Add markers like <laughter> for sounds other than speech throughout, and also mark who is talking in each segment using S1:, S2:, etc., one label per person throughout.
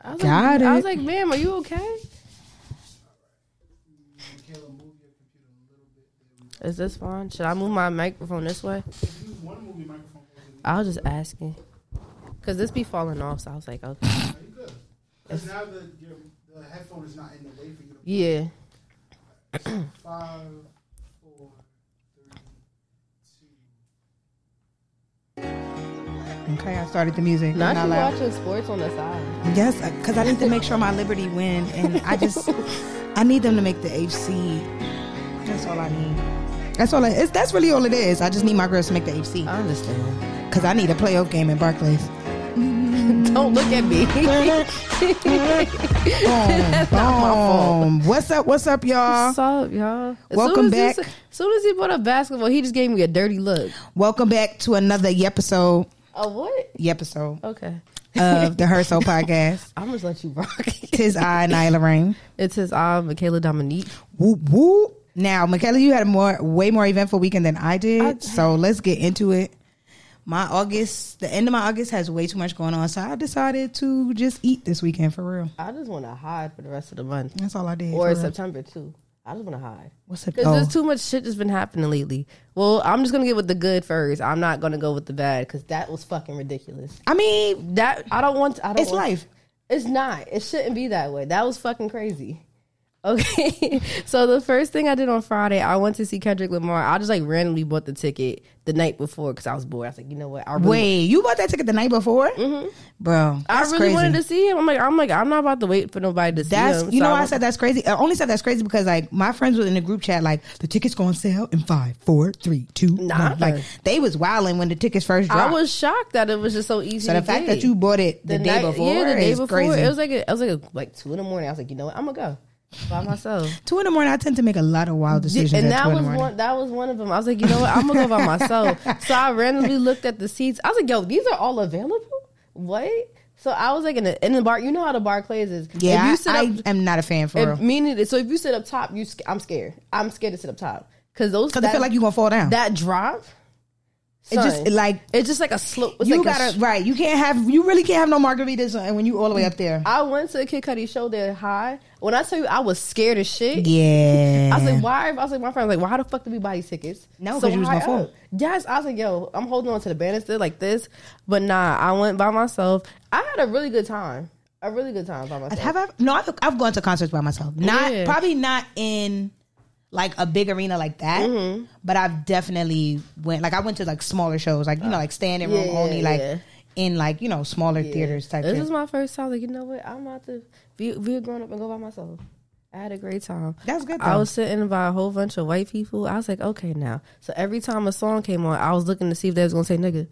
S1: I was
S2: Got
S1: like, I was
S2: it.
S1: like, ma'am, are you okay? Is this fine? Should I move my microphone this way? I was just asking. Cause this be falling off, so I was like, okay.
S3: Because now the, your, the headphone is not in the way for you to
S1: Yeah.
S3: five, four, three, two.
S2: Okay, I started the music.
S1: Not
S2: Not
S1: you
S2: loud.
S1: watching sports on the side.
S2: Yes, because I need to make sure my Liberty win, and I just I need them to make the HC. That's all I need. That's all. I, it's, that's really all it is. I just need my girls to make the HC
S1: I understand.
S2: because I need a playoff game in Barclays.
S1: Don't look at me. <laughs>
S2: Boom, boom. What's up? What's up, y'all?
S1: What's up, y'all? As
S2: Welcome
S1: soon as
S2: back.
S1: He, as soon as he brought up basketball, he just gave me a dirty look.
S2: Welcome back to another episode.
S1: Oh, what?
S2: Episode
S1: Okay.
S2: of the Herso podcast.
S1: I'm just let you <laughs> rock.
S2: Tis I, Nyla Rain.
S1: it's his eye, "Ah, Michaela Dominique.
S2: Whoop whoop. Now, Michaela, you had a more way more eventful weekend than I did.
S1: I-
S2: so let's get into it. My August, the end of my August has way too much going on. So I decided to just eat this weekend for real.
S1: I just want to hide for the rest of the month.
S2: That's all I did.
S1: Or
S2: for real.
S1: September, too. I just want to hide.
S2: What's up?
S1: Because
S2: Oh,
S1: there's too much shit that's been happening lately. Well, I'm just going to get with the good first. I'm not going to go with the bad because that was fucking ridiculous.
S2: Oh, I mean,
S1: That, I don't want, I don't
S2: it's
S1: want-
S2: life.
S1: It's not. It shouldn't be that way. That was fucking crazy. <laughs> Okay. so the first thing I did on Friday, I went to see Kendrick Lamar. I just like randomly bought the ticket the night before because I was bored. I was like, you know what? I really,
S2: Wait, you bought that ticket the night before, mm-hmm. bro?
S1: I
S2: That's
S1: really
S2: crazy.
S1: wanted to see him. I'm like, I'm like, I'm not about to wait for nobody to see
S2: That's
S1: him.
S2: you
S1: So
S2: know why I
S1: went-
S2: said that's crazy. I only said that's crazy because like my friends were in the group chat like the tickets go on sale in five, four, three, two, one.
S1: Nah.
S2: Like they was wilding when the tickets first dropped.
S1: I was shocked that it was just so easy.
S2: so the
S1: to
S2: fact
S1: get.
S2: that you bought it the, day
S1: night-
S2: before
S1: yeah, the day
S2: is
S1: before,
S2: crazy.
S1: it was like a, it was like a, like two in the morning. I was like, you know what? I'm gonna go by myself.
S2: two in the morning. I tend to make a lot of wild decisions.
S1: and
S2: at
S1: that
S2: two in
S1: was
S2: the morning.
S1: one. That was one of them. I was like, you know what? I'm gonna go by myself.
S2: <laughs>
S1: so I randomly looked at the seats. I was like, yo, these are all available. What? So I was like, in the, in the bar. You know how the Barclays is.
S2: Yeah,
S1: If
S2: I,
S1: you sit
S2: I
S1: up,
S2: am not a fan for
S1: if,
S2: real
S1: meaning so if you sit up top, you sc- I'm scared. I'm scared to sit up top because those
S2: because I
S1: that-
S2: feel like you are gonna fall down.
S1: that drop.
S2: it just
S1: son,
S2: like
S1: it's just like a slope. It's
S2: you
S1: like a
S2: gotta right. You can't have you really can't have no margaritas and when you all the way up there.
S1: I went to a Kid Cudi show there high. When I tell you I was scared as shit.
S2: <laughs> yeah,
S1: I was like, why? I was like, my friend was like, why the fuck did we buy these tickets?
S2: No, 'cause you was
S1: high
S2: gonna fall.
S1: up. Yes, I was like, yo, I'm holding on to the banister like this, but nah, I went by myself. I had a really good time, a really good time by myself.
S2: Have I? No, I've, I've gone to concerts by myself. Not
S1: Yeah.
S2: probably not in like a big arena like that,
S1: Mm-hmm.
S2: but I've definitely went. Like I went to like smaller shows, like you know, like standing room
S1: Yeah,
S2: only, like
S1: yeah.
S2: in like you know smaller theaters type.
S1: This
S2: shit.
S1: is my first time. Like, you know what? I'm about to be, be a grown up and go by myself. I had a great time.
S2: That's good,
S1: I
S2: though.
S1: was sitting by a whole bunch of white people. I was like, okay, now. So every time a song came on, I was looking to see if they was gonna say nigga.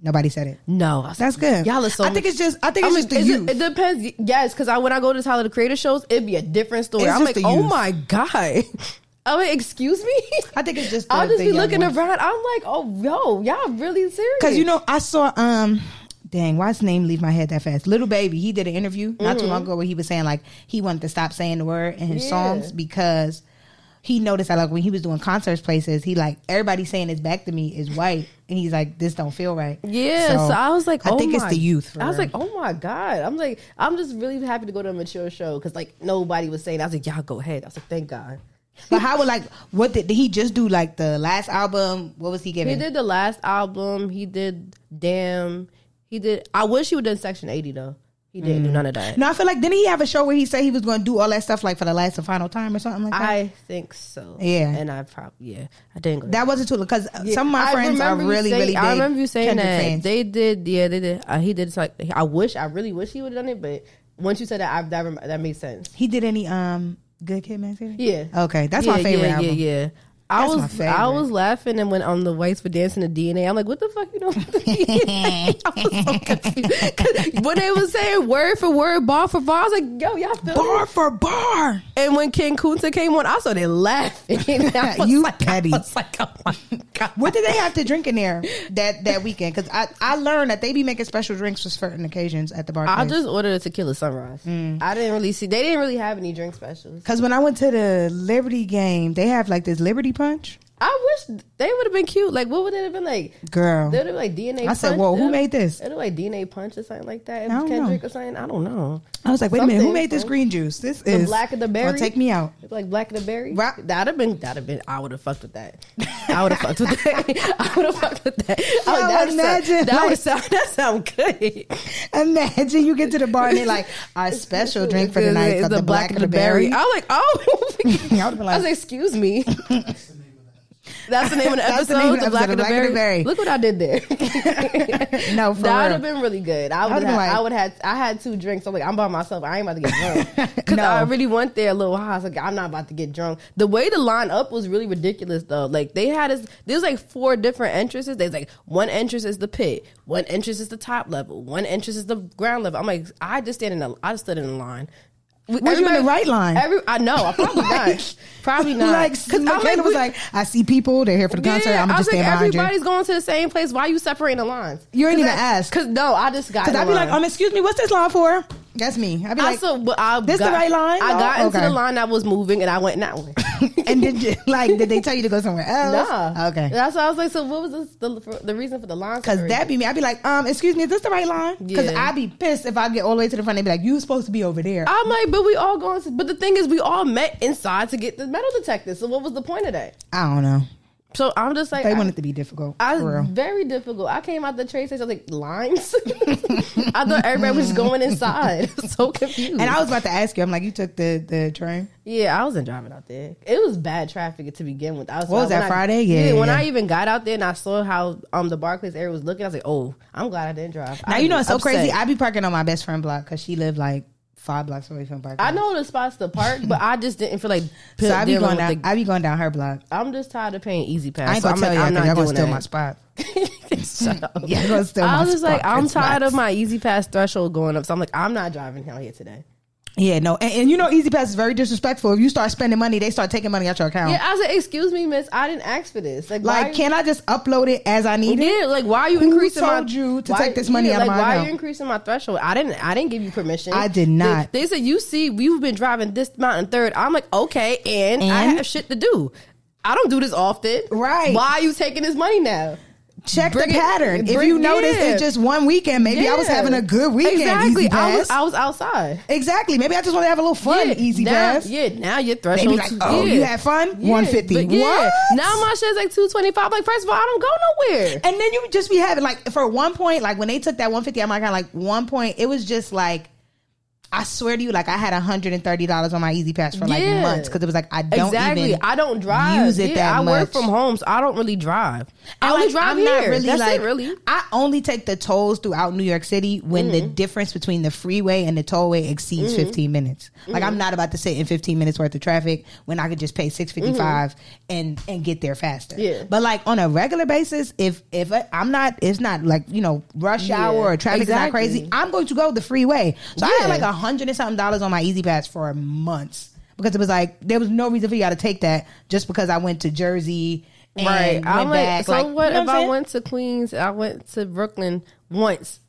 S2: Nobody said it.
S1: No, I was
S2: That's good.
S1: Y'all are so.
S2: I think it's just. I think it's
S1: I mean,
S2: just the
S1: is
S2: youth.
S1: it, it depends. Yes, because I when I go to Tyler the Creator shows, it'd be a different story.
S2: It's
S1: I'm like,
S2: just the
S1: oh
S2: youth.
S1: my god. <laughs> I mean, excuse me.
S2: I think it's just
S1: <laughs> I'll
S2: the-
S1: just
S2: the
S1: be
S2: young
S1: looking
S2: ones.
S1: around. I'm like, oh yo, y'all really serious?
S2: Because you know, I saw um, dang, why his name leave my head that fast? Little baby, he did an interview not too long
S1: Mm.
S2: ago where he was saying like he wanted to stop saying the word in his
S1: Yeah.
S2: songs because he noticed that like when he was doing concerts places, he like everybody saying his back to me is white, and he's like this don't feel right.
S1: Yeah, so, I was like,
S2: I
S1: oh
S2: think
S1: my.
S2: it's the youth. for
S1: I was
S2: real.
S1: like, oh my god. I'm like, I'm just really happy to go to a mature show because like nobody was saying. I was like, y'all go ahead. I was like, thank God.
S2: but how would like what did, did he just do like the last album? What was he
S1: He
S2: giving?
S1: did the last album. He did damn. He did. I wish he would done Section 80 though. He didn't
S2: Mm.
S1: do none of
S2: <laughs>
S1: that.
S2: no, I feel like didn't he have a show where he said he was going to do all that stuff like for the last and final time or something like that?
S1: I think so.
S2: Yeah.
S1: and I probably yeah, I didn't go.
S2: that wasn't too because
S1: Yeah,
S2: some of my
S1: I
S2: friends are
S1: remember you
S2: really
S1: saying-
S2: really. Big
S1: I remember you saying
S2: Kendrick
S1: that
S2: fans.
S1: they did. Yeah, they did. Uh, he did. It's like I wish. I really wish he would have done it, but once you said that, I that rem- that made sense.
S2: He did any um Good Kid, Mad City?
S1: Yeah.
S2: Okay, that's my
S1: Yeah,
S2: favorite
S1: yeah, Yeah,
S2: album.
S1: yeah. I
S2: That's my
S1: was
S2: favorite.
S1: I was laughing and when on the whites for dancing the DNA, I'm like, what the fuck you doing? With the DNA? <laughs> I was so confused 'Cause when they was saying word for word, bar for bar, I was like, yo, y'all feel me?
S2: Bar for bar.
S1: And when King Kunta came on, I saw they laughing. <laughs> I was
S2: <laughs> You
S1: like,
S2: petty.
S1: I was like, oh my god.
S2: What did they have to drink in there that that weekend? Because I I learned that they be making special drinks for certain occasions at the bar.
S1: I just ordered a tequila sunrise.
S2: Mm.
S1: I didn't really see. They didn't really have any drink specials.
S2: because when I went to the Liberty game, they have like this Liberty punch.
S1: I wish they would have been cute. Like, what would it have been like?
S2: Girl.
S1: They would have like DNA.
S2: I said,
S1: punch
S2: "Whoa, who
S1: them?
S2: made this?"
S1: It'd have, like DNA punch or something like that. It
S2: I
S1: was
S2: don't know.
S1: Kendrick or something. I don't know.
S2: I was like, wait a minute, who
S1: Something.
S2: made this green juice? This
S1: The
S2: is
S1: black of the
S2: gonna
S1: berry.
S2: Take me out.
S1: It's like black of the berry.
S2: Right.
S1: That'd have been. That'd have been. I would have fucked with that. I would have fucked with that. <laughs> I would have fucked with that. I would- that
S2: Yo,
S1: would sound-
S2: imagine,
S1: That
S2: like-
S1: would sound. That sound good.
S2: Imagine you get to the bar and they're like, our special drink for the night is the black of the berry.
S1: I was like,
S2: <laughs>
S1: oh.
S2: I would've been
S1: I was
S2: like-
S1: like, excuse me.
S2: <laughs>
S3: That's the name of that.
S1: That's the name of the episode.
S2: That's the name of the
S1: the black,
S2: episode,
S1: of the, berry. Look what I did there.
S2: <laughs> No, for
S1: that would
S2: real.
S1: have been really good. I would
S2: would've
S1: have.
S2: been like-
S1: I would have. I had two drinks. I'm like, I'm by myself. I ain't about to get
S2: <laughs>
S1: drunk <laughs> because
S2: No.
S1: I already went there a little high. I was like, I'm not about to get drunk. The way the line up was really ridiculous though. Like they had us. There's like four different entrances. There's like one entrance is the pit. One entrance is the top level. One entrance is the ground level. I'm like, I just stand in. A, I just stood in a line. Were
S2: you in the right line?
S1: Every, I know. I
S2: <laughs>
S1: probably
S2: Like-
S1: not. Probably not.
S2: Like,
S1: 'Cause I'm
S2: Michaela was
S1: we-
S2: like, I see people, they're here for the concert, I'm
S1: I
S2: gonna
S1: was
S2: just
S1: like,
S2: stand behind you.
S1: everybody's going to the same place. Why you separating the lines?
S2: You ain't
S1: Cause
S2: even
S1: I-
S2: asked.
S1: Cause no, I just got.
S2: Because
S1: in
S2: I'd be like,
S1: line.
S2: um, excuse me, what's this line for? That's me. I'd be
S1: I
S2: like,
S1: saw, but I
S2: this the
S1: got,
S2: right line?
S1: I got
S2: Oh,
S1: into
S2: okay.
S1: the line that was moving, and I went in that one.
S2: <laughs> <laughs> and did you, like, did they tell you to go somewhere else?
S1: <laughs> nah,
S2: Okay.
S1: That's why I was like, so what was this, the for- the reason for the line?
S2: Because that'd be me. I'd be like, um, excuse me, is this the right line? Because
S1: Yeah.
S2: I'd be pissed if I get all the way to the front. They'd be like, you supposed to be over there.
S1: I'm like, but we all going. To, but the thing is, we all met inside to get the metal detector. So what was the point of that?
S2: I don't know.
S1: So I'm just like,
S2: They
S1: I-
S2: want it to be difficult.
S1: I
S2: for real.
S1: very difficult. I came out the train station I was like lines. <laughs> I thought everybody was going inside. <laughs> so confused.
S2: And I was about to ask you, I'm like, you took the, the train?
S1: Yeah, I wasn't driving out there. It was bad traffic to begin with. I was, uh,
S2: What was
S1: when
S2: that,
S1: I-
S2: Friday? Yeah,
S1: Yeah, when
S2: yeah.
S1: I even got out there and I saw how um the Barclays area was looking, I was like, oh, I'm glad I didn't drive.
S2: Now
S1: I
S2: you know
S1: was
S2: it's so
S1: upset.
S2: crazy. I be parking on my best friend block because she lived like five blocks away from parking.
S1: I know the spots to park, but I just didn't feel like
S2: <laughs> So I be
S1: dealing
S2: going
S1: with
S2: down.
S1: the-
S2: I be going down her block.
S1: I'm just tired of paying easy pass.
S2: I ain't
S1: so
S2: gonna
S1: I'm
S2: tell
S1: like,
S2: you.
S1: I'm
S2: I'm
S1: not
S2: gonna
S1: doing
S2: steal
S1: that.
S2: my spot.
S1: <laughs>
S2: <laughs>
S1: Shut up.
S2: Yeah, you're gonna steal
S1: I
S2: my
S1: was just
S2: spot.
S1: like, I'm
S2: It's
S1: tired
S2: nuts.
S1: of my easy pass threshold going up. So I'm like, I'm not driving out here today.
S2: Yeah, no, and, and you know, Easy Pass is very disrespectful. If you start spending money, they start taking money out your account.
S1: Yeah, I was like, excuse me, miss, I didn't ask for this. Like, why-
S2: Oh. like, can I just upload it as I need it?
S1: Yeah, like why are you
S2: Who
S1: increasing
S2: told
S1: my
S2: you to
S1: why-
S2: take this money out of
S1: like,
S2: my
S1: why
S2: account?
S1: are you increasing my threshold? I didn't I didn't give you permission.
S2: I did
S1: They-
S2: not.
S1: They, said you see we've been driving this mountain third. I'm like, okay, and, I
S2: And?
S1: have shit to do. I don't do this often.
S2: Right.
S1: Why are you taking this money now?
S2: Check
S1: Mm-hmm. Bring
S2: the
S1: it-
S2: pattern. if
S1: bring-
S2: you notice,
S1: yeah.
S2: it's just one weekend. Maybe I was
S1: Yeah.
S2: having a good weekend.
S1: Exactly.
S2: Easy
S1: I was
S2: Pass.
S1: I was outside.
S2: exactly. Maybe I just want to have a little fun.
S1: Yeah,
S2: Easy
S1: now,
S2: Pass.
S1: Yeah, now your
S2: They be
S1: threshold.
S2: like, oh, you had fun? 150. What?
S1: Now my shit's like 225. Like, first of all, I don't go nowhere.
S2: And then you just be having like for one point, like when they took that one fifty out my account, like one point, it was just like I swear to you, like I had hundred and thirty dollars on my Easy Pass for like
S1: Yeah.
S2: months because it was like I don't
S1: exactly.
S2: even
S1: I don't drive.
S2: use it
S1: yeah,
S2: that
S1: I
S2: much.
S1: work from home, so I don't really drive. I only
S2: like,
S1: drive
S2: I'm
S1: here.
S2: not really
S1: That's
S2: like
S1: it, really. Mm.
S2: I only take the tolls throughout New York City when the difference between the freeway and the tollway exceeds fifteen minutes. Like
S1: Mm.
S2: I'm not about to sit in fifteen minutes worth of traffic when I could just pay six and and get there faster.
S1: Mm-hmm. Yeah.
S2: But like on a regular basis, if if I, I'm not, it's not like you know rush
S1: Yeah,
S2: hour or traffic is not
S1: exactly.
S2: crazy. I'm going to go the freeway. So I had
S1: Yeah.
S2: like a hundred and something dollars on my Easy Pass for months because it was like there was no reason for y'all to take that just because I went to Jersey. And
S1: Right.
S2: went
S1: I'm like,
S2: back.
S1: so
S2: Like,
S1: what
S2: you
S1: if
S2: know I'm
S1: I
S2: saying?
S1: went to Queens? I went to Brooklyn once.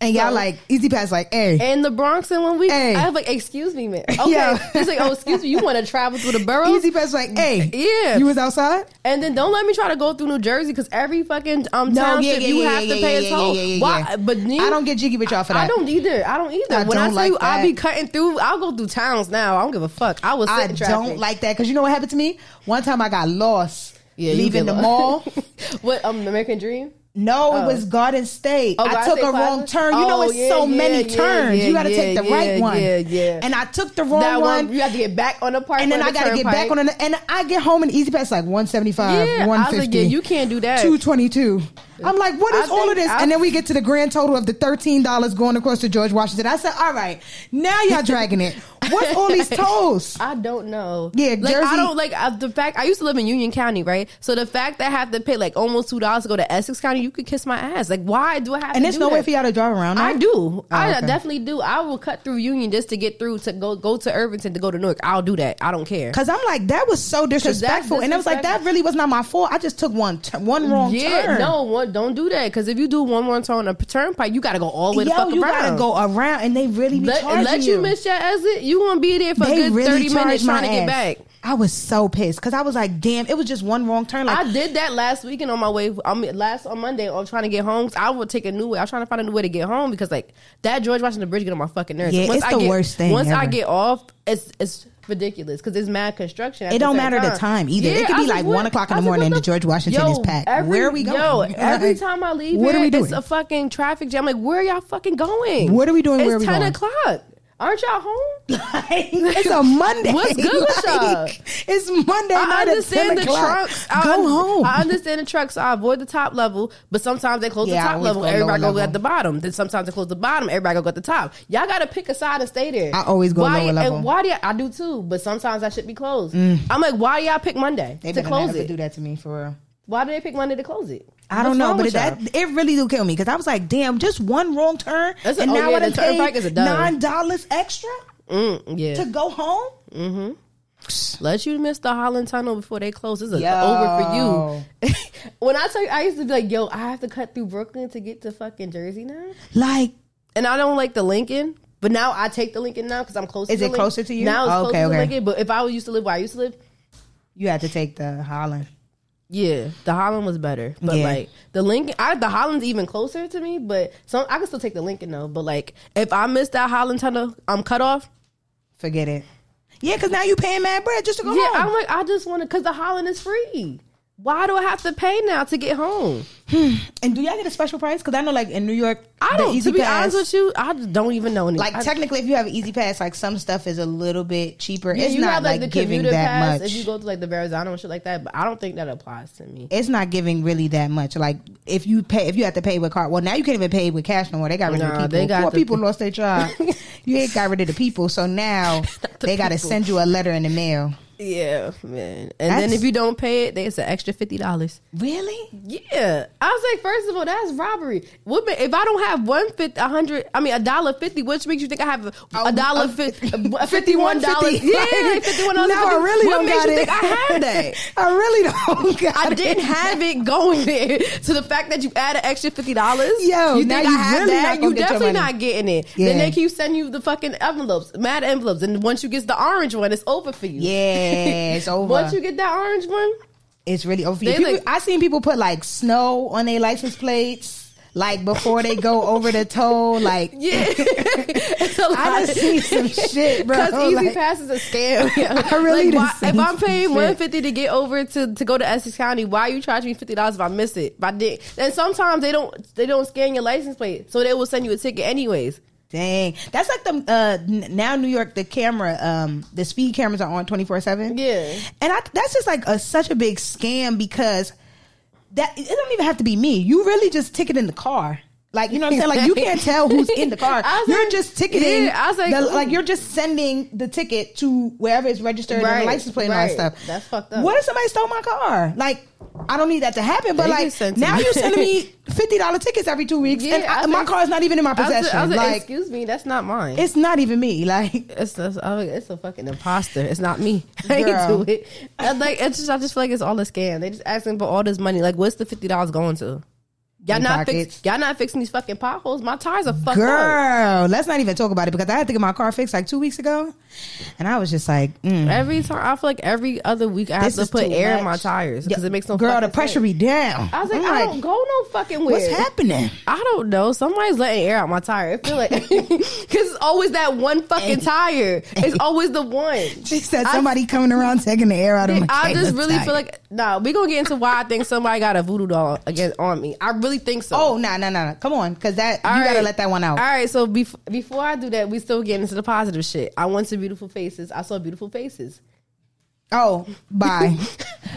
S2: And y'all
S1: So-
S2: like Easy Pass, like, hey,
S1: And the Bronx in one week.
S2: Hey.
S1: I have like, excuse me, man. Okay. <laughs>
S2: Yeah.
S1: It's like, oh, excuse me, you want to travel through the boroughs?
S2: Easy Pass, like, hey,
S1: Yeah.
S2: you was outside.
S1: And then don't let me try to go through New Jersey because every fucking um
S2: No,
S1: township
S2: yeah, yeah,
S1: you
S2: yeah,
S1: have
S2: yeah,
S1: to
S2: yeah,
S1: pay
S2: yeah,
S1: a toll.
S2: yeah, yeah, yeah.
S1: Why? But then,
S2: I don't get jiggy with y'all for that.
S1: I don't either. I don't either.
S2: I
S1: when I
S2: don't
S1: tell
S2: like
S1: you, I be
S2: that.
S1: cutting through. I'll go through towns now. I don't give a fuck. I was.
S2: I
S1: in traffic.
S2: don't like that because you know what happened to me one time. I got lost
S1: Yeah, you
S2: leaving the
S1: get lo-
S2: mall.
S1: <laughs>
S2: <laughs>
S1: what um the American Dream?
S2: No, it was Garden State.
S1: Oh,
S2: I
S1: Garden
S2: took
S1: State
S2: a wrong
S1: Plaza?
S2: turn. you know,
S1: Oh,
S2: it's
S1: yeah,
S2: so
S1: yeah,
S2: many
S1: yeah,
S2: turns.
S1: yeah,
S2: you got to
S1: yeah,
S2: take the
S1: yeah,
S2: right one.
S1: yeah, yeah.
S2: And I took the wrong
S1: that
S2: one.
S1: one, you have to get back on the park,
S2: and then I got to get back on
S1: the
S2: it. And I get home and Easy Pass like one seventy five,
S1: yeah.
S2: one
S1: I was like,
S2: fifty.
S1: yeah, you can't do that.
S2: 222. I'm like, what
S1: I
S2: is all of
S1: think
S2: this?
S1: I-
S2: and then we get to the grand total of the $13 going across to George Washington. I said, all right, now y'all dragging it. What's all these tolls?
S1: <laughs> I don't know.
S2: Yeah,
S1: like
S2: Jersey-
S1: I don't like uh, the fact I used to live in Union County, right? So the fact that I have to pay like almost two dollars to go to Essex County, you could kiss my ass. Like, why do I have?
S2: And
S1: to
S2: there's
S1: do
S2: no
S1: that?
S2: way for y'all to drive around.
S1: I
S2: huh?
S1: do. I
S2: okay.
S1: definitely do. I will cut through Union just to get through to go go to Irvington to go to Newark. I'll do that. I don't care.
S2: Cause I'm like that was so disrespectful, and I was like that
S1: disrespectful.
S2: really was not my fault. I just took one tu- one wrong
S1: Yeah,
S2: turn.
S1: no, one, don't do that. Because if you do one more turn on a turnpike, you got to go all the way the
S2: yo,
S1: fuck
S2: you
S1: around.
S2: gotta go around, and they really be
S1: Let,
S2: charging
S1: let you miss your exit. You gonna be there for
S2: They
S1: a good
S2: really
S1: thirty minutes
S2: charge my
S1: trying to get
S2: ass.
S1: back.
S2: I was so pissed because I was like, damn, it was just one wrong turn. Like,
S1: I did that last weekend on my way. On last on Monday, on trying to get home. 'cause I would take a new way. I was trying to find a new way to get home because like that George Washington Bridge get on my fucking nerves.
S2: Yeah,
S1: once
S2: it's
S1: I
S2: the
S1: get,
S2: worst thing
S1: Once I
S2: ever.
S1: get off, it's it's ridiculous because it's mad construction. at
S2: It
S1: the
S2: don't
S1: same
S2: matter the time either. It could
S1: I
S2: be
S1: was
S2: like
S1: what-
S2: 1 o'clock in
S1: I
S2: the
S1: was
S2: morning
S1: what
S2: and George Washington is
S1: Yo,
S2: packed.
S1: every-
S2: Where are we going? <laughs>
S1: Yo, every
S2: Like,
S1: time I leave,
S2: what are
S1: here,
S2: we
S1: It's
S2: doing?
S1: a fucking traffic jam. Like, where y'all fucking going?
S2: What are we doing?
S1: It's
S2: Where are we
S1: ten
S2: going?
S1: o'clock. Aren't y'all home?
S2: it's a Monday.
S1: What's good with y'all?
S2: It's Monday
S1: I
S2: night at 10
S1: understand the
S2: o'clock.
S1: trucks. I
S2: Go
S1: un-
S2: home.
S1: I understand the trucks. I avoid the top level, but sometimes they close
S2: Yeah, I
S1: the top
S2: always
S1: level.
S2: go
S1: Everybody
S2: lower
S1: go
S2: level.
S1: at the bottom. Then sometimes they close the bottom. Everybody go at the top. Y'all got to pick a side and stay there.
S2: I always go
S1: why,
S2: lower level. Mm.
S1: And why do y'all, I do too? But sometimes I should be closed. I'm like, why y'all pick Monday
S2: they
S1: to
S2: better not
S1: close
S2: ever
S1: it?
S2: do that to me for real.
S1: Why do they pick Monday to close it?
S2: I
S1: What's
S2: don't know,
S1: wrong
S2: but
S1: with
S2: that
S1: y'all?
S2: it really do kill me because I was like, damn, just one wrong turn,
S1: That's a-
S2: and
S1: oh,
S2: now
S1: yeah,
S2: I done
S1: the turnpike is a
S2: paid
S1: dub.
S2: nine dollars extra
S1: Mm, yeah.
S2: to go home.
S1: Mm-hmm. Let you miss the Holland Tunnel before they close. It's a-
S2: Yo.
S1: over for you. <laughs> when I tell you, I used to be like, yo, I have to cut through Brooklyn to get to fucking Jersey now.
S2: Like,
S1: And I don't like the Lincoln, but now I take the Lincoln now because I'm closer
S2: Is
S1: to
S2: it
S1: the
S2: closer to you?
S1: Now it's
S2: Oh, okay,
S1: closer to
S2: okay.
S1: Lincoln, but if I used to live where I used to live,
S2: you had to take the Holland.
S1: yeah, the Holland was better. But
S2: Yeah.
S1: like the Lincoln, I, the Holland's even closer to me, but some I can still take the Lincoln though. But like if I miss that Holland Tunnel, I'm cut off.
S2: Forget it. Yeah, because now you paying mad bread just to go
S1: Yeah,
S2: home.
S1: I'm like, I just want to, because the Holland is free. Why do I have to pay now to get home?
S2: and do y'all get a special price? Because I know, like in New York,
S1: I
S2: the
S1: don't.
S2: Easy
S1: to be
S2: Pass-
S1: honest with you, I just don't even know anything.
S2: like
S1: I,
S2: technically, if you have an Easy Pass, like some stuff is a little bit cheaper.
S1: Yeah,
S2: it's not like, giving
S1: commuter
S2: that much.
S1: if you go to like the Verrazano and shit like that. But I don't think that applies to me.
S2: it's not giving really that much. Like if you pay, if you have to pay with card, well now you can't even pay with cash no more. They got rid of
S1: Nah,
S2: the
S1: they
S2: people.
S1: got
S2: Poor
S1: the-
S2: people
S1: <laughs>
S2: lost their job. you ain't got rid of the people, so now
S1: Not the
S2: they got to
S1: people.
S2: send you a letter in the mail.
S1: Yeah, man. And
S2: That's-
S1: then if you don't pay it, they it's an extra fifty dollars.
S2: Really?
S1: Yeah, I was like, first of all, that's robbery. What ma- if I don't have one fifty, a hundred? I mean, a dollar fifty. Which makes you think I have a-
S2: Oh,
S1: a dollar
S2: a-
S1: fifty, fifty-one dollars?
S2: $51.50.
S1: Yeah, fifty-one <laughs> dollars.
S2: No, I really
S1: What
S2: don't
S1: makes
S2: got
S1: you
S2: it.
S1: think I had that?
S2: I really don't.
S1: <laughs>
S2: Got
S1: I
S2: it. <laughs>
S1: didn't have it going there. So the fact that you add an extra fifty dollars,
S2: Yo,
S1: you
S2: now
S1: think
S2: you
S1: I have
S2: really not
S1: that?
S2: gonna
S1: You
S2: get your
S1: definitely
S2: money.
S1: not getting it.
S2: Yeah.
S1: Then they keep sending you the fucking envelopes, mad envelopes, and once you get the orange one, it's over for you.
S2: Yeah,
S1: <laughs>
S2: it's over.
S1: once you get that orange one,
S2: it's really over.
S1: They
S2: People,
S1: like-
S2: I seen people put like snow on their license plates, like before they go over the
S1: <laughs>
S2: toll. Like <laughs>
S1: yeah, it's a lot.
S2: I done
S1: <laughs>
S2: seen some shit, bro. <laughs>
S1: Because Easy
S2: Like-
S1: Pass is a scam.
S2: <laughs> I really done
S1: like, why,
S2: seen
S1: if I'm paying
S2: some
S1: one
S2: shit.
S1: fifty to get over to, to go to Essex County, why you charge me fifty dollars if I miss it? If I did, and sometimes they don't they don't scan your license plate, so they will send you a ticket anyways.
S2: Dang, that's like the uh, n- now New York the camera um the speed cameras are on twenty four seven.
S1: Yeah.
S2: and I, that's just like a such a big scam because that it don't even have to be me. You really just ticket in the car. Like you know what I'm saying?
S1: <laughs>
S2: Like you can't tell who's in the car.
S1: I was
S2: You're
S1: like-
S2: just ticketing.
S1: Yeah, I was like,
S2: the-
S1: ooh.
S2: like you're just sending the ticket to wherever it's registered and
S1: Right,
S2: the license plate and all that
S1: right.
S2: stuff.
S1: That's fucked up.
S2: What if somebody stole my car? Like I don't need that to happen. But
S1: They get
S2: like
S1: sent to
S2: now
S1: me.
S2: you're sending
S1: <laughs>
S2: me fifty dollar tickets every two weeks,
S1: Yeah,
S2: and I,
S1: I
S2: my
S1: think-
S2: car is not even in my
S1: I was,
S2: possession.
S1: I was like,
S2: like
S1: excuse me, that's not mine.
S2: it's not even me. Like,
S1: It's that's, I was like, it's a fucking imposter. It's not me. <laughs> I
S2: Girl.
S1: ain't do it. I like it's just I just feel like it's all a scam. They just asking for all this money. Like, what's the fifty dollars going to? Y'all
S2: In
S1: not
S2: pockets.
S1: fix, y'all not fixing these fucking potholes. My tires are fucked up.
S2: girl, let's not even talk about it because I had to get my car fixed like two weeks ago, and I was just like, mm,
S1: Every time I feel like every other week I
S2: This
S1: have
S2: is
S1: to put
S2: too
S1: air in my
S2: much.
S1: tires because it makes no
S2: girl, the
S1: fucking
S2: pressure
S1: sense.
S2: be down.
S1: I was like,
S2: I'm
S1: I don't go no fucking where.
S2: what's
S1: <laughs>
S2: happening?
S1: I don't know. Somebody's letting air out my tire. I feel like <laughs> because it's always that one fucking tire. It's always the one.
S2: She said
S1: I-
S2: somebody coming around taking the air out of my.
S1: I just
S2: Kayla's
S1: really
S2: tire.
S1: feel like nah. We gonna get into why I think somebody got a voodoo doll again on me. I really think so.
S2: Oh no no no! Come on, because that you gotta
S1: right.
S2: let that one out.
S1: All right, so bef- before I do that, we still getting into the positive shit. I went to beautiful faces. I saw beautiful
S2: <laughs>
S1: faces.
S2: Oh,
S1: <laughs>
S2: bye.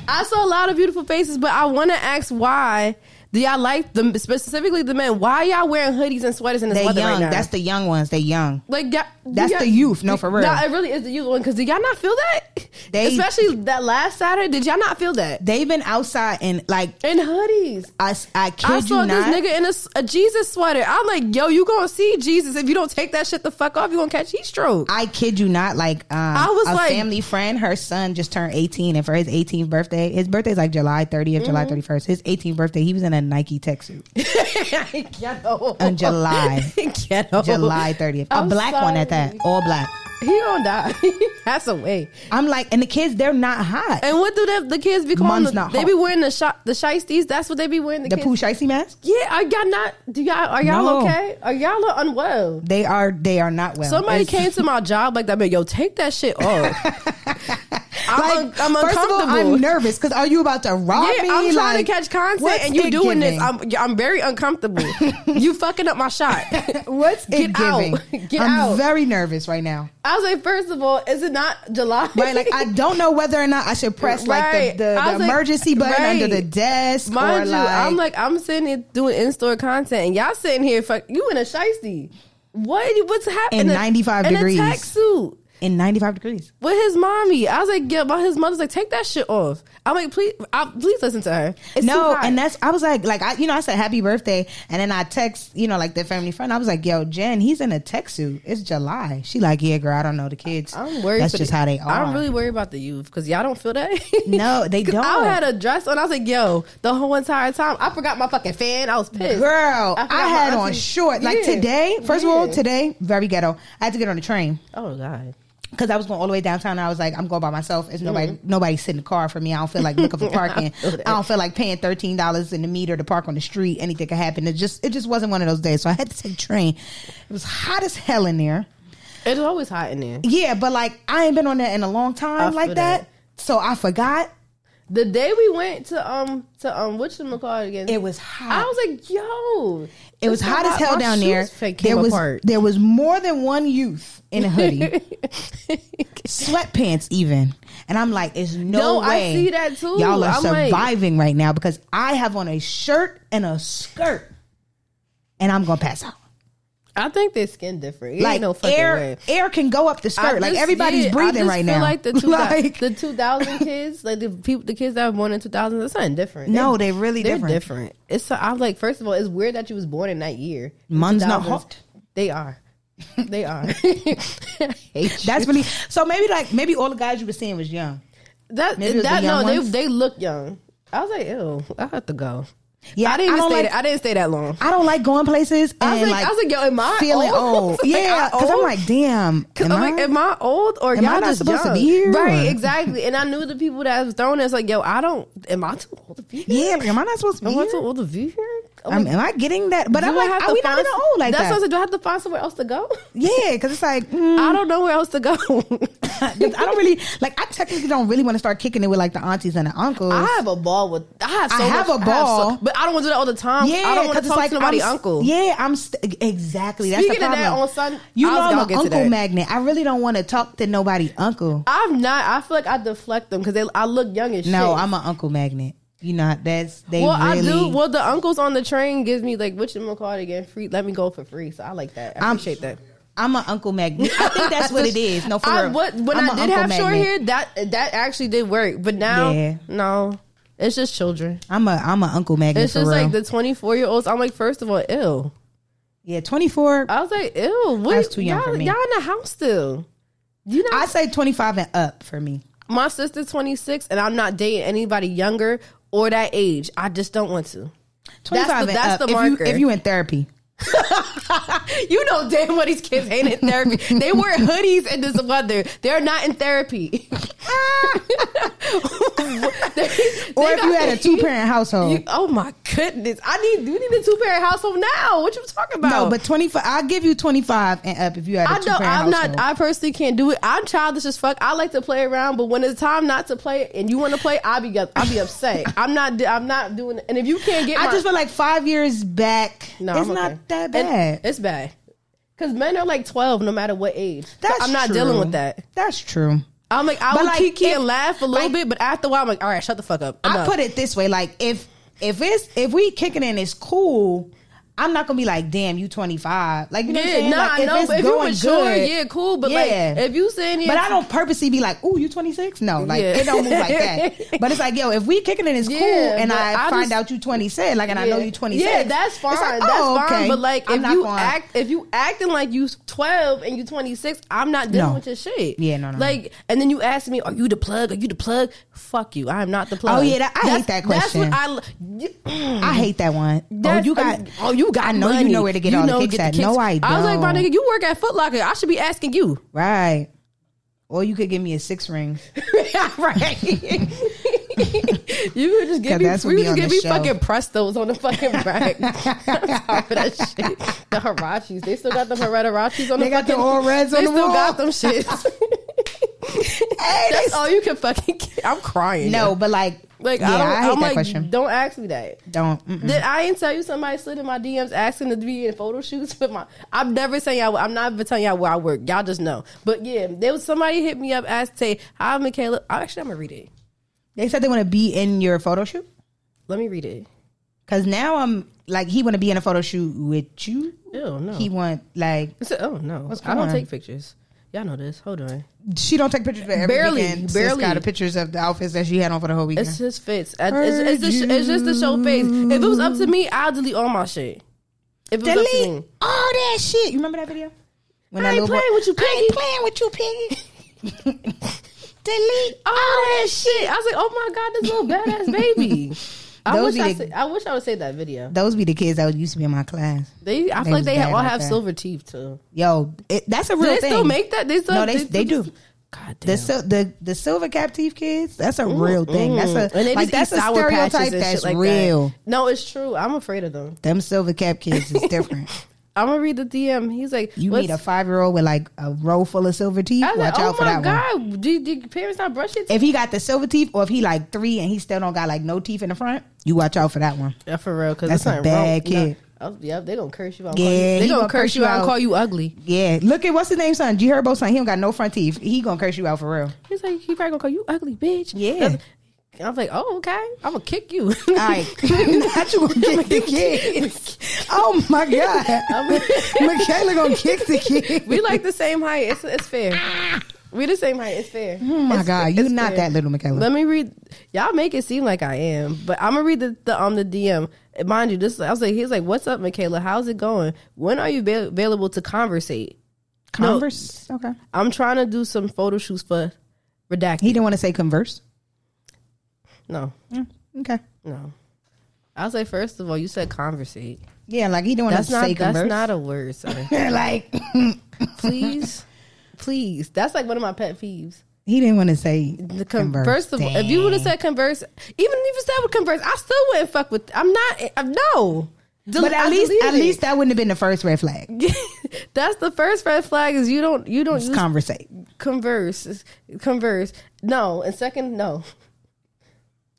S1: I saw a lot of beautiful faces, but I want to ask why do y'all like them specifically the men? Why y'all wearing hoodies and sweaters in this
S2: they
S1: weather
S2: young.
S1: right now?
S2: That's the young ones. They young.
S1: like y'all-
S2: That's
S1: y'all-
S2: the youth. No, for real.
S1: Nah, it really is the youth one because did y'all not feel that?
S2: They-
S1: Especially that last Saturday, did y'all not feel that?
S2: They've been outside and like
S1: In hoodies.
S2: I, I kid
S1: I
S2: you
S1: saw
S2: not.
S1: this nigga in a s- a, Jesus sweater. I'm like, yo, you gonna see Jesus if you don't take that shit the fuck off. You gonna catch heat
S2: <laughs>
S1: stroke.
S2: I kid you not. Like um,
S1: I was
S2: a
S1: like-
S2: family friend, her
S1: Mm-hmm.
S2: son just turned eighteen, and for his 18th birthday, his birthday's like July 30th, July 31st. His 18th birthday, he was in a a Nike tech suit
S1: Ghetto.
S2: on July
S1: <laughs> Ghetto.
S2: July 30th.
S1: Oh.
S2: A
S1: I'm
S2: black one at that.
S1: sorry.
S2: All black.
S1: He gonna die. <laughs> That's a way.
S2: I'm like, and the kids, they're not hot.
S1: And what do the, the kids be calling?
S2: Mom's
S1: The,
S2: not
S1: they
S2: hot.
S1: be wearing the shot the shiesties. That's what they be wearing. The,
S2: The
S1: kids.
S2: Pooh Shicey mask,
S1: Yeah, are y'all not? Do y'all are y'all
S2: No.
S1: okay? Are y'all unwell?
S2: they are they are not well.
S1: Somebody
S2: It's-
S1: came to my job like that. Man, yo, take that
S2: <laughs>
S1: shit off. I'm, un- I'm
S2: first of
S1: uncomfortable.
S2: all, I'm nervous because are you about to rob
S1: yeah,
S2: me?
S1: I'm trying
S2: Like,
S1: to catch content,
S2: what's
S1: and you
S2: it
S1: doing this.
S2: giving?
S1: I'm I'm very
S2: <laughs>
S1: uncomfortable. you fucking up my shot.
S2: What's it
S1: Get out. <laughs>
S2: giving?
S1: Get
S2: I'm
S1: out.
S2: very nervous right now.
S1: I was like, first of all, is it not July?
S2: Right, like
S1: <laughs>
S2: I don't know whether or not I should press like
S1: Right.
S2: the,
S1: I
S2: the,
S1: was
S2: the
S1: like,
S2: emergency button
S1: right.
S2: under the desk or
S1: Mind you,
S2: like,
S1: I'm like I'm sitting here doing in store content, and y'all sitting here fuck you in a shiesty. What what's happening?
S2: In 95
S1: in
S2: degrees.
S1: a tech suit
S2: in 95 degrees.
S1: with his mommy. I was like, yeah, but his mother's like, take that shit off. I'm like, please, I, please listen to her. It's
S2: no,
S1: too hot.
S2: and that's I was like, like I, you know, I said happy birthday, and then I text, you know, like the family friend. I was like, yo, Jen, he's in a tech suit. It's July. She like, yeah, girl, I don't know the kids.
S1: I'm worried.
S2: That's
S1: for
S2: just
S1: the-
S2: how they are.
S1: I'm really worried about the youth because y'all don't feel that.
S2: <laughs> No, they
S1: 'Cause <laughs> I
S2: don't.
S1: had a dress on. I was like, yo, the whole entire time I forgot my fucking fan. I was pissed.
S2: Girl, I,
S1: forgot my
S2: had on
S1: auntie-
S2: short. Like
S1: Yeah.
S2: today, first of all,
S1: Yeah.
S2: today, very ghetto. I had to get on the train
S1: Oh god.
S2: because I was going all the way downtown. And I was like, I'm going by myself. It's nobody, nobody sitting in the car for me. I don't feel like
S1: <laughs>
S2: looking for parking. I,
S1: Mm-hmm. feel that.
S2: don't feel like paying thirteen dollars in the meter to park on the street. Anything could happen. It just, it just wasn't one of those days. So I had to take the train. It was hot as hell in there.
S1: It's always hot in there.
S2: Yeah, but like I ain't been on that in a long
S1: I
S2: time
S1: feel
S2: like that.
S1: that.
S2: So I forgot
S1: The day we went to um to um whatchamacallit again.
S2: it was hot.
S1: I was like, yo.
S2: it
S1: it's
S2: was hot
S1: so
S2: as hell
S1: My
S2: down there.
S1: shoes fa- Came
S2: There was
S1: apart.
S2: there was more than one youth in a hoodie,
S1: <laughs>
S2: sweatpants even, and I'm like, it's no
S1: Yo, I
S2: way.
S1: see that too.
S2: Y'all are
S1: I'm like-
S2: surviving right now because I have on a shirt and a skirt, and I'm gonna pass out.
S1: I think their skin different. It
S2: Like
S1: ain't no fucking
S2: air,
S1: way.
S2: air can go up the
S1: I
S2: skirt. like
S1: just-
S2: everybody's
S1: yeah, I
S2: breathing
S1: just
S2: right
S1: feel
S2: now.
S1: Like the two
S2: <laughs> Like-
S1: the two thousand kids, like the people, the kids that were born in two thousand, that's something different.
S2: No, they really
S1: they're
S2: different.
S1: different. It's so, I'm like, first of all, it's weird that you was born in that year.
S2: Mine's not
S1: 2000s.
S2: hot.
S1: They are, <laughs> they
S2: <laughs>
S1: are.
S2: That's really so. Maybe like maybe all the guys you were seeing was young.
S1: that.
S2: Maybe it was
S1: that
S2: the young
S1: no, they
S2: ones?
S1: they look young. I was like, ew, I have to go.
S2: Yeah,
S1: I didn't even
S2: I don't
S1: stay.
S2: like-
S1: that, I didn't stay that long.
S2: I don't like going places. And
S1: I was like,
S2: like
S1: I was like, yo, am I
S2: feeling old.
S1: old? <laughs> I was like,
S2: yeah,
S1: I
S2: because I'm
S1: old?
S2: like,
S1: <laughs>
S2: damn. Am
S1: Am I'm
S2: I?
S1: like, am I old or
S2: Am
S1: y'all
S2: I not
S1: just
S2: supposed to
S1: young?
S2: be here,
S1: Right,
S2: or-
S1: exactly. And I knew the people that was throwing us like, yo, I don't. Am I too old to be here?
S2: yeah, like, am I not supposed to be
S1: Am I
S2: here?
S1: too old to be here? Oh
S2: Um,
S1: my-
S2: am I getting that? But
S1: Do
S2: I'm
S1: I
S2: like,
S1: have
S2: are
S1: to
S2: we not
S1: find-
S2: even old like
S1: That's
S2: that?
S1: what I said. Do I have to find somewhere else to go?
S2: yeah, because it's like,
S1: <laughs>
S2: mm,
S1: I don't know where else to <laughs> go.
S2: 'cause I don't really like. I technically don't really want to start kicking it with like the aunties and the uncles.
S1: <laughs> I have a ball with. I have. So
S2: I have
S1: much- so-
S2: a ball.
S1: but I don't want to do that all the time.
S2: yeah,
S1: I don't want
S2: 'cause
S1: to
S2: it's
S1: talk
S2: like,
S1: to nobody's
S2: I'm, s-
S1: uncle.
S2: Yeah, I'm st- exactly. That's
S1: Speaking
S2: the
S1: of that,
S2: problem.
S1: on Sun-
S2: you
S1: I
S2: know,
S1: was
S2: I'm
S1: gonna
S2: an
S1: get to
S2: uncle
S1: that.
S2: magnet. I really don't want to talk to nobody uncle.
S1: I'm not. I feel like I deflect them because I look young as shit.
S2: No, I'm an uncle magnet. You know, that's they
S1: Well,
S2: really.
S1: I do. Well, the uncles on the train gives me like which call it again free. Let me go for free. So I like that. I
S2: I'm-
S1: appreciate that.
S2: I'm an Uncle Magnet. I
S1: <laughs>
S2: think that's what it is. No, for
S1: I,
S2: real.
S1: what, when
S2: I'm
S1: I
S2: a
S1: did
S2: Uncle
S1: have short
S2: Magnet.
S1: hair, that that actually did work. But now,
S2: Yeah.
S1: no, it's just children.
S2: I'm a I'm a Uncle Magnet.
S1: It's
S2: for
S1: just
S2: real.
S1: like the twenty four year olds. I'm like, first of all, ill.
S2: yeah, 24.
S1: I was like, ill. What?
S2: That's too young
S1: y'all,
S2: for me.
S1: Y'all in the house still? You know,
S2: I say 25 and up for me.
S1: my sister's twenty six, and I'm not dating anybody younger or that age. I just don't want to.
S2: 25
S1: the-
S2: and
S1: that's the
S2: up. if
S1: marker.
S2: You, if you in therapy,
S1: You know damn well these kids ain't in
S2: <laughs>
S1: therapy. they wear hoodies in this weather. They're not in therapy. <laughs>
S2: or if you had a two parent
S1: <laughs>
S2: household.
S1: You, oh my goodness! I need you need a two parent household now. What you talking about?
S2: no, but 25. I'll give you 25 and up if you had
S1: I
S2: a two
S1: know
S2: parent
S1: I'm
S2: household.
S1: not. I personally can't do it. I'm childish as fuck. I like to play around, but when it's time not to play and you want to play, I'll be I'll be
S2: <laughs>
S1: upset. I'm not. I'm not doing. it. And if you can't get,
S2: I
S1: my-
S2: just feel like five years back,
S1: No,
S2: it's
S1: I'm
S2: not
S1: okay.
S2: that
S1: It-
S2: bad.
S1: it's bad because men are like 12 no matter what age. So
S2: that's
S1: I'm not
S2: true.
S1: dealing with that.
S2: That's true.
S1: I'm like, I
S2: But,
S1: would
S2: like,
S1: kiki
S2: if-
S1: and laugh a little
S2: like-
S1: bit, but after a while, I'm like, all right, shut the fuck up.
S2: I
S1: Enough.
S2: put it this way: like if if it's if we kicking and it's cool, I'm not gonna be like, damn, you 25. Like, you know what I'm
S1: Yeah,
S2: saying?
S1: nah,
S2: Like,
S1: I know. But if you mature,
S2: good-
S1: yeah, cool. But
S2: Yeah.
S1: like, if you saying, yeah,
S2: But I don't purposely be like, "Ooh, you 26?" No, like
S1: Yeah.
S2: it don't move like
S1: <laughs>
S2: that. But it's like, yo, if we kicking it, it's cool.
S1: Yeah,
S2: And
S1: but
S2: I,
S1: I
S2: find
S1: just-
S2: out you 26, like, and I know
S1: Yeah.
S2: you 26.
S1: Yeah, that's
S2: It's
S1: fine.
S2: like,
S1: that's
S2: oh,
S1: fine.
S2: okay.
S1: But like,
S2: I'm
S1: if
S2: not
S1: you
S2: gonna-
S1: act, if you acting like you twelve and you twenty six, I'm not dealing
S2: No.
S1: with your shit.
S2: Yeah, no, no, no.
S1: Like, and then you ask me, "Are you the plug? Are you the plug?" Fuck you. I am not the plug.
S2: Oh, yeah, that- I hate that question.
S1: That's what I.
S2: I hate that one. Oh,
S1: that's-
S2: you got.
S1: Oh, you got.
S2: I know
S1: money.
S2: you know where to get all the
S1: know
S2: kicks
S1: get
S2: at. No, I
S1: I was like, my
S2: don't.
S1: nigga, you work at Foot Locker. I should be asking you.
S2: Right. Or you could give me a
S1: <laughs>
S2: six ring.
S1: right. you would just give
S2: 'Cause
S1: me,
S2: that's what
S1: we
S2: be
S1: would
S2: on
S1: just give
S2: the
S1: me
S2: show.
S1: fucking prestos on the
S2: <laughs>
S1: fucking <laughs> rack. I'm tired of that shit. The Hirachis. They still got the Hirachis on
S2: They
S1: the
S2: got the
S1: fucking
S2: all reds on
S1: They
S2: the
S1: still
S2: wall.
S1: got
S2: <laughs>
S1: them shits.
S2: Hey,
S1: <laughs>
S2: they
S1: That's all you can fucking get. I'm crying.
S2: <laughs> No, but like,
S1: Like
S2: yeah,
S1: I don't
S2: I hate
S1: am
S2: that
S1: like,
S2: question. Mm-hmm.
S1: Don't ask me that.
S2: Don't. mm-mm.
S1: Did I ain't tell you somebody slid in my DMs asking to be in photo shoots with my? I'm never saying y'all. I'm not even telling y'all where I work. Y'all just know. But yeah, there was somebody hit me up asked, "Say hi, Michaela." Actually, I'm gonna read it.
S2: They said they want to be in your photo shoot
S1: Let me read it.
S2: because now I'm like, he want to be in a photo shoot with you.
S1: Ew, no.
S2: He want like
S1: It's a- oh no, I
S2: going
S1: don't
S2: on?
S1: take pictures. Y'all know this. Hold on.
S2: she don't take pictures for every
S1: Barely,
S2: weekend.
S1: barely.
S2: Sis got the pictures of the outfits that she had on for the whole weekend.
S1: It's just fits. I- It's, it's, the sh- it's just the show face. If it was up to me, I'll delete all my shit. If it was up to me.
S2: Delete all that shit. You remember that video? When
S1: I
S2: that
S1: ain't
S2: little boy-
S1: playing with you,
S2: I ain't playing with you, piggy. Delete
S1: all that shit. I was like, oh my god, this little badass <laughs> baby. I
S2: Those
S1: wish I,
S2: be the-
S1: sa- I wish I would say that video.
S2: Those be the kids that used to be in my class.
S1: They, I
S2: They
S1: feel like
S2: was
S1: they ha-
S2: bad
S1: all
S2: like
S1: have
S2: that.
S1: silver teeth too.
S2: Yo, it, that's a
S1: Do
S2: real
S1: they
S2: thing.
S1: still make that? They still
S2: No, they- they do.
S1: God damn.
S2: the sil- the the silver cap teeth kids. That's a real thing. That's a
S1: Mm, and they
S2: like
S1: just
S2: that's
S1: eat
S2: a
S1: sour patches
S2: stereotype
S1: and
S2: that's
S1: shit like
S2: real.
S1: That. No, it's true. I'm afraid of them.
S2: Them silver cap kids is
S1: <laughs>
S2: different.
S1: I'm gonna read the DM. He's like,
S2: You
S1: what's-
S2: need a five year old with like a row full of silver teeth.
S1: I was
S2: Watch
S1: like,
S2: out
S1: oh
S2: for
S1: my
S2: that one.
S1: god, do, do your parents not brush your teeth?
S2: If he got the silver teeth, or if he like three and he still don't got like no teeth in the front, you watch out for that one.
S1: Yeah, for real, because
S2: That's
S1: that's
S2: a
S1: not
S2: bad
S1: wrong.
S2: kid.
S1: No, oh, yeah, they gonna curse you out.
S2: Yeah,
S1: Yeah,
S2: he
S1: they gonna, curse you out and
S2: out.
S1: call you ugly.
S2: Yeah, look at what's his name, son. G Herbo, son. He don't got no front teeth. He gonna curse you out for real.
S1: He's like, he probably gonna call you ugly, bitch.
S2: Yeah.
S1: I was like, oh okay, I'm gonna kick <laughs> you.
S2: All right, <laughs> not you gonna kick the kid. Oh my
S1: <laughs>
S2: god, Michaela gonna kick the kid.
S1: we like the same height. It's it's fair. we the same height. It's fair.
S2: Oh my
S1: It's-
S2: god, you're
S1: it's
S2: not
S1: fair.
S2: that little, Michaela.
S1: Let me read. Y'all make it seem like I am, but I'm gonna read the, the um the DM. Mind you, this I was like, he's like, "What's up, Michaela? How's it going? When are you ba- available to conversate? No.
S2: Converse. Okay.
S1: I'm trying to do some photo shoots for redacted.
S2: He didn't want to say converse.
S1: no,
S2: Mm, Okay.
S1: no. I was like, first of all, you said conversate.
S2: Yeah, like he didn't want to
S1: That's not
S2: say
S1: that's
S2: converse.
S1: not a word. Sir.
S2: <laughs> like
S1: Please, please. That's like one of my pet peeves.
S2: he didn't want to say
S1: The con-
S2: converse.
S1: First of all, if you would have said converse, even if you said would converse, I still wouldn't fuck with. I'm not. I'm, no. Del-
S2: but at
S1: I
S2: least
S1: delete
S2: at
S1: it.
S2: least that wouldn't have been the first red flag.
S1: <laughs> that's the first red flag is you don't you don't
S2: Just
S1: use
S2: conversate.
S1: converse converse no and second no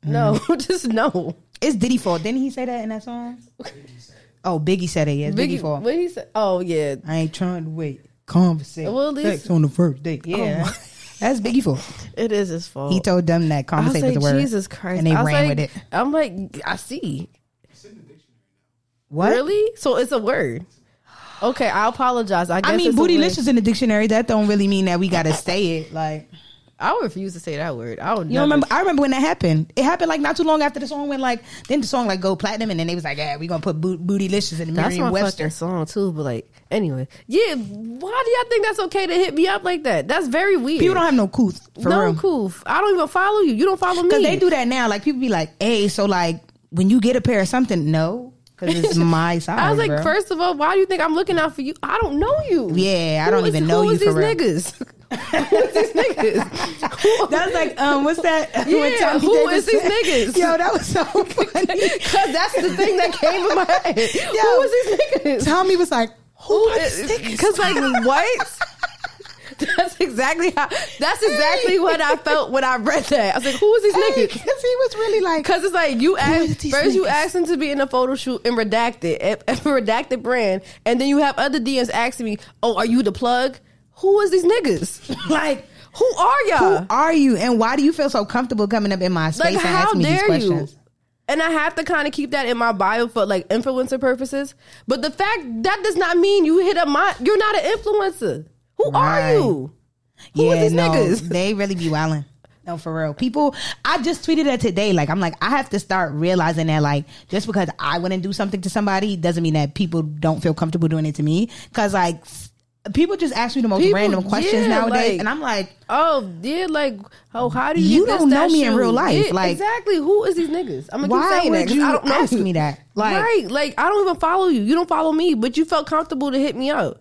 S1: no <laughs>
S2: Mm.
S1: just no
S2: It's Diddy fault. Didn't he say that in that song? Oh, Biggie said it. Yes, Biggie, fault.
S1: what he said oh yeah
S2: I ain't trying to wait. Conversate.
S1: Well, at least-
S2: sex on the first date. Yeah,
S1: my-
S2: that's Biggie fault.
S1: it is his fault
S2: He told them that
S1: Oh. I was
S2: conversate was
S1: like
S2: the word.
S1: Jesus Christ
S2: and they
S1: I was
S2: ran
S1: like-
S2: with it.
S1: I'm like I see
S3: It's in the dictionary.
S2: What?
S1: really so it's a word okay I apologize I guess
S2: I mean,
S1: it's a word.
S2: bootylicious in the dictionary. That don't really mean that we gotta say it. Like
S1: I refuse to say that word I would never-
S2: you don't remember? I remember when that happened. It happened like not too long after the song went like. Then the song like go platinum, and then they was like, "Yeah, we gonna put boot, bootylicious in the
S1: That's my
S2: Merriam Webster."
S1: fucking song too, but like anyway, yeah. Why do y'all think that's okay to hit me up like that? That's very weird.
S2: People don't have no cooth for
S1: no,
S2: real.
S1: cool. I don't even follow you. You don't follow me.
S2: Because they do that now. Like people be like, "Hey, so like when you get a pair of something, no, because
S1: <laughs>
S2: it's my size."
S1: I was like,
S2: bro.
S1: first of all, why do you think I'm looking out for you? I don't know you.
S2: Yeah, I don't
S1: Who is-
S2: even know
S1: who
S2: you
S1: is
S2: for real.
S1: these niggas?
S2: <laughs>
S1: who is these niggas? Who-
S2: That's like, um, what's that? <laughs> When
S1: Yeah,
S2: Tommy
S1: who
S2: Davis
S1: is these
S2: said-
S1: niggas?
S2: Yo, that
S1: <laughs>
S2: was so funny.
S1: Cause that's the thing that came to my
S2: <laughs>
S1: head. Who is these niggas?
S2: Tommy was like,
S1: Who
S2: "Who are
S1: is-
S2: these
S1: <laughs>
S2: niggas?"
S1: Cause like what? <laughs> That's exactly how. That's exactly what I felt when I read that. I was like, "Who is these
S2: Hey,
S1: niggas?"
S2: 'cause he was really
S1: <laughs>
S2: like,
S1: Cause it's like you
S2: is
S1: ask
S2: these
S1: first you
S2: niggas?
S1: ask him to be in a photo shoot and <laughs> redacted at, at a redacted brand, and then you have other DMs asking me, "Oh, are you the plug? Who is these niggas? <laughs>
S2: like,
S1: Who are
S2: who
S1: y'all?
S2: are you, and why do you feel so comfortable coming up in my space
S1: like,
S2: and
S1: how
S2: asking me these
S1: dare you?
S2: questions?
S1: And I have to kind of keep that in my bio for like influencer purposes. But the fact that does not mean you hit up my. You're not an influencer. Who are
S2: Right.
S1: you? Who are these
S2: no,
S1: niggas? <laughs>
S2: They really be wilding. No, for real. People, I just tweeted that today. Like, I'm like, I have to start realizing that, like, just because I wouldn't do something to somebody doesn't mean that people don't feel comfortable doing it to me. Cause, like, s- people just ask me the most
S1: People-
S2: random questions
S1: yeah,
S2: nowadays.
S1: like-
S2: and I'm like,
S1: Oh, yeah, like oh, how do you?
S2: You
S1: get this,
S2: don't
S1: that,
S2: know me in
S1: shoe?
S2: real life,
S1: Yeah,
S2: like-
S1: exactly. Who is these niggas? I'm gonna
S2: Why
S1: keep saying
S2: would
S1: that 'cause
S2: you
S1: I don't know
S2: ask
S1: you.
S2: me that? Like-
S1: right? Like I don't even follow you. You don't follow me, but you felt comfortable to hit me up.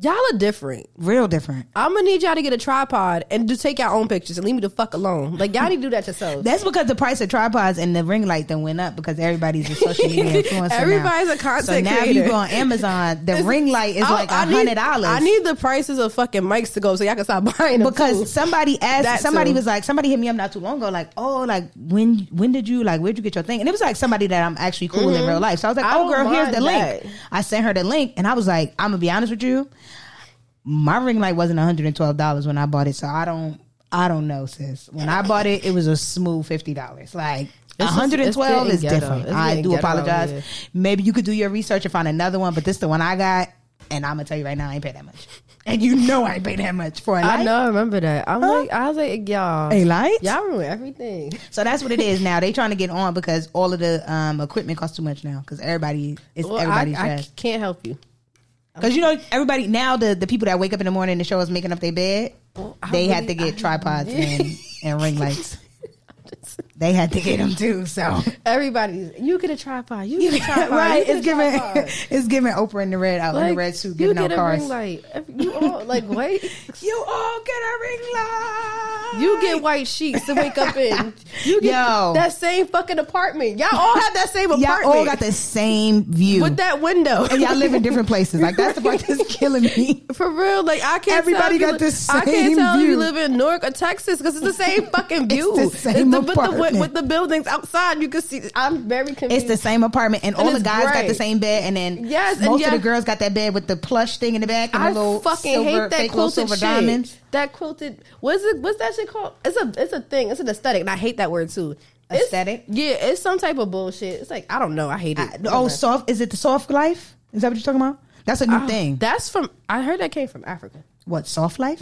S1: Y'all are different.
S2: real different.
S1: I'm gonna need y'all to get a tripod and just take your own pictures and leave me the fuck alone. Like y'all need to do
S2: <laughs>
S1: that yourselves.
S2: That's because the price of tripods and the ring light then went up because everybody's a
S1: <laughs>
S2: social media influencer. now.
S1: Everybody's a content
S2: So now if
S1: creator.
S2: you go on Amazon, the
S1: It's-
S2: ring light is
S1: I-
S2: like
S1: I
S2: a
S1: need-
S2: hundred dollars.
S1: I need the prices of fucking mics to go so y'all can stop <laughs> buying them
S2: because
S1: too.
S2: somebody asked
S1: That
S2: somebody
S1: too.
S2: was like somebody hit me up not too long ago like oh like when when did you like where'd you get your thing and it was like somebody that i'm actually cool with in
S1: Mm-hmm.
S2: real life so i was like
S1: I
S2: oh
S1: don't
S2: girl here's the
S1: mind
S2: link
S1: that.
S2: i sent her the link and i was like i'm gonna be honest with you my ring light wasn't $112 when i bought it so i don't i don't know sis when i bought it it was a smooth $50 like
S1: It's just-
S2: 112
S1: it's
S2: is
S1: getting
S2: different.
S1: ghetto. It's
S2: I
S1: getting
S2: do
S1: ghetto out
S2: apologize.
S1: here.
S2: Maybe you could do your research and find another one, but this is the one I got, and I'm gonna tell you right now, I ain't paid that much. And you know I ain't paid that much for a light.
S1: I know, I remember that. I'm like, I was like, y'all,
S2: A light?
S1: y'all ruin everything.
S2: So that's what it is now. They trying to get on because all of the um, equipment costs too much now because everybody is
S1: Well,
S2: everybody's
S1: I, I
S2: trash.
S1: can't help <laughs> you.
S2: Because you know everybody now the the people that wake up in the morning and show us making up their bed,
S1: Well, I
S2: they had to
S1: really-
S2: get
S1: I <laughs>
S2: tripods
S1: did.
S2: and, and ring lights. They had to get them
S1: <laughs>
S2: too. So
S1: Everybody's you get a tripod. You get a tripod.
S2: <laughs> right,
S1: you
S2: it's
S1: get a
S2: giving <laughs>
S1: tripod.
S2: it's giving Oprah in the red out in the
S1: Like,
S2: red suit
S1: you
S2: giving out
S1: get a
S2: cards.
S1: ring light. Every- You all like
S2: <laughs>
S1: white.
S2: You all get a ring light.
S1: You get white sheets to wake up in. You get
S2: Yo.
S1: that same fucking apartment. Y'all all have that same apartment
S2: y'all all got the same view.
S1: with that window.
S2: and y'all live in different places. Like that's the part that's killing me.
S1: For real, like I can't.
S2: Everybody
S1: tell
S2: got
S1: if you,
S2: the
S1: I
S2: same
S1: can't tell if
S2: view.
S1: you live in Newark or Texas because it's
S2: <laughs>
S1: the same fucking view.
S2: the same
S1: but the, with,
S2: apartment.
S1: with the buildings outside, you can see. I'm very confused.
S2: It's the same apartment, and, all the
S1: it's
S2: guys got the
S1: bright.
S2: same bed, and then
S1: Yes, and
S2: most of
S1: yeah.
S2: the girls got that bed with the plush thing in the back and
S1: I
S2: the little
S1: fucking
S2: silver,
S1: hate that
S2: fake little
S1: quilted
S2: silver
S1: shit.
S2: diamonds.
S1: That quilted what's it? What's that shit called? It's a it's a thing. It's an aesthetic, and I hate that word too. It's-
S2: Aesthetic?
S1: yeah, it's some type of bullshit. It's like I don't know. I hate it.
S2: I- oh,
S1: Okay.
S2: soft? Is it the soft life? Is that what you're talking about? That's a new
S1: Oh,
S2: thing.
S1: That's from I heard that came from Africa.
S2: what soft life?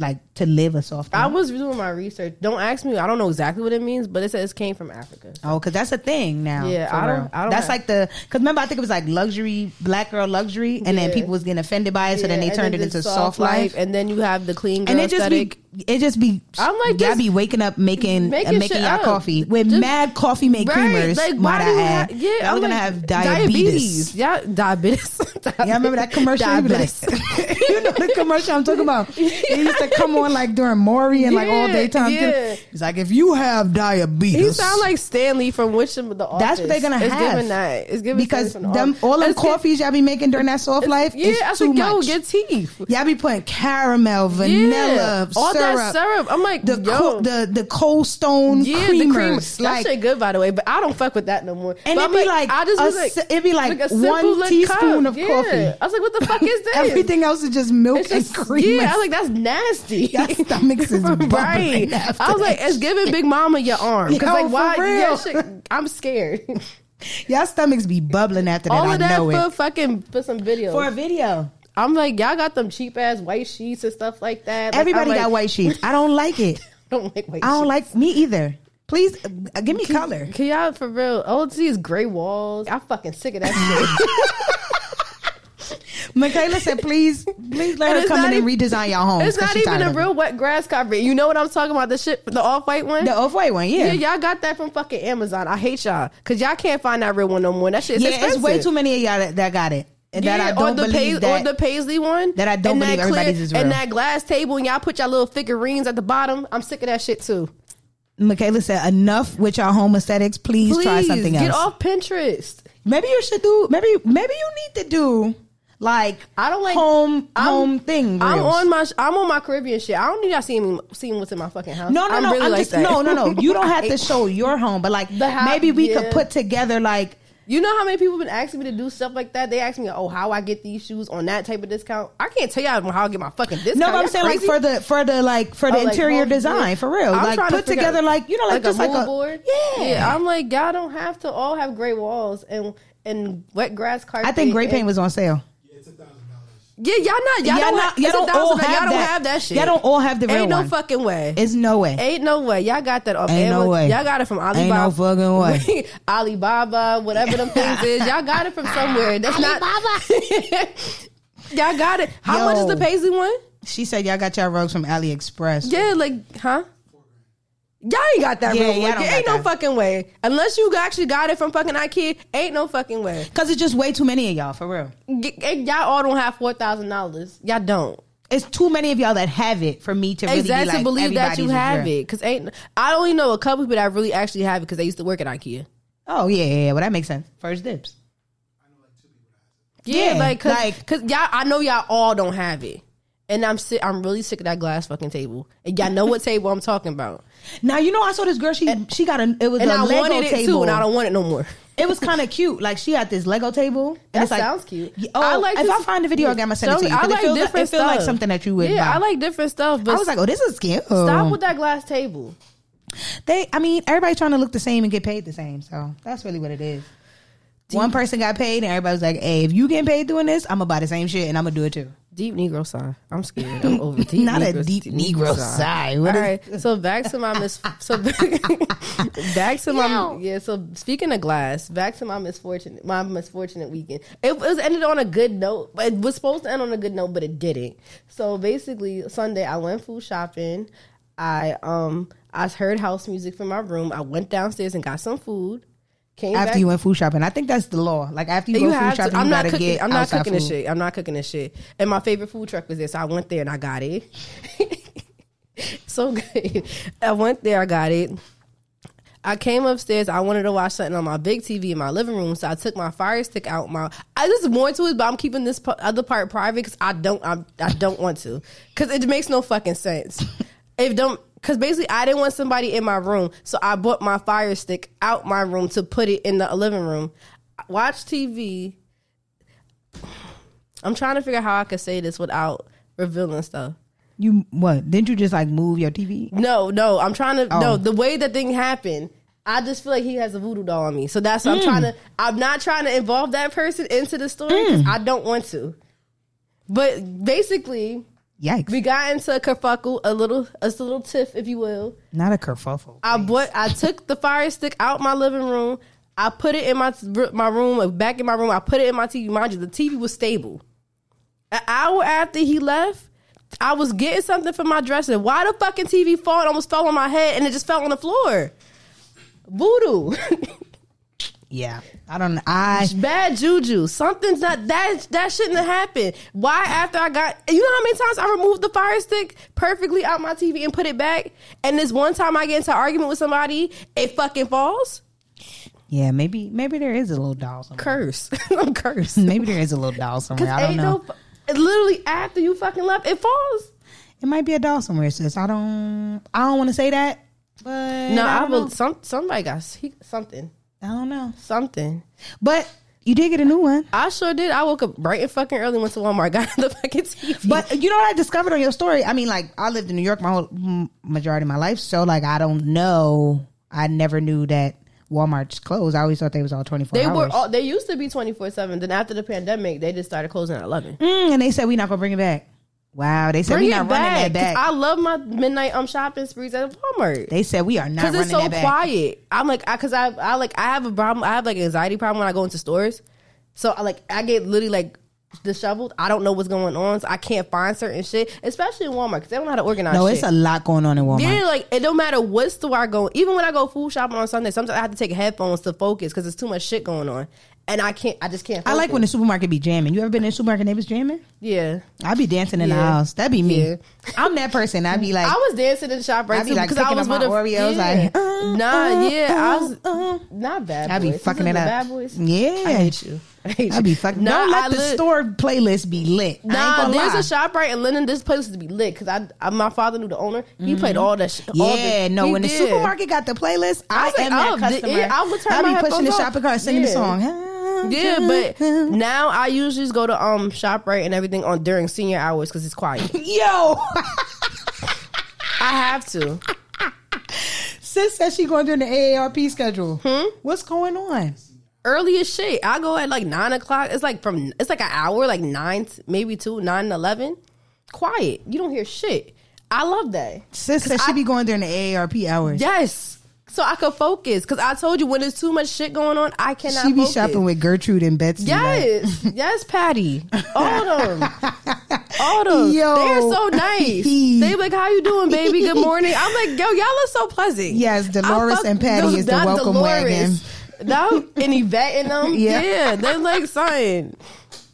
S2: Like to live a soft
S1: Mm-hmm. I
S2: life.
S1: was doing my research. Don't ask me. I don't know exactly what it means, but it says it came from Africa.
S2: Oh, because that's a thing now.
S1: Yeah,
S2: for
S1: I don't-
S2: real.
S1: I don't
S2: That's
S1: have-
S2: like the because remember I think it was like luxury, black girl luxury, and then
S1: Yeah.
S2: people was getting offended by it, so then
S1: Yeah,
S2: they
S1: and
S2: turned it
S1: the
S2: into soft life.
S1: and then you have the clean girl
S2: and it just
S1: aesthetic.
S2: be it just be
S1: I'm like,
S2: y'all
S1: just
S2: be waking up making uh,
S1: making
S2: making, making
S1: shit
S2: y'all
S1: up.
S2: coffee with
S1: Just-
S2: mad coffee made creamers.
S1: Like,
S2: might
S1: why do
S2: I
S1: you
S2: add.
S1: have, yeah,
S2: y'all
S1: I'm
S2: gonna
S1: like,
S2: have diabetes.
S1: Yeah, diabetes.
S2: <laughs>
S1: <laughs>
S2: Y'all remember that commercial? You be like- <laughs> you know the commercial I'm
S1: <laughs>
S2: talking about. It used to come on like during Maury and like all
S1: Yeah,
S2: daytime.
S1: yeah.
S2: thing. It's like if you have diabetes,
S1: He sound like Stanley from Wishing the Office.
S2: That's what they're gonna
S1: it's
S2: have.
S1: Giving that. It's giving
S2: because
S1: Stanley from
S2: them
S1: Office.
S2: all the
S1: It's gi-
S2: coffees y'all be making during that soft life
S1: Yeah,
S2: is
S1: I
S2: too
S1: said, yo,
S2: much.
S1: get teeth.
S2: Y'all be putting caramel, vanilla,
S1: yeah. all
S2: syrup,
S1: that syrup. I'm like,
S2: the
S1: yo,
S2: co- the the cold stone
S1: yeah,
S2: creamers.
S1: the cream. That
S2: Like
S1: shit good, by the way. But I don't fuck with that no more.
S2: And
S1: But
S2: it'd
S1: I'm
S2: be like,
S1: I just
S2: a
S1: was like,
S2: si- it'd be like
S1: a simple
S2: one
S1: little
S2: teaspoon
S1: cup.
S2: of
S1: Yeah.
S2: coffee.
S1: I was like, what the
S2: <laughs>
S1: fuck is this?
S2: Everything else is just milk
S1: It's
S2: and
S1: just-
S2: cream.
S1: Yeah, I
S2: and-
S1: was like, that's
S2: <laughs>
S1: nasty.
S2: Your stomachs
S1: <laughs>
S2: is bubbling
S1: right.
S2: after
S1: I was like,
S2: that
S1: it's giving Big Mama your arm.
S2: <laughs>
S1: 'Cause,
S2: Yo,
S1: like,
S2: for
S1: why? yeah,
S2: real.
S1: shit, I'm
S2: <laughs>
S1: scared. <laughs>
S2: Y'all stomachs be bubbling after that.
S1: All
S2: I
S1: of that
S2: know
S1: for
S2: it.
S1: fucking for some video.
S2: For a video,
S1: I'm like, y'all got them cheap ass white sheets and stuff like that. Like,
S2: everybody
S1: I'm like,
S2: got
S1: <laughs>
S2: white sheets. I don't like it.
S1: Don't like white.
S2: I
S1: <laughs>
S2: don't
S1: sheets.
S2: like me either. Please uh, give me color.
S1: Can y'all for real? All I see is gray walls. I'm fucking sick
S2: <laughs>
S1: of that shit.
S2: Michaela said, please, please let
S1: And
S2: her
S1: it's
S2: come
S1: not
S2: in and
S1: e-
S2: redesign y'all home.
S1: it's not even a real wet grass carpet. You know what I'm talking about? The shit, the off white one.
S2: The off white one,
S1: yeah,
S2: yeah.
S1: y'all got that from fucking Amazon. I hate y'all because y'all can't find that real one no more. That shit is
S2: Yeah,
S1: expensive.
S2: it's way too many of y'all that, that got it. And that I don't
S1: or the Pais-
S2: believe that.
S1: or the Paisley one
S2: that I don't
S1: and
S2: believe
S1: clear-
S2: everybody's is real.
S1: And that glass table, and y'all put y'all little figurines at the bottom. I'm sick of that shit too.
S2: Michaela said, enough with y'all home aesthetics. Please,
S1: Please
S2: try something else.
S1: Get off Pinterest.
S2: Maybe you should do. Maybe maybe you need to do like
S1: I don't like
S2: home
S1: I'm-
S2: home thing.
S1: I'm
S2: reels.
S1: on my I'm on my Caribbean shit. I don't need y'all seeing me seeing what's in my fucking house.
S2: No, no,
S1: I'm
S2: no.
S1: Really
S2: I'm
S1: like
S2: just,
S1: <laughs> that.
S2: no, no, no. You don't have to show your home, but like
S1: The house-
S2: maybe we could
S1: yeah.
S2: put together like
S1: You know how many people been asking me to do stuff like that? They ask me, "Oh, how I get these shoes on that type of discount?" I can't tell y'all how I get my fucking discount.
S2: No, but I'm
S1: Y'all
S2: saying
S1: crazy?
S2: like for the for the like for the
S1: Oh, like,
S2: interior
S1: well,
S2: design
S1: yeah.
S2: for real,
S1: I'm
S2: like
S1: trying to
S2: put
S1: figure
S2: together
S1: out-
S2: like you know like, just like a
S1: moldboard?
S2: yeah.
S1: I'm like, y'all don't have to all have gray walls and and wet grass carpet.
S2: I think Great Paint
S1: and-
S2: was on sale.
S3: Yeah, it's a thousand dollars.
S1: Yeah, y'all not. Y'all, don't.
S2: not-
S1: have, it's a
S2: all
S1: thousand dollars. y'all don't have that shit.
S2: Y'all don't all have the real
S1: Ain't no
S2: one.
S1: fucking way.
S2: it's no way.
S1: Ain't no way. Y'all got that off
S2: Ain't no
S1: Amazon.
S2: way.
S1: Y'all got it from Alibaba.
S2: Ain't no fucking
S1: <laughs>
S2: way.
S1: Alibaba, whatever them things is. Y'all got it from somewhere. That's not. <laughs> y'all got it. How much is
S2: Yo.
S1: the Paisley one?
S2: she said y'all got y'all rugs from AliExpress.
S1: Yeah, like, huh? Y'all ain't got that
S2: Yeah,
S1: real
S2: y'all
S1: one.
S2: don't
S1: Ain't
S2: got
S1: no
S2: that.
S1: fucking way. Unless you actually got it from fucking IKEA, ain't no fucking way.
S2: Cause it's just way too many of y'all for real.
S1: Y- and y'all all don't have four thousand dollars. Y'all don't.
S2: It's too many of y'all that have it for me to really be
S1: exactly
S2: like,
S1: believe that you
S2: everybody's is
S1: have
S2: real.
S1: it because ain't I only know a couple people that really actually have it because they used to work at IKEA.
S2: Oh yeah, yeah, yeah. Well, that makes sense. First dibs.
S1: Yeah,
S2: Yeah,
S1: like because
S2: like-
S1: y'all, I know y'all all don't have it, and I'm sick. I'm really sick of that glass fucking table, and y'all know what table I'm talking about,
S2: Now you know I saw this girl. She she got a it was
S1: and
S2: a
S1: I
S2: Lego
S1: wanted it
S2: table.
S1: too, and I don't want it no more.
S2: it was kind of cute. Like she had this Lego table. And
S1: That
S2: it's like,
S1: sounds cute.
S2: Yeah, Oh,
S1: I like
S2: if
S1: this-
S2: I find the video again, I'm gonna send it
S1: Show
S2: to
S1: me-
S2: you. 'cause
S1: I
S2: it
S1: like
S2: feels
S1: different
S2: it feels like
S1: stuff.
S2: something that you would.
S1: yeah,
S2: buy.
S1: I like different stuff, but
S2: I was like, oh, this is cute.
S1: stop with that glass table.
S2: They, I mean, everybody's trying to look the same and get paid the same. So that's really what it is. One person got paid, and everybody was like, "Hey, if you getting paid doing this, I'm gonna buy the same shit, and I'm gonna do it too."
S1: Deep Negro sigh. I'm scared. I'm
S2: <laughs>
S1: over deep.
S2: Not a
S1: Negro-
S2: deep Negro sigh. What
S1: All
S2: is-
S1: right. So back to my
S2: <laughs>
S1: mis. So <laughs> back to my yeah. So speaking of glass, back to my misfortunate my misfortunate weekend. It was ended on a good note, but it was supposed to end on a good note, but it didn't. So basically, Sunday I went food shopping. I um I heard house music from my room. I went downstairs and got some food. Came
S2: After
S1: back,
S2: you went food shopping, I think that's the law. Like after you,
S1: you
S2: go food
S1: have
S2: shopping,
S1: to. I'm
S2: you
S1: not
S2: gotta
S1: cooking.
S2: get
S1: I'm not
S2: outside
S1: cooking
S2: food.
S1: this shit. I'm not cooking this shit. And my favorite food truck was there, so I went there and I got it. <laughs> so good. I went there. I got it. I came upstairs. I wanted to watch something on my big TV in my living room, so I took my fire stick out. My I, there's more to it, but I'm keeping this p- other part private because I don't I, I don't want to because it makes no fucking sense. if don't because basically I didn't want somebody in my room, so I bought my fire stick out my room to put it in the living room. Watch TV. I'm trying to figure out how I could say this without revealing stuff.
S2: You what? Didn't you just like move your TV?
S1: No, no, I'm trying to.
S2: Oh.
S1: No, the way that thing happened, I just feel like he has a voodoo doll on me. So that's why I'm trying to. I'm not trying to involve that person into the story 'cause I don't want to. But basically,
S2: Yikes!
S1: we got into a kerfuckle, a little, a little tiff, if you will.
S2: not a kerfuffle.
S1: I bought, I took the fire stick out my living room. I put it in my my room, back in my room. I put it in my TV. Mind you, the TV was stable. An hour after he left, I was getting something from my dresser. Why the fucking TV fall? It almost fell on my head, and it just fell on the floor. Voodoo, <laughs>
S2: yeah, I don't. I
S1: bad juju. Something's not that that shouldn't have happened. Why after I got you know how many times I removed the fire stick perfectly out my TV and put it back, and this one time I get into an argument with somebody, it fucking falls.
S2: yeah. Maybe maybe there is a little doll somewhere. <laughs>
S1: curse. <laughs> I'm cursed.
S2: Maybe there is a little doll somewhere. I don't
S1: ain't
S2: know.
S1: no. fu- it literally after you fucking left, it falls.
S2: It might be a doll somewhere, sis. I don't. I don't want to say that. But
S1: No, I,
S2: don't
S1: will.
S2: know.
S1: Some somebody got he, something,
S2: I don't know.
S1: something.
S2: But you did get a new one.
S1: I sure did. I woke up bright and fucking early, went to Walmart, <laughs> got the fucking TV.
S2: But you know what I discovered on your story? I mean, like I lived in New York my whole m- majority of my life, so like I don't know. I never knew that Walmart's closed. I always thought they was all twenty four.
S1: they
S2: hours.
S1: were all, they used to be twenty four seven. Then after the pandemic, they just started closing at eleven.
S2: Mm, and they said we not gonna bring it back. Wow, they said
S1: Bring
S2: we
S1: it
S2: not running that
S1: back. 'cause
S2: back.
S1: I love my midnight um shopping sprees at Walmart.
S2: they said we are not
S1: Cause
S2: running
S1: it's so
S2: that back.
S1: quiet. I'm like, I, cause I, I like, I have a problem. I have like anxiety problem when I go into stores. So I like, I get literally like disheveled. I don't know what's going on. So I can't find certain shit, especially in Walmart, cause they don't know how to organize.
S2: No,
S1: shit.
S2: it's a lot going on in Walmart.
S1: Yeah, like it don't matter what store I go. Even when I go food shopping on Sunday, sometimes I have to take headphones to focus because there's too much shit going on, and I can't. I just can't.
S2: I like when the
S1: focus.
S2: supermarket be jamming. You ever been in a supermarket and they was jamming?
S1: yeah.
S2: I'd be dancing in the
S1: Yeah.
S2: house. That'd be me.
S1: Yeah.
S2: I'm that person. I'd be like,
S1: <laughs> I was dancing in the shop right
S2: I'd be,
S1: too
S2: like,
S1: because I
S2: picking
S1: was
S2: up
S1: with
S2: my
S1: a
S2: Oreos,
S1: yeah.
S2: like, <laughs>
S1: nah, yeah, I was
S2: uh, uh.
S1: not bad.
S2: I'd be
S1: Boys. This
S2: fucking
S1: is
S2: it
S1: the
S2: up.
S1: Bad boys.
S2: Yeah.
S1: I hate you.
S2: I'd be fucking.
S1: Nah,
S2: don't let
S1: I
S2: the
S1: lit-
S2: store playlist be lit. I
S1: Nah,
S2: ain't gonna
S1: there's
S2: lie.
S1: a shop right in London. This place is to be lit because I, I, my father knew the owner. He played all that shit. all
S2: Mm-hmm. Yeah,
S1: the,
S2: no.
S1: he
S2: When the
S1: did.
S2: supermarket got the playlist, I,
S1: was like,
S2: am
S1: oh,
S2: that
S1: the-
S2: customer.
S1: yeah, I would turn
S2: I'd be
S1: my
S2: pushing the
S1: headphones
S2: shopping
S1: off.
S2: cart, singing
S1: Yeah.
S2: the song.
S1: Yeah, but now I usually just go to um Shoprite and everything on during senior hours because it's quiet.
S2: <laughs> yo, <laughs>
S1: I have to.
S2: sis says she going through the AARP schedule.
S1: Hmm?
S2: What's going on?
S1: Early as shit. I go at like nine o'clock. It's like from it's like an hour, like nine, to- maybe two, nine, to eleven. Quiet. You don't hear shit. I love that.
S2: Sis says she be going during the AARP hours.
S1: Yes. So I could focus because I told you when there's too much shit going on, I cannot.
S2: she be
S1: focus.
S2: shopping with Gertrude and Betsy. right?
S1: Yes, yes, Patty. All them,
S2: <laughs>
S1: all them.
S2: Yo.
S1: They are so
S2: <laughs>
S1: nice. They like, how you doing, baby? Good morning. I'm like, yo, y'all are so pleasant.
S2: Yes, Dolores
S1: I fuck-
S2: and Patty is the
S1: that
S2: welcome wagon.
S1: That and Yvette and them.
S2: <laughs> Yeah.
S1: Yeah, they're like son.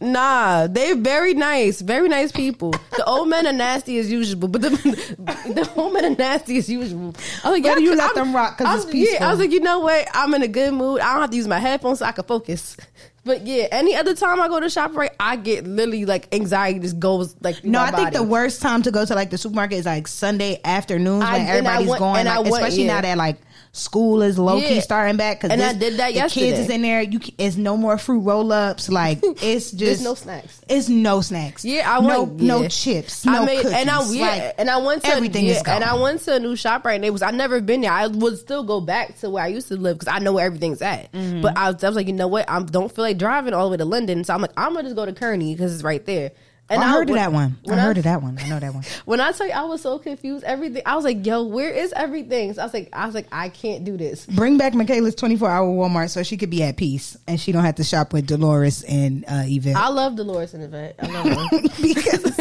S1: Nah, they very nice, very nice people. The old men are nasty as usual, but the, <laughs> the old men are nasty as usual. I was like,
S2: Better
S1: yo,
S2: you let
S1: I'm-
S2: them rock 'cause
S1: I'm-
S2: it's peaceful.
S1: Yeah, I was like, <laughs> you know what? I'm in a good mood. I don't have to use my headphones so I can focus. But yeah, any other time I go to ShopRite, I get literally like anxiety just goes like through
S2: No,
S1: my
S2: I think
S1: body.
S2: the worst time to go to like the supermarket is like Sunday afternoons
S1: I-
S2: when
S1: and I
S2: everybody's
S1: went-
S2: going,
S1: and I
S2: like,
S1: went,
S2: especially
S1: yeah.
S2: now that like school is low key
S1: Yeah.
S2: starting back. Cause
S1: And I
S2: this-
S1: did that
S2: the Kids
S1: yesterday.
S2: is in there. You c- it's no more fruit roll ups.
S1: <laughs>
S2: Like it's just
S1: no snacks.
S2: It's no snacks.
S1: Yeah, I
S2: no
S1: went
S2: no
S1: yeah.
S2: chips. No
S1: I made
S2: cookies.
S1: and I yeah,
S2: Like,
S1: and I went to
S2: everything
S1: yeah,
S2: is gone.
S1: and I went to a new shop right and it was I never been there. I would still go back to where I used to live because I know where everything's at.
S2: Mm-hmm.
S1: But I was, I was like, you know what? I don't feel like driving all the way to London, so I'm like, I'm gonna just go to Kearney because it's right there. And
S2: Oh, I heard of
S1: when-
S2: that one. I
S1: when
S2: heard of that one. I know that one.
S1: When I tell you, I was so confused. Everything I was like, yo, where is everything? So I was like, I was like, I can't do this.
S2: Bring back Michaela's twenty four hour Walmart so she could be at peace and she don't have to shop with Dolores and uh, Yvette.
S1: I love Dolores and Yvette. I love them.
S2: <laughs> because y'all
S1: <laughs>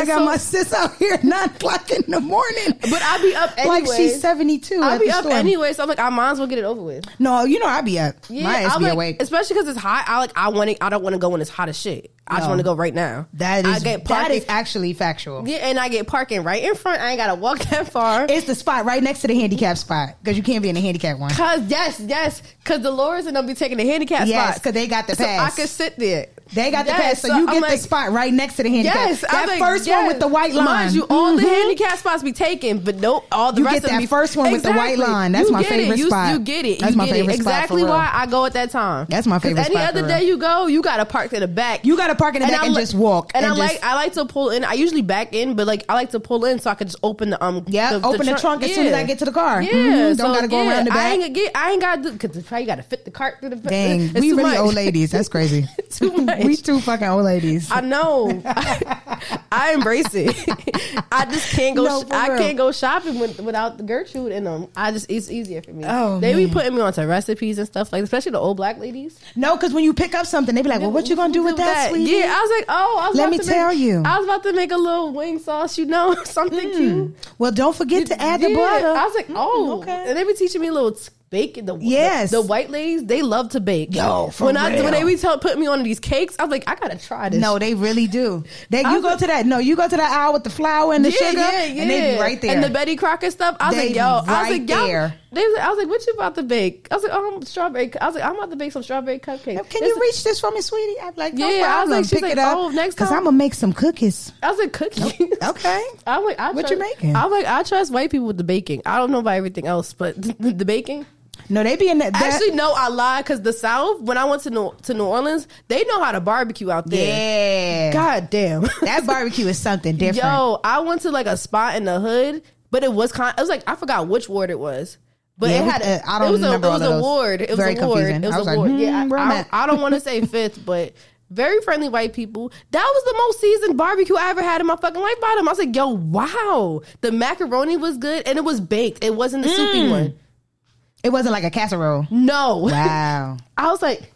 S1: It's
S2: got
S1: so-
S2: my sis out here at nine o'clock in the morning.
S1: But I be up
S2: like she's
S1: anyways.
S2: seventy two.
S1: I'll
S2: at the
S1: be up
S2: store.
S1: anyway, so I'm like, I might as well get it over with.
S2: No, you know I be up. my ass
S1: I'll
S2: be
S1: like,
S2: awake.
S1: especially because it's hot. I like, I want to I don't want to go when it's hot as shit. I
S2: No.
S1: just want to go right now.
S2: That is
S1: I get
S2: that
S1: parking.
S2: is actually factual.
S1: yeah, and I get parking right in front. I ain't gotta walk that far.
S2: It's the spot right next to the handicap spot because you can't be in the handicap one.
S1: Cause yes, yes, cause Dolores and them be taking the handicap
S2: Yes,
S1: spots.
S2: because they got the
S1: so I
S2: pass.
S1: could sit there.
S2: they got the
S1: Yes,
S2: pass, so, you
S1: I'm
S2: get the
S1: like,
S2: spot right next to the handicap.
S1: Yes,
S2: that
S1: I'm like,
S2: first one
S1: yes.
S2: with the white line.
S1: Mind you, all the
S2: Mhm.
S1: handicap spots be taken, but no, all the
S2: You
S1: rest
S2: get
S1: of them
S2: that
S1: be-
S2: first one with the white line. That's
S1: You
S2: my
S1: get it.
S2: favorite
S1: You-
S2: spot.
S1: You get it.
S2: That's
S1: you
S2: my
S1: get
S2: favorite
S1: it.
S2: spot, for
S1: Exactly
S2: real.
S1: why I go at that time.
S2: That's my
S1: 'Cause
S2: favorite
S1: Any
S2: spot,
S1: other
S2: for
S1: day
S2: real.
S1: you go, you gotta park in the back.
S2: You gotta park in the back
S1: I
S2: and
S1: li-
S2: just walk.
S1: And, I
S2: just-
S1: like I like to pull in. I usually back in, but like I like to pull in so I can just open the um
S2: Yeah, open the trunk as soon as I get to the car.
S1: Yeah,
S2: Mhm, don't
S1: so,
S2: gotta go
S1: yeah,
S2: around the back.
S1: I ain't gonna get. I ain't gotta because it's probably gotta fit the cart through the.
S2: Dang,
S1: it's
S2: we
S1: too
S2: really
S1: much.
S2: old ladies.
S1: <laughs>
S2: That's crazy.
S1: Too much.
S2: we two fucking old ladies.
S1: I
S2: <laughs>
S1: know. I, embrace it. <laughs> I just can't go.
S2: No,
S1: sh-
S2: for
S1: I
S2: real.
S1: can't go shopping with, without the Gertrude in them. I just it's easier for me.
S2: Oh,
S1: they be
S2: man.
S1: putting me onto recipes and stuff like, especially the old black ladies.
S2: no, because when you pick up something, they be like, "Well, what you gonna do with that, sweetie?"
S1: Yeah, I was like, oh, I was
S2: Let
S1: about
S2: me
S1: to
S2: tell
S1: make,
S2: you.
S1: I was about to make a little wing sauce, you know, <laughs> something cute.
S2: Well, don't forget to add the
S1: Yeah,
S2: butter. Mm,
S1: I was like, oh,
S2: okay.
S1: and they be teaching me a little t- baking. The
S2: Yes.
S1: the, the white ladies they love to bake.
S2: Yo, for
S1: when I
S2: real.
S1: when they be tell, put me on these cakes, I was like, I gotta try this.
S2: No, they really do. They
S1: I
S2: you
S1: was
S2: go
S1: like-
S2: to that no, you go to that aisle with the flour and the sugar, and they be right there.
S1: And the Betty Crocker stuff. I was
S2: They
S1: like, yo, I was
S2: right
S1: like, yo.
S2: there.
S1: They was, I was like, what you about to bake? I was like, um, strawberry. cu- I was like, I'm about to bake some strawberry cupcakes.
S2: Can
S1: This-
S2: you reach this for me, sweetie? I'm like, no
S1: Yeah, I was like,
S2: problem.
S1: she's
S2: Pick
S1: like,
S2: it up
S1: oh, next
S2: because
S1: time-
S2: I'm gonna make some cookies.
S1: I was like, cookies.
S2: Okay.
S1: I'm like, <laughs> I
S2: What
S1: trust,
S2: you making?
S1: I'm like, I trust white people with the baking. I don't know about everything else, but <laughs> the, baking.
S2: No, they be in that. that-
S1: Actually, no, I lied because the South. When I went to New, to New Orleans, they know how to barbecue out there.
S2: yeah,
S1: God damn.
S2: that barbecue is something different.
S1: Yo, I went to like a spot in the hood, but it was kind. It was like I forgot which ward it was, but
S2: Yeah,
S1: it
S2: we-
S1: had. A,
S2: uh, I don't
S1: it was
S2: remember
S1: A, it
S2: all
S1: was
S2: of
S1: a
S2: those.
S1: ward. It was
S2: Very
S1: a ward.
S2: confusing.
S1: It was,
S2: I was
S1: a
S2: like,
S1: ward.
S2: hmm,
S1: yeah,
S2: where
S1: I,
S2: I'm
S1: I,
S2: at?
S1: I don't want to
S2: <laughs>
S1: say fifth, but. Very friendly white people. That was the most seasoned barbecue I ever had in my fucking life. Bottom. I was like, yo, wow. The macaroni was good and it was baked. It wasn't the soupy one.
S2: It wasn't like
S1: <laughs>
S2: a casserole.
S1: No.
S2: Mm. Wow,
S1: I was like,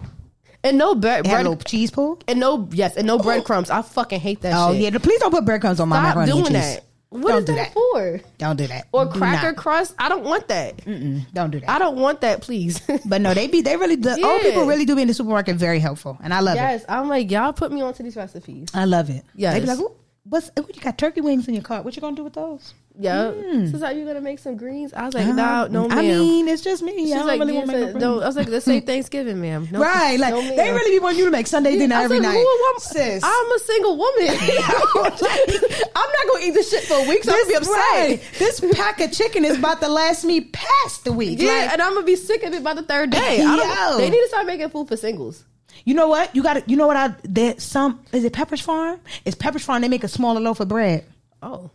S1: and no bre-
S2: it had a
S1: bread.
S2: little cheese pool.
S1: And no, yes, and no breadcrumbs. I fucking hate that
S2: Oh
S1: shit.
S2: yeah, please don't put breadcrumbs on my
S1: Stop
S2: macaroni and
S1: doing
S2: cheese.
S1: that. What
S2: Don't
S1: is
S2: do
S1: that,
S2: that.
S1: for?
S2: Don't do that.
S1: Or
S2: Do
S1: cracker
S2: not.
S1: crust? I don't want that.
S2: Mm, Don't do that.
S1: I don't want that, please. <laughs>
S2: But no, they be they really the old
S1: Yeah.
S2: people really do be in the supermarket very helpful, and I love it.
S1: yes, I'm like y'all put me onto these recipes.
S2: I love it.
S1: Yes.
S2: they be like, "Ooh, what's ooh, you got turkey wings in your cart? What you gonna do with those?
S1: Yeah. So it's like, you gonna make some greens? I was like, no, no, ma'am.
S2: Mm. I mean, it's just me.
S1: She's
S2: I don't
S1: like,
S2: really
S1: yeah,
S2: want to
S1: so
S2: make no
S1: don't,
S2: friends.
S1: I was like, let's
S2: <laughs>
S1: say Thanksgiving, ma'am. No,
S2: Right, like
S1: no,
S2: they
S1: ma'am.
S2: really be wanting you to make Sunday dinner
S1: I was
S2: every
S1: like, who
S2: night,
S1: am I-
S2: sis. <laughs>
S1: I'm a single woman.
S2: I'm not gonna eat this shit for weeks.
S1: This- right.
S2: This pack of chicken is about to last me past the
S1: <laughs>
S2: week.
S1: yeah,
S2: Like,
S1: and I'm gonna be sick of it by the third day. I
S2: Yo.
S1: don't, they need to start making food for singles.
S2: you know what? You got to You know what? I there some is it Pepper's Farm? It's Pepper's Farm. They make a smaller loaf of bread,
S1: Oh.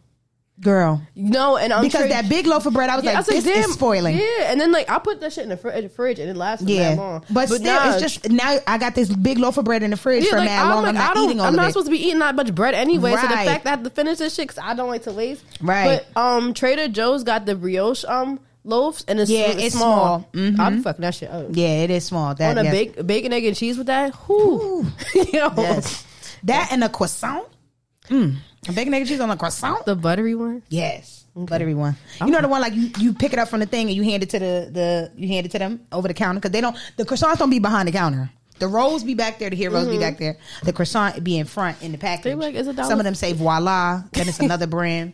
S2: girl.
S1: No, and I'm
S2: Because
S1: sure-
S2: that big loaf of bread, I was
S1: Yeah,
S2: like,
S1: I was
S2: this
S1: like, damn,
S2: is spoiling.
S1: Yeah, and then like I put that shit in the, fr- in the fridge and it lasts for
S2: Yeah,
S1: that long.
S2: but, still,
S1: nah,
S2: it's just now I got this big loaf of bread in the fridge
S1: Yeah,
S2: for
S1: like,
S2: mad long. I'm
S1: like,
S2: not
S1: I don't,
S2: eating all
S1: I'm
S2: of
S1: not
S2: it.
S1: supposed to be eating that much bread anyway. So the
S2: Right.
S1: fact that I have to finish this shit, 'cause I don't like to waste.
S2: Right.
S1: But um, Trader Joe's got the brioche um loaves, and it's
S2: Yeah,
S1: it's,
S2: it's
S1: small.
S2: small. Mhm.
S1: I'm fucking that shit up.
S2: yeah, it is small.
S1: On
S2: That
S1: a
S2: yes.
S1: bake, bacon, egg, and cheese with that, whoo, <laughs> yo,
S2: Yes. That and a croissant. Mm. A bacon egg and cheese on a croissant.
S1: the buttery one.
S2: Yes, buttery one. You know the one like you, you pick it up from the thing and you hand it to the the you hand it to them over the counter because they don't the croissants don't be behind the counter. The rolls be back there. The heroes be back there. The croissant be in front in the package.
S1: Mm-hmm. They like, it's a dollar.
S2: Some of them say voila. Then it's another brand.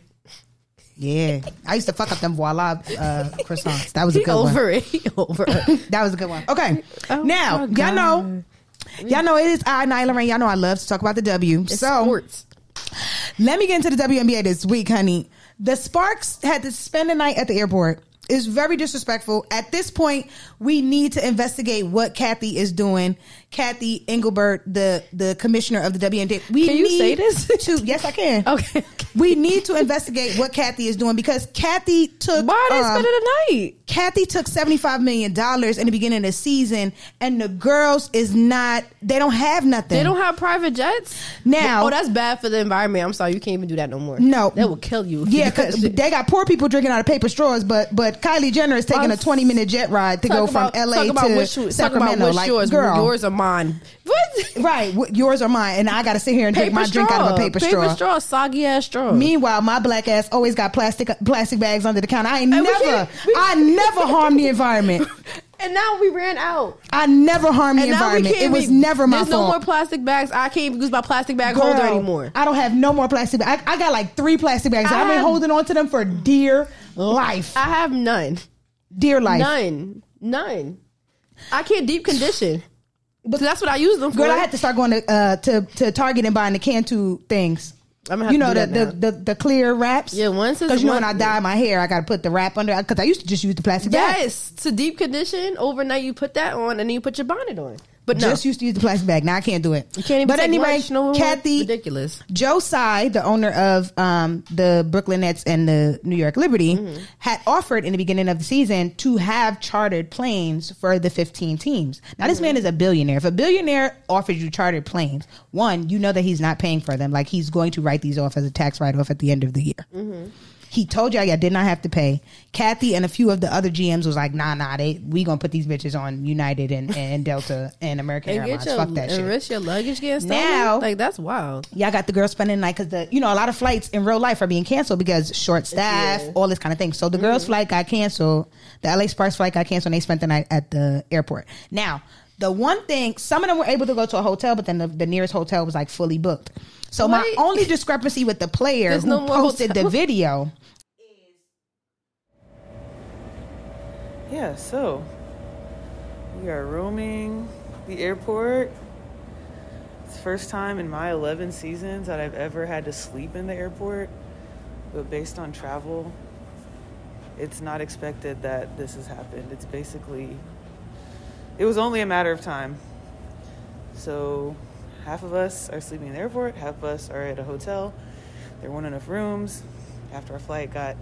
S2: Yeah, I used to fuck up them voila uh, croissants. That was a
S1: He
S2: good one.
S1: over it. <laughs> He over it.
S2: <laughs> That was a good one. Okay.
S1: Oh,
S2: now,
S1: my
S2: y'all know. Y'all know it is I, Nyla Rain. Y'all know I love to talk about the W. so
S1: sports.
S2: let me get into the WNBA this week, honey. The Sparks had to spend the night at the airport. It's very disrespectful. At this point, we need to investigate what Kathy is doing. Kathy Engelbert, the the commissioner of the WNBA. We
S1: Can you
S2: need
S1: say this?
S2: <laughs> to yes, I can. <laughs>
S1: Okay.
S2: We need to investigate what Kathy is doing because Kathy took
S1: Why are they
S2: um,
S1: spending the night?
S2: Kathy took $75 million in the beginning of the season, and the girls is not, they don't have nothing.
S1: They don't have private jets
S2: Now-
S1: Oh, that's bad for the environment. I'm sorry, you can't even do that no more.
S2: No.
S1: that will kill you. if you
S2: yeah,
S1: do that
S2: 'cause
S1: shit.
S2: they got poor people drinking out of paper straws, but but Kylie Jenner is taking a
S1: Well,
S2: twenty minute jet ride to
S1: Talk
S2: go from
S1: about-
S2: L.A.
S1: talk about
S2: to
S1: which-
S2: Sacramento.
S1: Talk about which
S2: like,
S1: yours,
S2: girl,
S1: yours or mine.
S2: <laughs>
S1: What?
S2: right? wh- Yours or mine? And I got to sit here and drink my drink out of a paper, straw.
S1: soggy ass straw.
S2: Meanwhile, my black ass always got plastic plastic bags under the counter. I ain't
S1: And we
S2: never,
S1: can't- we-
S2: I never harm the environment.
S1: and now we ran out.
S2: I never harm the
S1: And now we
S2: environment.
S1: can't.
S2: It was
S1: even-
S2: never my
S1: there's
S2: fault.
S1: no more plastic bags. I can't even use my plastic bag holder
S2: Girl,
S1: anymore.
S2: I don't have no more plastic bags. I, I got like three plastic bags.
S1: I
S2: I've been
S1: have-
S2: holding on to them for dear life.
S1: I have none.
S2: Dear life.
S1: None. None. I can't deep condition. But that's what I use them for.
S2: Girl, I had to start going to uh, to, to Target and buying the Cantu things.
S1: I'm gonna have
S2: You
S1: to
S2: know
S1: do
S2: the,
S1: that now.
S2: the, the the clear wraps.
S1: Yeah, once is
S2: because you know when I
S1: one-
S2: dye my hair, I got to put the wrap under. Because I used to just use the plastic bag.
S1: Yes, to deep condition overnight. You put that on, and then you put your bonnet on. But no,
S2: Just used to use the plastic bag. Now I can't do it.
S1: you can't even.
S2: but
S1: take
S2: anyway,
S1: lunch, no,
S2: Kathy
S1: ridiculous.
S2: Joe Tsai, the owner of um, the Brooklyn Nets and the New York Liberty,
S1: Mm-hmm.
S2: had offered in the beginning of the season to have chartered planes for the 15 teams. Now, this
S1: Mm-hmm.
S2: man is a billionaire. If a billionaire offers you chartered planes, one, you know that he's not paying for them. Like, he's going to write these off as a tax write off at the end of the year.
S1: Mm-hmm.
S2: He told y'all y'all did not have to pay. Kathy and a few of the other GMs was like, nah, nah, they we gonna put these bitches on United and, and Delta and American
S1: And
S2: Airlines.
S1: get your
S2: Fuck that
S1: and
S2: shit.
S1: risk your luggage getting stolen.
S2: Now-
S1: like that's wild.
S2: y'all got the girls spending the night because the you know a lot of flights in real life are being canceled because short staff,
S1: Yeah.
S2: all this kind of thing. So the girls'
S1: Mm-hmm.
S2: flight got canceled. The LA Sparks flight got canceled. and They spent the night at the airport. Now the one thing, some of them were able to go to a hotel, but then the, the nearest hotel was like fully booked. So my
S1: Wait.
S2: only discrepancy with the player
S1: There's
S2: who
S1: no more
S2: posted the
S1: hotel.
S2: video.
S4: Yeah, so we are roaming the airport. It's the first time in my 11 seasons that I've ever had to sleep in the airport. But based on travel, it's not expected that this has happened. It's basically, it was only a matter of time. So half of us are sleeping in the airport, half of us are at a hotel. There weren't enough rooms. After our flight got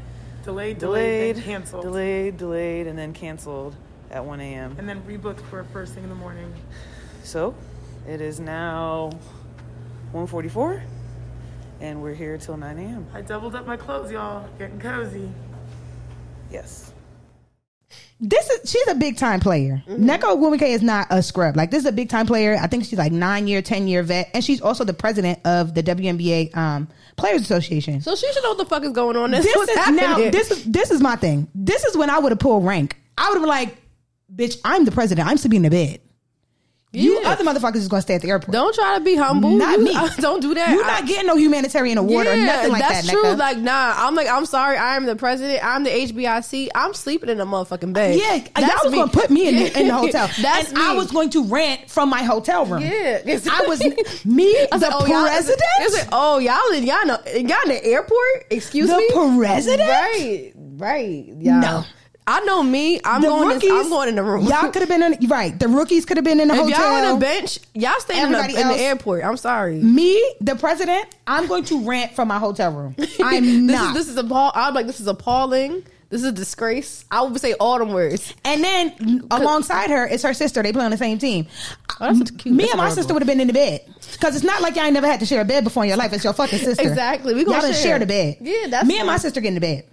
S5: Delayed, delayed,
S4: delayed,
S5: then canceled,
S4: delayed, delayed, and then canceled at 1 a.m.
S5: and then rebooked for first thing in the morning.
S4: So it is now 1:44, and we're here till 9 a.m.
S5: I doubled up my clothes, y'all, getting cozy.
S4: Yes.
S2: This is she's a big time player.
S1: Mm-hmm.
S2: Neko Nwumike is not a scrub. Like this is a big time player. I think she's like nine year, ten year vet, and she's also the president of the WNBA um, Players Association.
S1: So she should know what the fuck is going on. That's
S2: this
S1: what's
S2: is
S1: happening.
S2: now this is this is my thing. This is when I would have pulled rank. I would have been like, bitch, I'm the president. I'm sleeping in the bed. You
S1: Yeah.
S2: other motherfuckers is gonna stay at the airport.
S1: Don't try to be humble.
S2: Not
S1: You-
S2: me.
S1: <laughs> Don't do that.
S2: You're
S1: I-
S2: not getting no humanitarian award or nothing like
S1: that's
S2: that.
S1: true.
S2: nigga.
S1: Like, nah, I'm like, I'm sorry, I am the president. I'm the HBIC. I'm sleeping in a motherfucking bed.
S2: yeah, y'all was
S1: me.
S2: gonna put me in,
S1: <laughs>
S2: the, in the hotel,
S1: that's
S2: and I
S1: me.
S2: was going to rant from my hotel room.
S1: Yeah, <laughs>
S2: I was me,
S1: I was
S2: the
S1: like, oh, y'all-
S2: president.
S1: it's like, oh, y'all in y'all, know, y'all in the airport? Excuse
S2: The
S1: me,
S2: president?
S1: Right, right. Y'all.
S2: No.
S1: I know me. I'm
S2: The
S1: going.
S2: rookies-
S1: in, I'm going in the room.
S2: Y'all could have been in right. The rookies could have been in the
S1: if
S2: hotel.
S1: y'all on a bench, y'all staying in the,
S2: Everybody
S1: in the
S2: else-
S1: airport. I'm sorry.
S2: me, the president, I'm going to rant from my
S1: <laughs>
S2: hotel room. I'm
S1: this
S2: not.
S1: Is, this is appall. I'm like, this is appalling. This is a disgrace. I would say all them words.
S2: and then alongside her is her sister. They play on the same team.
S1: Oh, that's cute.
S2: Me
S1: That's
S2: and my
S1: adorable.
S2: sister would have been in the bed because it's not like y'all ain't never had to share a bed before in your life. It's your fucking sister.
S1: Exactly. We gonna
S2: y'all done
S1: share.
S2: shared a bed.
S1: Yeah, that's
S2: me and my
S1: fine.
S2: sister getting in the bed.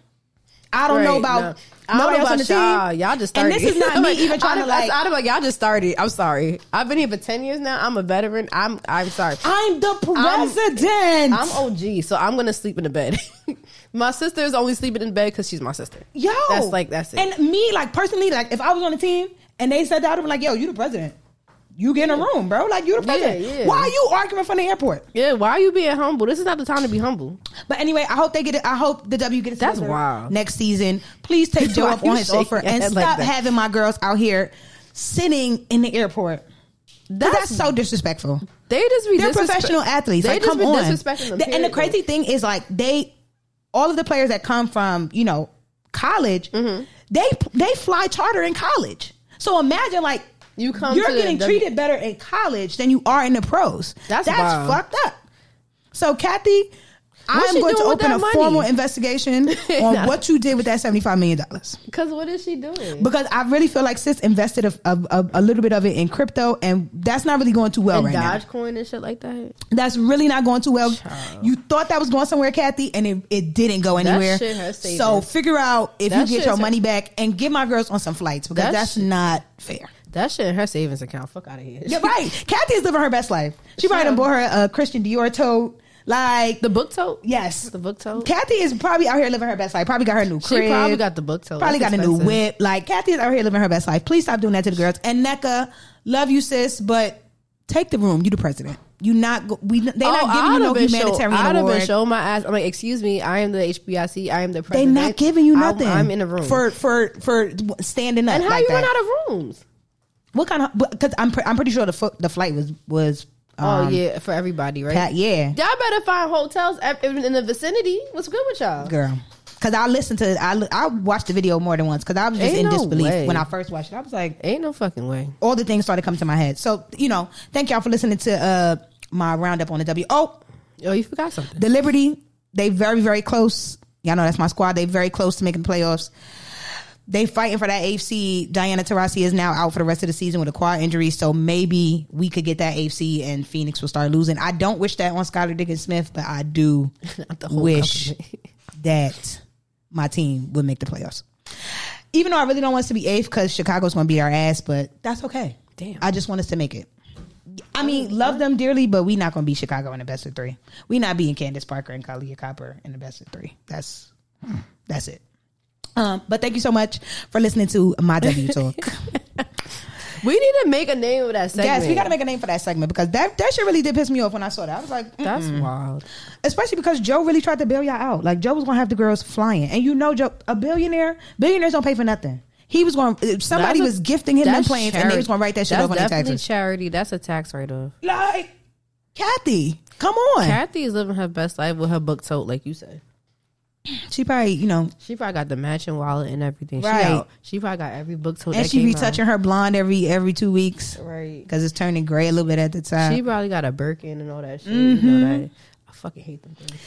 S2: I don't know
S1: Right,
S2: about.
S1: no. I don't
S2: nobody
S1: know
S2: else on
S1: about
S2: the
S1: y'all.
S2: team.
S1: Y'all just
S2: And
S1: started.
S2: this
S1: <laughs>
S2: is not me
S1: Like,
S2: even trying
S1: I,
S2: to like.
S1: I, I, like y'all just started. I'm sorry. I've been here for ten years now. I'm a veteran. I'm I'm sorry.
S2: I'm the
S1: I'm-
S2: president.
S1: I'm OG, so I'm gonna sleep in the bed. <laughs> my sister is only sleeping in bed because she's my sister.
S2: Yo,
S1: that's like that's it.
S2: And me, like personally, like if I was on the team and they said that, I'd be like, "Yo, you the president. You get in a room, bro. Like you the
S1: Yeah,
S2: president.
S1: yeah.
S2: Why are you arguing from the airport?"
S1: yeah, why are you being humble? This is not the time to be humble.
S2: But anyway, I hope they get it. I hope the W gets
S1: That's
S2: together
S1: wild.
S2: next season. Please
S1: <laughs>
S2: take Joe
S1: Why
S2: up
S1: you
S2: on his
S1: shaking
S2: offer
S1: your
S2: and
S1: head like
S2: stop
S1: that?
S2: having my girls out here sitting in the airport. 'Cause That's, so disrespectful.
S1: They just be
S2: They're
S1: disrespe-
S2: professional athletes.
S1: They
S2: like,
S1: just
S2: come
S1: be
S2: on.
S1: disrespecting them.
S2: The- and the
S1: period.
S2: crazy thing is, like they, all of the players that come from you know college,
S1: Mm-hmm.
S2: they they fly charter in college. So imagine like
S1: You come
S2: you're
S1: to the
S2: getting
S1: W-
S2: treated better in college than you are in the pros.
S1: That's
S2: that's
S1: wild.
S2: fucked up. So Kathy. I'm
S1: she
S2: going to
S1: doing with
S2: open
S1: that
S2: a
S1: money? <laughs>
S2: formal investigation on
S1: Nah.
S2: what you did with that $75 million.
S1: Because what is she doing?
S2: Because I really feel like sis invested a, a, a, a little bit of it in crypto, and that's not really going too well
S1: and
S2: right now.
S1: Dogecoin and shit like that.
S2: That's really not going too well.
S1: Child.
S2: You thought that was going somewhere, Kathy, and it, it didn't go anywhere.
S1: shit her savings.
S2: so figure out if
S1: That
S2: you
S1: shit
S2: get your
S1: is her-
S2: money back and get my girls on some flights because
S1: That
S2: that's
S1: shit-
S2: not fair.
S1: That shit in her savings account. Fuck out of here. <laughs>
S2: You're right. Kathy is living her best life. She probably done
S1: Sure.
S2: bought her a Christian Dior tote.
S1: <laughs>
S2: Like
S1: The book tote.
S2: yes,
S1: The book tote.
S2: Kathy is probably out here living her best life. Probably got her new
S1: She
S2: crib.
S1: probably got the book tote.
S2: Probably
S1: That's
S2: got a new
S1: expensive.
S2: whip. Like Kathy is out here living her best life. Please stop doing that to the girls. And NECA, love you, sis, but take the room. You the president. You not go- we. They
S1: Oh,
S2: not giving you
S1: I'd
S2: no
S1: have been show-
S2: humanitarian
S1: I'd have
S2: award.
S1: been showing my ass. I'm like, excuse me, I am the HBIC. I am the
S2: They
S1: president.
S2: not giving you
S1: I'm-
S2: nothing.
S1: I'm, in a room.
S2: for for for standing up.
S1: and how
S2: like
S1: you
S2: that.
S1: run out of rooms?
S2: What kind of? Because I'm pre- I'm pretty sure the fo- the flight was was. Um,
S1: oh yeah, for everybody, right?
S2: Pat, yeah,
S1: Y'all better find hotels ev- even in the vicinity. What's good with y'all?
S2: girl. Because I listened to I li- I watched the video more than once because I was just
S1: Ain't
S2: in
S1: no
S2: disbelief
S1: way.
S2: when I first watched it. I was like,
S1: Ain't no fucking way.
S2: all the things started coming to my head. So you know, thank y'all for listening to uh my roundup on the W. Oh,
S1: Oh, you forgot something.
S2: the Liberty, they very very close. Y'all know that's my squad. They very close to making the playoffs. They fighting for that AFC. Diana Taurasi is now out for the rest of the season with a quad injury, so maybe we could get that AFC and Phoenix will start losing. I don't wish that on Skylar Dickens Smith, but I do
S1: <laughs> Not the whole
S2: wish
S1: company.
S2: that my team would make the playoffs. Even though I really don't want us to be eighth because Chicago's going to beat our ass, but that's okay.
S1: Damn.
S2: I just want us to make it. I mean, love them dearly, but we not going to be Chicago in the best of three. We not being Candace Parker and Kalia Copper in the best of three. That's
S1: Hmm.
S2: that's it. Um, but thank you so much for listening to my
S1: <laughs>
S2: W talk.
S1: We need to make a name of that segment.
S2: yes, we got to make a name for that segment because that that shit really did piss me off when I saw that. I was like, mm.
S1: That's wild.
S2: especially because Joe really tried to bail y'all out. Like Joe was gonna have the girls flying, and you know, Joe, a billionaire, billionaires don't pay for nothing. He was going. to Somebody
S1: That's a-
S2: was gifting him them
S1: that's
S2: planes, and they
S1: charity.
S2: was gonna write that shit
S1: That's
S2: off on their
S1: definitely
S2: taxes.
S1: charity. That's a tax write off.
S2: like Kathy, come on.
S1: Kathy is living her best life with her book tote, like you said.
S2: she probably, you know,
S1: She probably got the matching wallet and everything.
S2: Right.
S1: She out. She probably got every book tote.
S2: and
S1: that
S2: she
S1: came
S2: be
S1: out.
S2: touching her blonde every every two weeks
S1: Right.
S2: because it's turning gray a little bit at the
S1: She
S2: time.
S1: probably got a Birkin and all that shit. You know
S2: Mm-hmm.
S1: that. I fucking hate them things.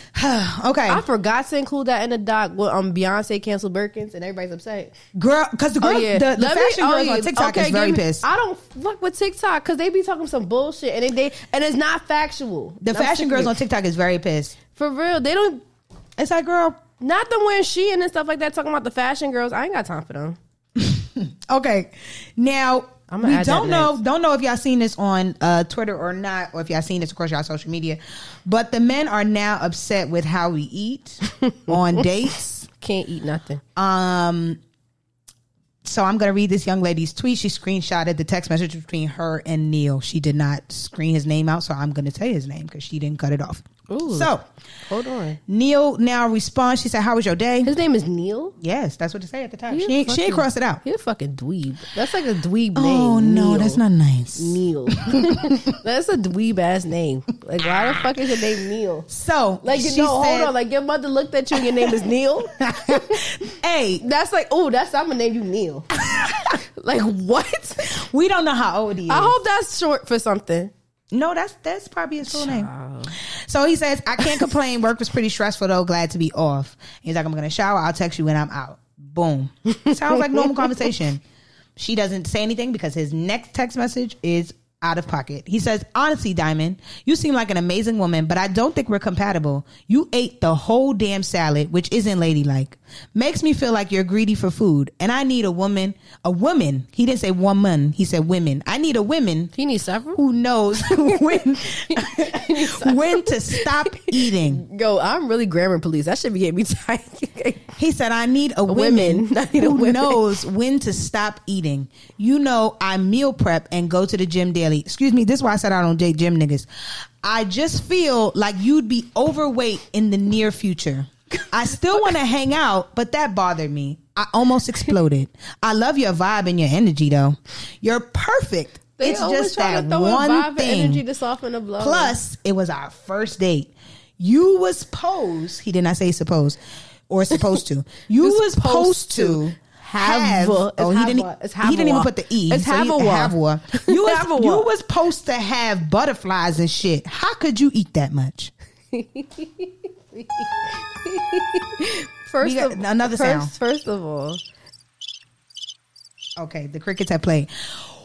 S2: okay,
S1: I forgot to include that in the doc when um, Beyonce canceled Birkins and everybody's upset.
S2: girl, because the girl, the, the
S1: Let me-
S2: fashion
S1: oh,
S2: girls
S1: yeah.
S2: on TikTok
S1: Okay,
S2: is very
S1: give me-
S2: pissed.
S1: I don't fuck with TikTok because they be talking some bullshit and they, they and it's not factual.
S2: the
S1: I'm sick
S2: fashion
S1: of
S2: girls
S1: it.
S2: on TikTok is very pissed.
S1: for real. They don't
S2: It's like, girl,
S1: not them wearing Shein and stuff like that. Talking about the fashion girls, I ain't got time for them.
S2: Okay. Now
S1: I'ma
S2: we
S1: add that
S2: don't know
S1: next.
S2: don't know if y'all seen this on uh, Twitter or not, or if y'all seen this across y'all social media. But the men are now upset with how
S1: <laughs>
S2: we eat on dates. Uh,
S1: Can't eat nothing.
S2: Um so I'm going to read this young lady's tweet. She screenshotted the text message between her and Neil. She did not screen his name out, so I'm going to say his name because she didn't cut it off.
S1: Ooh.
S2: So
S1: Hold on.
S2: Neil now responds. She said, "How was your day?"
S1: His name is Neil.
S2: Yes, that's what to say at the time.
S1: He a
S2: She ain't, she ain't
S1: fucking-
S2: crossed it out.
S1: He a fucking dweeb. That's like a dweeb name.
S2: Oh no,
S1: Neil.
S2: that's not nice.
S1: Neil. <laughs> that's a dweeb ass name. Like why the fuck is your name Neil?
S2: So
S1: Like you
S2: she
S1: no,
S2: said,
S1: hold on. Like your mother looked at you and your name is
S2: <laughs>
S1: Neil.
S2: hey,
S1: That's like, oh, that's I'm gonna name you
S2: <laughs>
S1: Neil. like what?
S2: we don't know how old he is.
S1: I hope that's short for something.
S2: No, that's that's probably his full name. So he says, I can't complain. Work was pretty stressful though. Glad to be off. He's like, I'm gonna shower. I'll text you when I'm out. Boom. Sounds like normal conversation. She doesn't say anything because his next text message is out of pocket. He says, Honestly, Diamond, you seem like an amazing woman, but I don't think we're compatible. You ate the whole damn salad, which isn't ladylike. Makes me feel like you're greedy for food, and I need a woman, a woman. He didn't say woman, he said women. I need a woman
S1: He needs several. <laughs>
S2: who knows <laughs> when when to stop eating.
S1: Go, I'm really grammar police. That should be getting me <laughs> tight.
S2: He said, "I need a
S1: women. <laughs>
S2: woman,
S1: I need a
S2: who
S1: women."
S2: knows when to stop eating. You know, I meal prep and go to the gym daily. Excuse me, this is why I said I don't date gym niggas. I just feel like you'd be overweight in the near future. I still want to hang out, but that bothered me. I almost exploded. I love your vibe and your energy, though. You're perfect.
S1: They
S2: it's
S1: always
S2: just
S1: try to
S2: that
S1: throw in vibe
S2: one
S1: and
S2: thing.
S1: energy to soften the blow.
S2: Plus, it was our first date. You was supposed, he did not say supposed or
S1: <laughs>
S2: supposed to. You
S1: You're
S2: was supposed to have,
S1: have a- it's
S2: oh, he
S1: have
S2: didn't,
S1: a- it's
S2: he didn't
S1: have
S2: even
S1: a.
S2: put the E.
S1: It's
S2: so he-
S1: have a. <laughs>
S2: have a. You was,
S1: Have a.
S2: you was supposed to have butterflies and shit. How could you eat that much?
S1: First
S2: We got
S1: of,
S2: another
S1: first,
S2: sound.
S1: First of all,
S2: Okay, the crickets have played.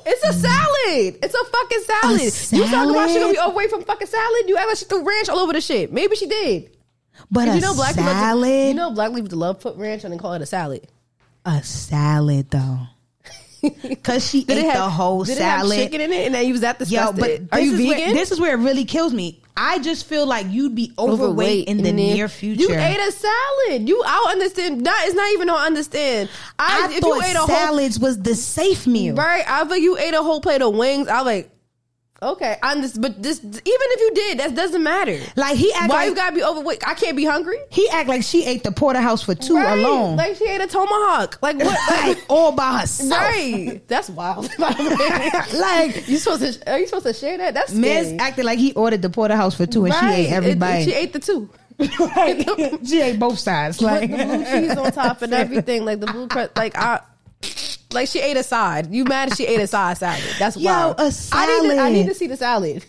S1: it's a salad. It's a fucking salad. You talking about she gonna
S2: salad?
S1: be overweight from fucking salad? You act like she threw ranch all over the shit. Maybe she did.
S2: But
S1: And
S2: a
S1: you know black people
S2: salad,
S1: do- you know black people love put ranch on and call it a salad.
S2: a
S1: <laughs>
S2: salad though. Cause she ate
S1: have
S2: the whole
S1: did
S2: salad.
S1: It have chicken in it, and then you was that
S2: Yo,
S1: disgusted.
S2: but
S1: are
S2: this
S1: you
S2: is
S1: vegan?
S2: Where, this is where it really kills me. I just feel like you'd be overweight, in the
S1: then-
S2: near future.
S1: You ate a salad. You, I'll understand. Not, it's not even. I'll understand. I,
S2: I
S1: if
S2: thought
S1: you ate a whole
S2: salads was the safe meal.
S1: Right. I like you ate a whole plate of wings. I like, okay, I understand. But this, even if you did, that doesn't matter.
S2: Like he act
S1: Why
S2: like
S1: you gotta be overweight? I can't be hungry.
S2: he act like she ate the porterhouse for two
S1: Right.
S2: alone,
S1: Like she ate a tomahawk. Like what?
S2: <laughs> Like, all by herself.
S1: right. That's wild. <laughs> like you supposed to? Are you supposed to share that? That's
S2: Miss
S1: scary.
S2: acted like he ordered the porterhouse for two, and she ate
S1: Right.
S2: every
S1: And- and
S2: bite.
S1: She ate the
S2: <laughs>
S1: two.
S2: Right. she ate both sides. <laughs> Like
S1: Put the blue cheese on top
S2: <laughs>
S1: and everything. Like the blue crust. Like I. Like she ate a side. You mad? She ate a side salad. That's
S2: Yo,
S1: wild.
S2: a
S1: I need to, I
S2: salad.
S1: need to see the salad.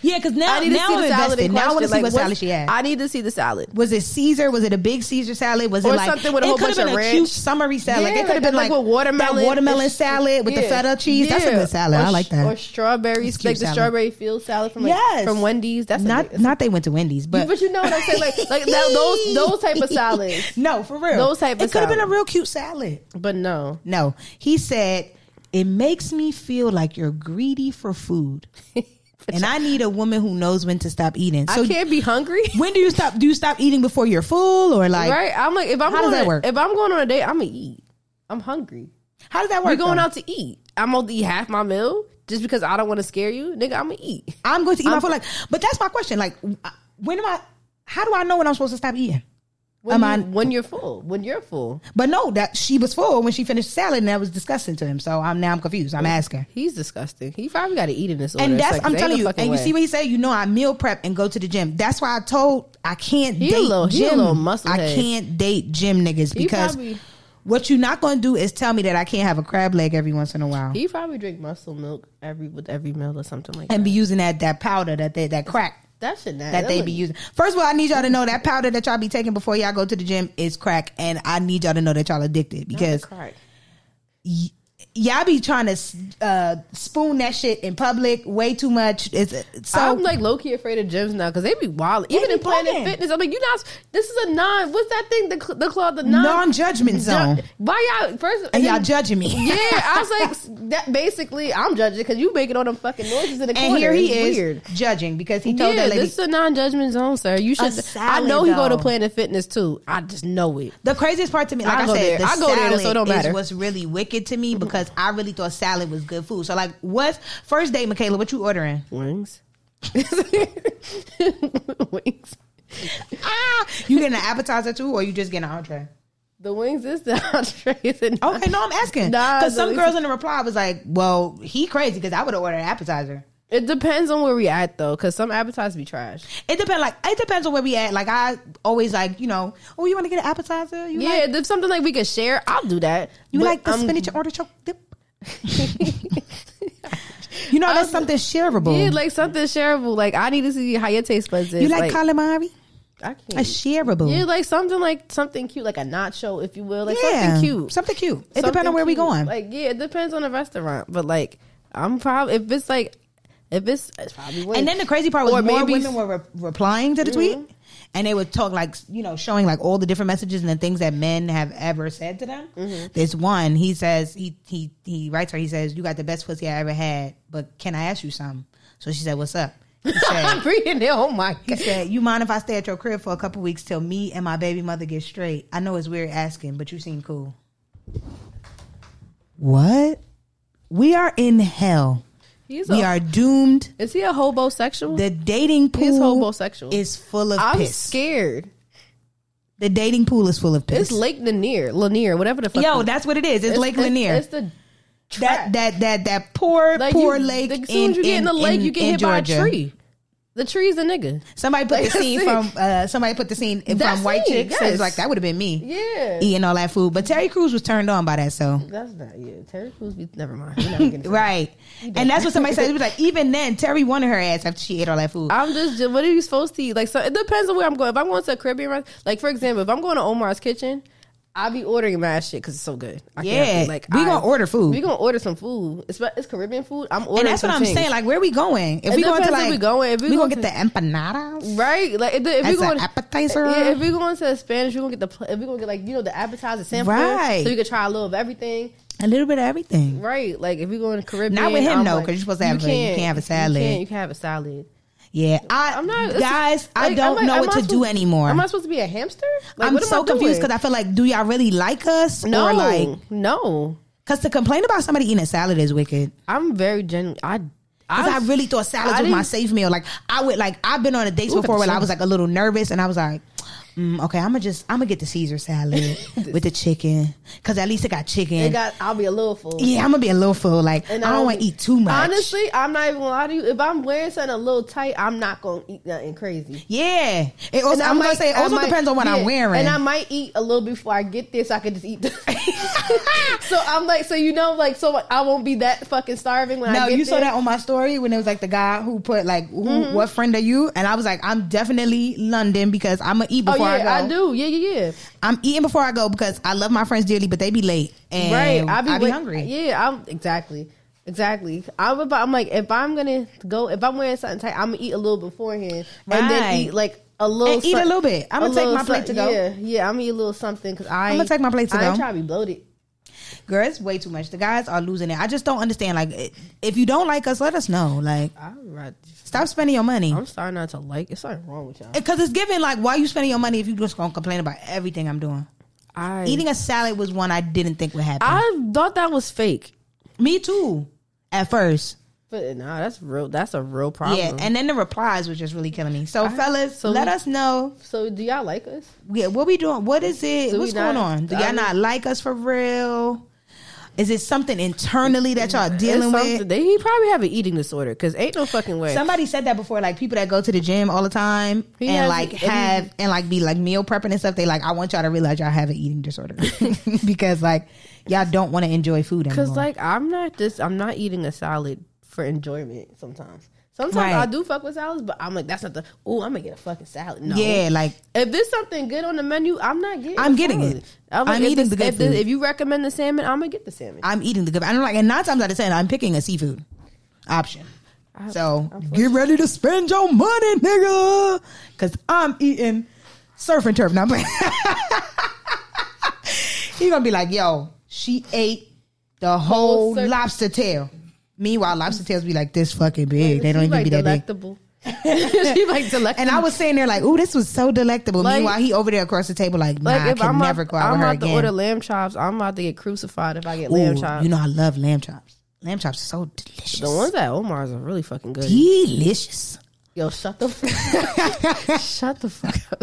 S2: yeah, because now
S1: I need to
S2: now
S1: see
S2: I'm
S1: the salad.
S2: invested.
S1: In
S2: Now I want
S1: question.
S2: to see
S1: Like,
S2: what
S1: what's-
S2: salad she had.
S1: I need to see the salad.
S2: was it Caesar? Was it a big Caesar salad? Was
S1: Or
S2: it like
S1: something with a
S2: it
S1: whole
S2: could've
S1: bunch of
S2: been a
S1: ranch?
S2: cute summery salad?
S1: Yeah,
S2: it could have been like,
S1: with watermelon,
S2: that watermelon
S1: it's-
S2: salad with the
S1: yeah.
S2: feta cheese. That's a
S1: Yeah.
S2: good salad.
S1: Or
S2: I like
S1: sh-
S2: that.
S1: Or strawberries,
S2: It's a
S1: like
S2: cute
S1: the
S2: salad.
S1: strawberry field salad from like,
S2: Yes.
S1: from Wendy's. That's
S2: not
S1: a, big-
S2: not they went to Wendy's, but
S1: But you know what I'm saying,
S2: <laughs>
S1: like- like that- those- those type of salads.
S2: No, for real,
S1: Those type of
S2: It could have been a
S1: salad.
S2: real cute salad.
S1: but no,
S2: No, he said it makes me feel like you're greedy
S1: <laughs>
S2: for food, and I need a woman who knows when to stop eating. So
S1: I can't be
S2: <laughs>
S1: hungry.
S2: when do you stop? Do you stop eating before you're full, or like
S1: right? I'm like, if I'm
S2: How does
S1: going,
S2: that work?
S1: if I'm going on a date, I'm gonna eat. I'm hungry.
S2: how does that work?
S1: We're going
S2: though?
S1: out to eat. I'm gonna eat half my meal just because I don't want to scare you, nigga. I'm gonna eat.
S2: I'm going to eat my
S1: I'm-
S2: food. Like, but that's my question. Like, uh, when am I? How do I know when I'm supposed to stop eating?
S1: When,
S2: Am
S1: you,
S2: I-
S1: when you're full, when you're full,
S2: But no, that she was full when she finished salad, and that was disgusting to him. So I'm now I'm confused. I'm asking.
S1: he's disgusting. He probably got to eat in this order.
S2: And that's I'm telling you. And you see
S1: what
S2: what he said. You know, I meal prep and go to the gym. That's why I told I can't
S1: He a
S2: date
S1: little- he a
S2: gym.
S1: little muscle
S2: I
S1: head.
S2: can't date gym niggas
S1: He
S2: because
S1: probably-
S2: what you're not going to do is tell me that I can't have a crab leg every once in a while
S1: he probably drink muscle milk every with every meal or something like
S2: and
S1: that.
S2: be using that that powder that they, that crack.
S1: That shit not-
S2: that they
S1: look-
S2: be using. First of all, I need y'all to know that powder that y'all be taking before y'all go to the gym is crack, and I need y'all to know that y'all addicted because
S1: Crack.
S2: y- y'all be trying to uh, spoon that shit in public way too much. It's uh, so
S1: I'm like low key afraid of gyms now because they be wild. Even
S2: be
S1: in Planet
S2: bugging.
S1: Fitness, I'm like, you not. This is a non. What's that thing? The cl- the club the non.
S2: non-judgment zone,
S1: Why y'all first?
S2: and y'all
S1: then-
S2: judging me.
S1: Yeah, I was like, s- that basically, I'm judging because you making all them fucking noises in the corner.
S2: <laughs> and here he
S1: It's
S2: is
S1: Weird.
S2: judging because he told
S1: Yeah,
S2: that lady
S1: this is a non-judgment zone, sir. You should.
S2: salad,
S1: I know he go to
S2: though.
S1: Planet Fitness too. I just know it.
S2: The craziest part to me, like
S1: I
S2: I,
S1: go
S2: said,
S1: there.
S2: the
S1: I go there,
S2: salad
S1: so it don't matter.
S2: is what's really wicked to me because I really thought salad was good food. So like, what's first date, Michaela? What you ordering?
S1: Wings. <laughs> wings.
S2: Ah, you getting an appetizer too, or you just getting an entree?
S1: The wings is the <laughs> entree. is it not?
S2: Okay, no, I'm asking
S1: Nah,
S2: because
S1: it's
S2: some
S1: always-
S2: girls in the reply was like, "Well, he crazy because I would have ordered an appetizer."
S1: It depends on where we at though, because some appetizers be trash.
S2: It depends, like it depends on where we at. Like I always like, you know, oh, you want to get an appetizer? You
S1: yeah,
S2: like,
S1: if something like we could share, I'll do that.
S2: you
S1: But
S2: like the
S1: I'm-
S2: spinach and artichoke dip? <laughs> you know, that's something shareable.
S1: Yeah, like something shareable. Like I need to see how your taste buds is.
S2: you like, calamari?
S1: I
S2: A
S1: can't.
S2: shareable.
S1: Yeah, like something like something cute, like a nacho, if you will, like
S2: Yeah,
S1: something cute.
S2: Something cute. It
S1: Something
S2: depends on where we
S1: cute.
S2: going.
S1: Like yeah, it depends on the restaurant, but like I'm probably if it's like if it's, it's probably wings.
S2: and then the crazy part was
S1: Or
S2: more
S1: maybe- Mm-hmm.
S2: women were re- replying to the tweet, and they would talk like you know showing like all the different messages and the things that men have ever said to them.
S1: Mm-hmm.
S2: This one, he says he he he writes her. He says, "You got the best pussy I ever had, but can I ask you something?" So she said, "What's up?" He said,
S1: <laughs> <laughs> I'm reading it. Oh my
S2: He
S1: god.
S2: said, "You mind if I stay at your crib for a couple weeks till me and my baby mother get straight? I know it's weird asking, but you seem cool." What? We are in hell.
S1: He's
S2: We
S1: a-
S2: are doomed.
S1: Is he a homosexual?
S2: The dating pool
S1: He's homosexual.
S2: is full of
S1: I'm
S2: piss.
S1: scared.
S2: The dating pool is full of piss.
S1: It's Lake Lanier, Lanier, whatever the fuck.
S2: Yo,
S1: the-
S2: that's what it is. It's, Lake
S1: it's-
S2: Lanier.
S1: It's the
S2: that that that that poor
S1: like
S2: poor
S1: you,
S2: lake.
S1: As soon as you get in, the lake, you get
S2: in
S1: hit by
S2: Georgia.
S1: a tree. The tree's a nigga.
S2: Somebody put
S1: Like,
S2: the
S1: <laughs>
S2: scene
S1: that's
S2: from
S1: it.
S2: uh, somebody put the scene
S1: That
S2: from White
S1: scene,
S2: Chicks. So It's
S1: yes.
S2: like that would have been me.
S1: Yeah.
S2: eating all that food. But Terry Crews was turned on by that, so
S1: That's not you. Terry Crews be never mind.
S2: <laughs>
S1: We're not getting
S2: right. And that's what somebody
S1: <laughs>
S2: said. It was like even then, Terry wanted her ass after she ate all that food.
S1: I'm just ju- what are you supposed to eat? Like so it depends on where I'm going. If I'm going to a Caribbean restaurant, like for example, if I'm going to Omar's kitchen, I'll be ordering mad shit because it's so good. I can't-
S2: Yeah,
S1: like
S2: we
S1: I-
S2: gonna order food.
S1: We gonna order some food. It's it's Caribbean food. I'm ordering.
S2: and that's
S1: some
S2: what I'm
S1: things.
S2: saying. Like, where we going? If
S1: It
S2: we going to
S1: depends
S2: like,
S1: if we going. If we
S2: we gonna
S1: going
S2: get the empanadas
S1: Right, like if, the, if
S2: as
S1: we
S2: an
S1: going
S2: appetizer.
S1: Yeah, if we going to Spanish, we are gonna get the pl- if we gonna get like you know the appetizer sample,
S2: Right.
S1: So you can try a little of everything,
S2: a little bit of everything.
S1: right? Like if we going to Caribbean,
S2: Not with him,
S1: I'm
S2: though,
S1: like,
S2: 'cause you're supposed to have a- you can't have a salad.
S1: You can, you can have a salad.
S2: Yeah, I,
S1: I'm not
S2: guys. I
S1: like,
S2: don't
S1: I'm like,
S2: know
S1: am
S2: what
S1: I
S2: to do
S1: supposed-
S2: anymore.
S1: Am I supposed to be a hamster? Like,
S2: I'm
S1: what am
S2: so
S1: I
S2: confused
S1: doing?
S2: because I feel like, do y'all really like us
S1: no,
S2: or like?
S1: no,
S2: Because to complain about somebody eating a salad is wicked.
S1: I'm very genuine. I,
S2: Cause I, really thought
S1: I
S2: salads was my
S1: didn't-
S2: safe meal. Like I would like I've been on a dates
S1: Ooh,
S2: before where I
S1: salad.
S2: was like a little nervous and I was like, mm, okay, I'm gonna just I'm gonna get the
S1: <laughs>
S2: Caesar salad with the chicken because at least it got chicken.
S1: it got. I'll be a little full.
S2: yeah, I'm gonna be a little full. Like I don't want to eat too much.
S1: Honestly, I'm not even gonna lie to you. If I'm wearing something a little tight, I'm not gonna eat nothing crazy.
S2: yeah. It also,
S1: And I
S2: I'm gonna
S1: might-
S2: say it
S1: I
S2: also
S1: might-
S2: depends on what I'm
S1: yeah,
S2: wearing.
S1: And I might eat a little before I get there so I can just eat. <laughs> so I'm like, so you know, like, so I won't be that fucking starving when
S2: no,
S1: I get
S2: you saw
S1: there. Mm-hmm.
S2: that on my story when it was like the guy who put like, who, "What friend are you?" And I was like, "I'm definitely London because I'm gonna eat
S1: Oh
S2: before
S1: yeah,
S2: I
S1: I,
S2: go.
S1: do. Yeah, yeah, yeah.
S2: I'm eating before I go because I love my friends dearly, but they be late and
S1: right.
S2: I be,
S1: wait-
S2: hungry.
S1: Yeah, I'm exactly. Exactly. I'm about, I'm like, if I'm gonna go, if I'm wearing something tight, I'm gonna eat a little beforehand, and
S2: Right.
S1: then eat like a little,
S2: And eat a
S1: some-
S2: little bit. I'ma
S1: a
S2: take
S1: little
S2: my plate
S1: some-
S2: to go.
S1: Yeah, yeah. I'm gonna eat a little something because I
S2: I'ma take my plate to
S1: I ain't
S2: go.
S1: trying to be bloated.
S2: Girl, it's way too much. The guys are losing it. I just don't understand. Like, i- if you don't like us, let us know. Like,
S1: I'm right.
S2: stop spending your money.
S1: I'm starting not to like. It's something wrong with y'all.
S2: Because it's given, like, why you spending your money if you just gonna complain about everything I'm doing?
S1: I
S2: Eating a salad was one I didn't think would happen.
S1: I thought that was fake,
S2: Me too, at first.
S1: but nah, that's real. That's a real problem.
S2: Yeah, and then the replies was just really killing me. So,
S1: I-
S2: fellas,
S1: so
S2: let
S1: we-
S2: us know.
S1: so do y'all like us?
S2: Yeah, what we doing? What is it?
S1: Do we
S2: What's going
S1: not-
S2: on? Do
S1: I
S2: y'all
S1: mean-
S2: not like us for real? Is it something internally that y'all
S1: It's
S2: dealing with?
S1: something- They, he probably have an eating disorder because ain't no fucking way.
S2: Somebody said that before, like people that go to the gym all the time
S1: He
S2: and
S1: has-
S2: like have and like be like meal prepping and stuff. They like, I want y'all to realize y'all have an
S1: <laughs>
S2: eating disorder <laughs> because like y'all don't want to enjoy food anymore.
S1: Because like I'm not just I'm not eating a salad for enjoyment sometimes. Sometimes
S2: Right.
S1: I do fuck with salads, but I'm like, that's not the. Oh, I'm gonna get a fucking salad. No.
S2: Yeah, like
S1: If there's something good on the menu, I'm not getting.
S2: I'm
S1: the
S2: getting
S1: salad.
S2: it.
S1: like,
S2: I'm
S1: if
S2: eating
S1: this-
S2: the good
S1: if this-
S2: food.
S1: if you recommend the salmon, I'm gonna get the salmon.
S2: I'm eating the good. I'm like, and nine times out of ten, I'm picking a seafood option. So get ready to spend your money, nigga, because I'm eating surf and turf. Now, <laughs> he gonna be like, "Yo, she ate the whole
S1: surf-
S2: lobster tail." Meanwhile, lobster tails be like this fucking big. they don't
S1: She,
S2: even
S1: like
S2: be that big.
S1: delectable. <laughs> she like delectable.
S2: And I was sitting there like, "Ooh, this was so delectable."
S1: Like-
S2: Meanwhile, he over there across the table like, "Nah, I can
S1: I'm
S2: never
S1: out,
S2: go out
S1: I'm
S2: with her
S1: out
S2: again."
S1: to order lamb chops, I'm about to get crucified if I get
S2: Ooh,
S1: lamb chops.
S2: You know I love lamb chops. Lamb chops are so delicious.
S1: the ones at Omar's are really fucking good.
S2: delicious.
S1: Yo, shut the fuck up. shut the fuck up.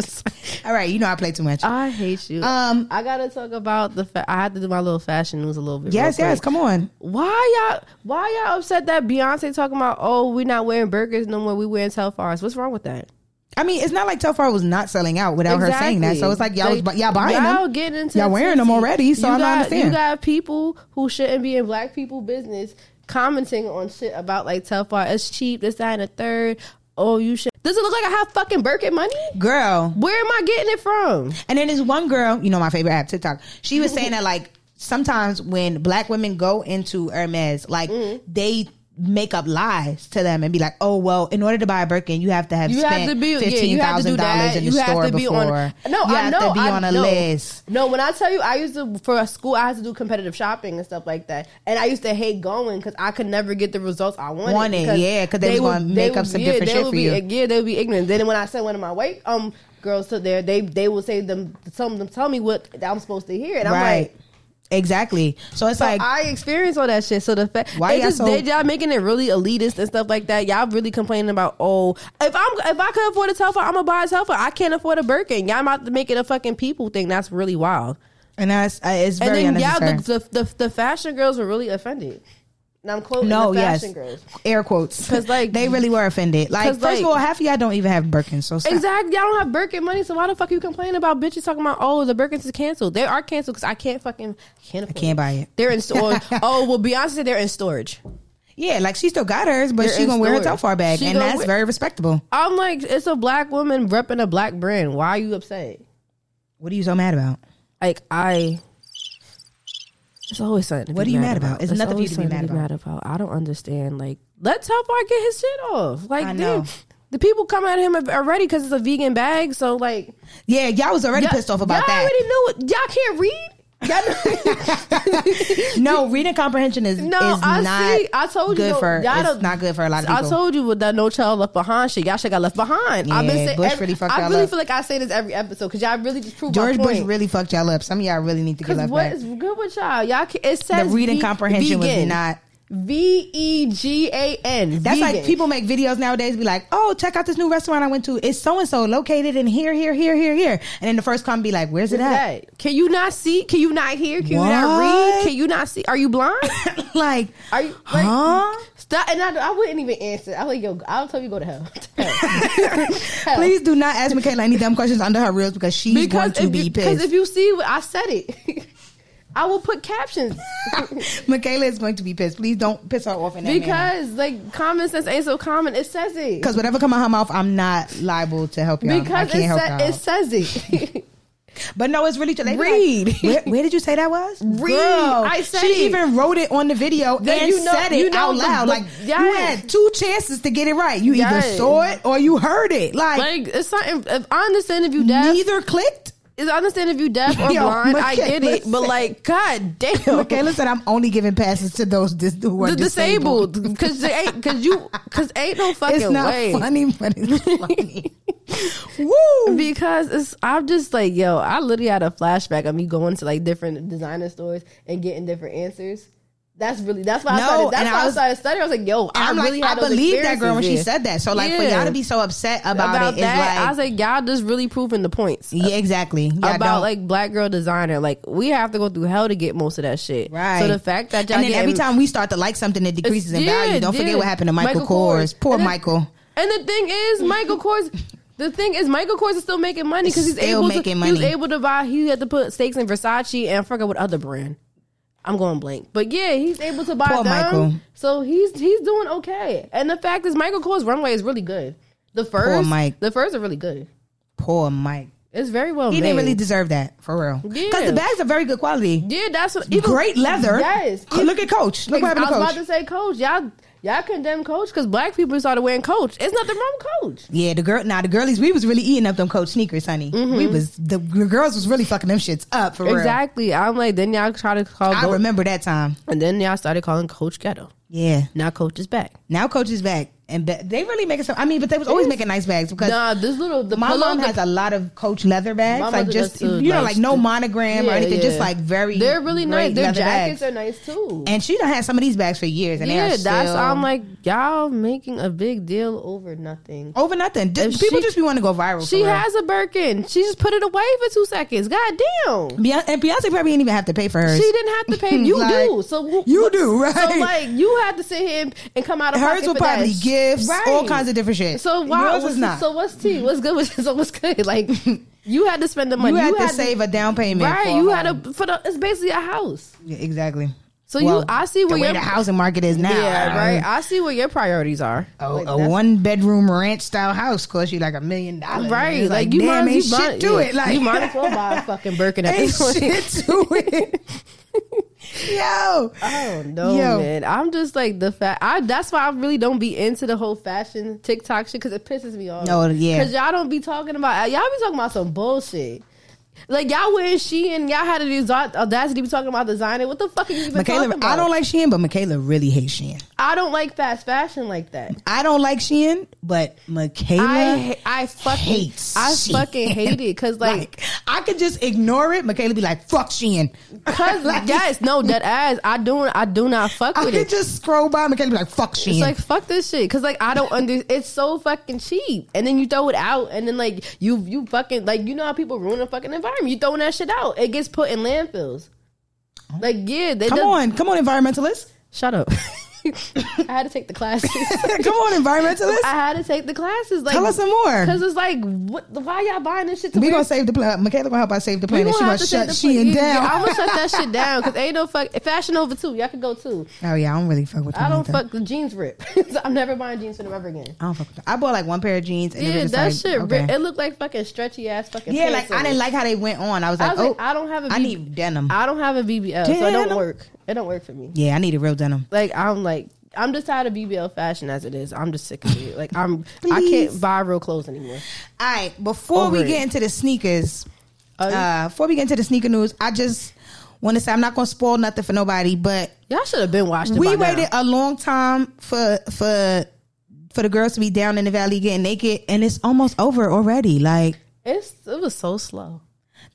S1: <laughs>
S2: <laughs> All right, you know I play too much.
S1: I hate you.
S2: Um,
S1: I gotta talk about the. Fa- I had to do my little fashion news a little bit.
S2: yes,
S1: real quick.
S2: yes, come on.
S1: Why y'all? Why y'all upset that Beyonce talking about? Oh, we're not wearing burgers no more. We wearing Telfars. What's wrong with that?
S2: I mean, it's not like Telfar was not selling out without her saying that. So it's like y'all, was bu- y'all buying
S1: y'all
S2: them.
S1: getting into
S2: Y'all
S1: the
S2: wearing them
S1: tizzy.
S2: already,
S1: you
S2: so I don't
S1: got,
S2: understand.
S1: You got people who shouldn't be in black people business commenting on shit about like Telfar. It's cheap. This that and a third. Oh, you should. Does it look like I have fucking Birkin money?
S2: Girl,
S1: Where am I getting it from?
S2: And then this one girl, you know my favorite app, TikTok. She was saying that like sometimes when black women go into Hermes, like
S1: Mm-hmm.
S2: they make up lies to them and be like, "Oh well, in order to buy a Birkin, you have to have
S1: You
S2: spent
S1: have to be yeah,
S2: fifteen
S1: you have to
S2: thousand
S1: do
S2: dollars
S1: that.
S2: in the
S1: you
S2: store
S1: have to be
S2: before.
S1: on. No,
S2: you
S1: I
S2: have
S1: know.
S2: to be
S1: I
S2: on a
S1: know.
S2: list."
S1: No, when I tell you, I used to for a school, I had to do competitive shopping and stuff like that, and I used to hate going because I could never get the results I wanted.
S2: Wanted,
S1: because
S2: yeah, 'cause they was
S1: would-
S2: gonna
S1: they
S2: make up
S1: would-
S2: some
S1: yeah,
S2: different
S1: they
S2: shit
S1: would
S2: for
S1: be-
S2: you.
S1: Yeah, they would be ignorant. Then when I sent one of my white um girls to there, they they will say them tell them tell me what I'm supposed to hear, and I'm
S2: right.
S1: like.
S2: exactly. So it's
S1: So
S2: like
S1: I experienced all that shit. So the fact
S2: Why
S1: why
S2: y'all
S1: just,
S2: so-
S1: they, y'all making it really elitist and stuff like that. Y'all really complaining about oh if I'm if I could afford a Telfar, I'm gonna buy a Telfar. I can't afford a Birkin. Y'all about to make it a fucking people thing. That's really wild.
S2: and that's uh, it's
S1: And
S2: very
S1: then y'all the,
S2: unnecessary.
S1: the, the the fashion girls were really offended. And I'm quoting
S2: no,
S1: the
S2: yes,
S1: fashion girls.
S2: air quotes.
S1: 'Cause, like-
S2: they really were offended. Like,
S1: 'cause,
S2: first
S1: like-
S2: of all, half of y'all don't even have Birkin, so stop.
S1: Exactly. Y'all don't have Birkin money, so why the fuck you complaining about bitches talking about oh the Birkins is canceled? They are canceled because I can't fucking can't afford
S2: can't buy it.
S1: They're in
S2: <laughs>
S1: storage. oh well, Beyonce said they're in storage.
S2: Yeah, like she still got hers, but
S1: They're
S2: she
S1: in
S2: gonna wear her
S1: store.
S2: Telfar bag,
S1: She
S2: and
S1: gonna
S2: that's
S1: wear-
S2: very respectable.
S1: I'm like, it's a black woman repping a black brand. Why are you upset?
S2: What are you so mad about?
S1: Like I, it's always something. to
S2: What
S1: be
S2: are you mad about? It's nothing for you
S1: always
S2: to be
S1: something
S2: mad about.
S1: I don't understand. Like, let Telfar get his shit off. Like,
S2: I
S1: dude,
S2: know.
S1: the people come at him already because it's a vegan bag. So like,
S2: Yeah, y'all was already
S1: y'all-
S2: pissed off about
S1: y'all
S2: that.
S1: already knew it. Y'all can't read.
S2: <laughs> no, reading comprehension is
S1: No,
S2: is
S1: I
S2: not
S1: see. I told you
S2: good
S1: though,
S2: for
S1: y'all
S2: it's
S1: don't-
S2: not good for a lot of
S1: I
S2: people.
S1: told you with that no child left behind shit. Y'all should got left behind. I've
S2: Yeah,
S1: been saying.
S2: Bush
S1: every-
S2: really fucked
S1: I
S2: y'all
S1: really
S2: up.
S1: feel like I say this every episode because y'all really just proved
S2: George
S1: my
S2: Bush
S1: point.
S2: really fucked y'all up. Some of y'all really need to get
S1: Because
S2: left
S1: what
S2: back.
S1: is good with y'all? Y'all, can, it
S2: The
S1: says
S2: reading
S1: ve-
S2: comprehension was
S1: vegan.
S2: not.
S1: V E G A N.
S2: That's like
S1: vegan.
S2: people make videos nowadays. Be like, oh, check out this new restaurant I went to. It's so and so located in here, here, here, here, here. And then the first comment be like, where's it at?
S1: That. Can you not see? Can you not hear? Can you not
S2: What?
S1: read? Can you not see? Are you
S2: <laughs>
S1: blind?
S2: like,
S1: Are you? Like,
S2: huh?
S1: Stop. And I, I wouldn't even answer. I like yo. I'll tell you go to hell.
S2: <laughs>
S1: Hell. <laughs>
S2: Please do not ask Michaela any dumb questions under her reels because she's going
S1: Because
S2: to
S1: if
S2: be
S1: you,
S2: pissed.
S1: because if you see, what I said it. <laughs> I will put
S2: <laughs>
S1: captions
S2: Michaela is going to be pissed. Please don't piss her off in that because
S1: because like common sense ain't so common. It says it.
S2: because whatever come out her mouth, I'm not liable to help you. Because I
S1: Because
S2: can't
S1: it,
S2: help
S1: sa-
S2: y'all.
S1: it says
S2: <laughs>
S1: it.
S2: But no, it's really they be
S1: <laughs>
S2: like,
S1: Read.
S2: where, where did you say that was?
S1: Read. I said
S2: she
S1: it.
S2: even wrote it on the video
S1: Then
S2: and
S1: you know-
S2: said it
S1: you know
S2: out
S1: the-
S2: loud.
S1: the-
S2: like you
S1: yes.
S2: had two chances to get it right. You either
S1: Yes.
S2: saw it or you heard it. Like,
S1: like it's something. If I understand if you deaf,
S2: neither clicked.
S1: is I understand if you deaf or
S2: Yo,
S1: blind, I
S2: Michaela
S1: get it. But
S2: said-
S1: like, god damn,
S2: Michaela said, "I'm only giving passes to those dis- who are
S1: the
S2: disabled.
S1: disabled because they ain't because you because ain't <laughs> no fucking
S2: It's not
S1: way.
S2: funny, but
S1: <laughs>
S2: it's funny. Woo!
S1: Because it's, I'm just like, yo, I literally had a flashback of me going to like different designer stores and getting different answers. That's really that's why
S2: No,
S1: I started.
S2: and
S1: That's why
S2: I
S1: I,
S2: was-
S1: started studying. I was like, yo,
S2: And
S1: I
S2: I'm
S1: really
S2: like,
S1: had
S2: I
S1: those
S2: believe that girl when she
S1: experiences
S2: said that. So like, for
S1: Yeah.
S2: y'all to be so upset
S1: there.
S2: about,
S1: about
S2: it is
S1: that. I was
S2: like,
S1: like, y'all just really proving the points.
S2: yeah, exactly. Y'all
S1: about
S2: don't-
S1: like black girl designer, like we have to go through hell to get most of that shit.
S2: Right.
S1: So the fact that y'all
S2: and then
S1: getting-
S2: every time we start to like something, it
S1: It's-
S2: decreases in
S1: yeah,
S2: value. Don't
S1: yeah.
S2: forget what happened to Michael, Kors. Poor
S1: And the-
S2: Michael.
S1: And the thing is, Michael Kors. The thing is, Michael Kors is still making money because he's
S2: Still
S1: able
S2: making
S1: to. He was
S2: money.
S1: able to buy. He had to put stakes in Versace and I forgot what other brand. I'm going blank. But yeah, he's able to buy
S2: Poor
S1: down.
S2: Michael.
S1: So he's he's doing okay. And the fact is Michael Kors runway is really good. The furs
S2: Mike.
S1: the furs are really good.
S2: Poor Mike.
S1: It's very well
S2: He
S1: made.
S2: didn't really deserve that for real.
S1: Yeah.
S2: Because the bags are very good quality.
S1: Yeah, that's what, even-
S2: Great leather.
S1: Yes.
S2: Co- Look at Coach. Look what
S1: I was
S2: happened to
S1: about
S2: Coach.
S1: to say coach. Y'all y'all condemn coach because black people started wearing coach. It's nothing wrong with coach.
S2: yeah, the girl. Now the girlies, we was really eating up them Coach sneakers, honey. We was the, the girls was really fucking them shits up for real.
S1: Mm-hmm. Exactly. I'm like, then y'all try to call
S2: I
S1: Go-
S2: remember that time.
S1: and then y'all started calling Coach Ghetto.
S2: Yeah.
S1: Now Coach is back.
S2: Now Coach is back, and ba- they really making some. I mean, but they was always making nice bags because
S1: Nah, this little the
S2: my
S1: pillow-
S2: mom
S1: the-
S2: has a lot of Coach leather bags,
S1: My
S2: like
S1: mother
S2: just
S1: does too,
S2: you know,
S1: like
S2: like no
S1: the-
S2: monogram or
S1: Yeah,
S2: anything, just
S1: yeah.
S2: like very.
S1: They're really nice.
S2: great
S1: Their
S2: leather
S1: jackets
S2: bags.
S1: are nice too.
S2: and she done had some of these bags for years, and
S1: yeah,
S2: they are
S1: that's
S2: still
S1: I'm like y'all making a big deal over nothing.
S2: over nothing. D-
S1: If
S2: people
S1: she-
S2: just be wanting to go viral.
S1: She
S2: for real.
S1: has a Birkin. She just put it away for two seconds. God damn.
S2: Beyonce, and Beyonce probably didn't even have to pay for hers.
S1: She didn't have to
S2: <laughs>
S1: pay. You
S2: Like,
S1: do. So who-
S2: you
S1: what-
S2: do, right?
S1: So like you had to sit here and, and come out of
S2: hers
S1: pocket
S2: were
S1: for that.
S2: probably gifts,
S1: Right.
S2: all kinds of different shit.
S1: So why
S2: Yours was not? Mm-hmm.
S1: So what's tea? What's good? With, so what's good? Like
S2: <laughs>
S1: you had to spend the money.
S2: you had to save a down payment. for
S1: Right. You had
S2: home.
S1: a for the. It's basically a house.
S2: Yeah, exactly.
S1: So you- I see where
S2: the way
S1: your-
S2: the housing market is now. Oh,
S1: Yeah. Right. I see what your priorities are.
S2: A,
S1: Like,
S2: a
S1: that's-
S2: one bedroom ranch style house costs you like a million dollars.
S1: Right,
S2: It's
S1: like, you
S2: damn,
S1: might
S2: ain't
S1: as well
S2: shit to it. Like
S1: you might as well
S2: <laughs>
S1: buy a fucking Birkin at
S2: ain't
S1: this point.
S2: shit to it. Yo,
S1: Oh no,
S2: Yo.
S1: man! I'm just like the fat. I that's why I really don't be into the whole fashion TikTok shit because it pisses me off.
S2: No, Oh, yeah.
S1: because y'all don't be talking about uh, y'all be talking about some bullshit. Like y'all wearing she and y'all had the desi- audacity to be talking about designer. What the fuck are you even talking
S2: Michaela,
S1: about?
S2: I don't like Shein, but Michaela really hates Shein.
S1: I don't like fast fashion like that.
S2: I don't like Shein, but Michaela.
S1: I ha- I fucking
S2: hates
S1: I
S2: Shein.
S1: fucking hate it because like
S2: like I could just ignore it. Michaela be like, "Fuck Shein."
S1: Cause
S2: <laughs> Like,
S1: yes, no, dead ass. I do. I do not fuck
S2: I
S1: with
S2: could
S1: it.
S2: just scroll by. Michaela be like, "Fuck Shein."
S1: It's like fuck this shit. Cause like I don't under. It's so fucking cheap. And then you throw it out, and then like you you fucking like you know how people ruin the fucking environment. You throwing that shit out, it gets put in landfills. Like yeah, they
S2: come
S1: just-
S2: on, come on, environmentalists.
S1: <laughs>
S2: <laughs>
S1: Shut up. I had to take the classes.
S2: come on, environmentalists.
S1: I had to take the classes. Like
S2: Tell us some more.
S1: Cause it's like what? Why y'all buying this shit? To
S2: We
S1: wear
S2: gonna save the planet. Michaela gonna help us save the
S1: We
S2: planet.
S1: gonna
S2: She
S1: have
S2: gonna
S1: to
S2: shut
S1: take the pla-
S2: Shein
S1: yeah,
S2: down.
S1: I'm gonna shut that
S2: <laughs>
S1: shit down because ain't no fuck fashion over too. Y'all can go too.
S2: Oh yeah, I don't really fuck with.
S1: I
S2: them
S1: don't
S2: like that.
S1: fuck the jeans rip. <laughs> So I'm never buying jeans for them ever again.
S2: I don't fuck with. Them. I bought like one pair of jeans. And it was
S1: Yeah,
S2: just
S1: that
S2: like,
S1: shit.
S2: okay.
S1: Rip. It looked like fucking stretchy ass fucking.
S2: yeah,
S1: pants
S2: like I
S1: on
S2: didn't
S1: it.
S2: like how they went on. I was
S1: I
S2: like,
S1: was like,
S2: oh,
S1: I don't have a
S2: I
S1: BB
S2: need denim.
S1: I don't have a BBL, so it don't
S2: Denim.
S1: work. It don't work for me.
S2: yeah, I need a real denim.
S1: Like I'm like I'm just tired of BBL fashion as it is. I'm just sick of it. Like I'm I
S2: Please.
S1: can't buy real clothes anymore.
S2: All right, before
S1: Over
S2: we
S1: it.
S2: get into the sneakers,
S1: Oh,
S2: uh, before we get into the sneaker news, I just want to say I'm not gonna spoil nothing for nobody, but
S1: y'all should have been watching.
S2: we
S1: by now.
S2: waited a long time for for for the girls to be down in the valley getting naked, and it's almost over already. Like
S1: It's it was so slow.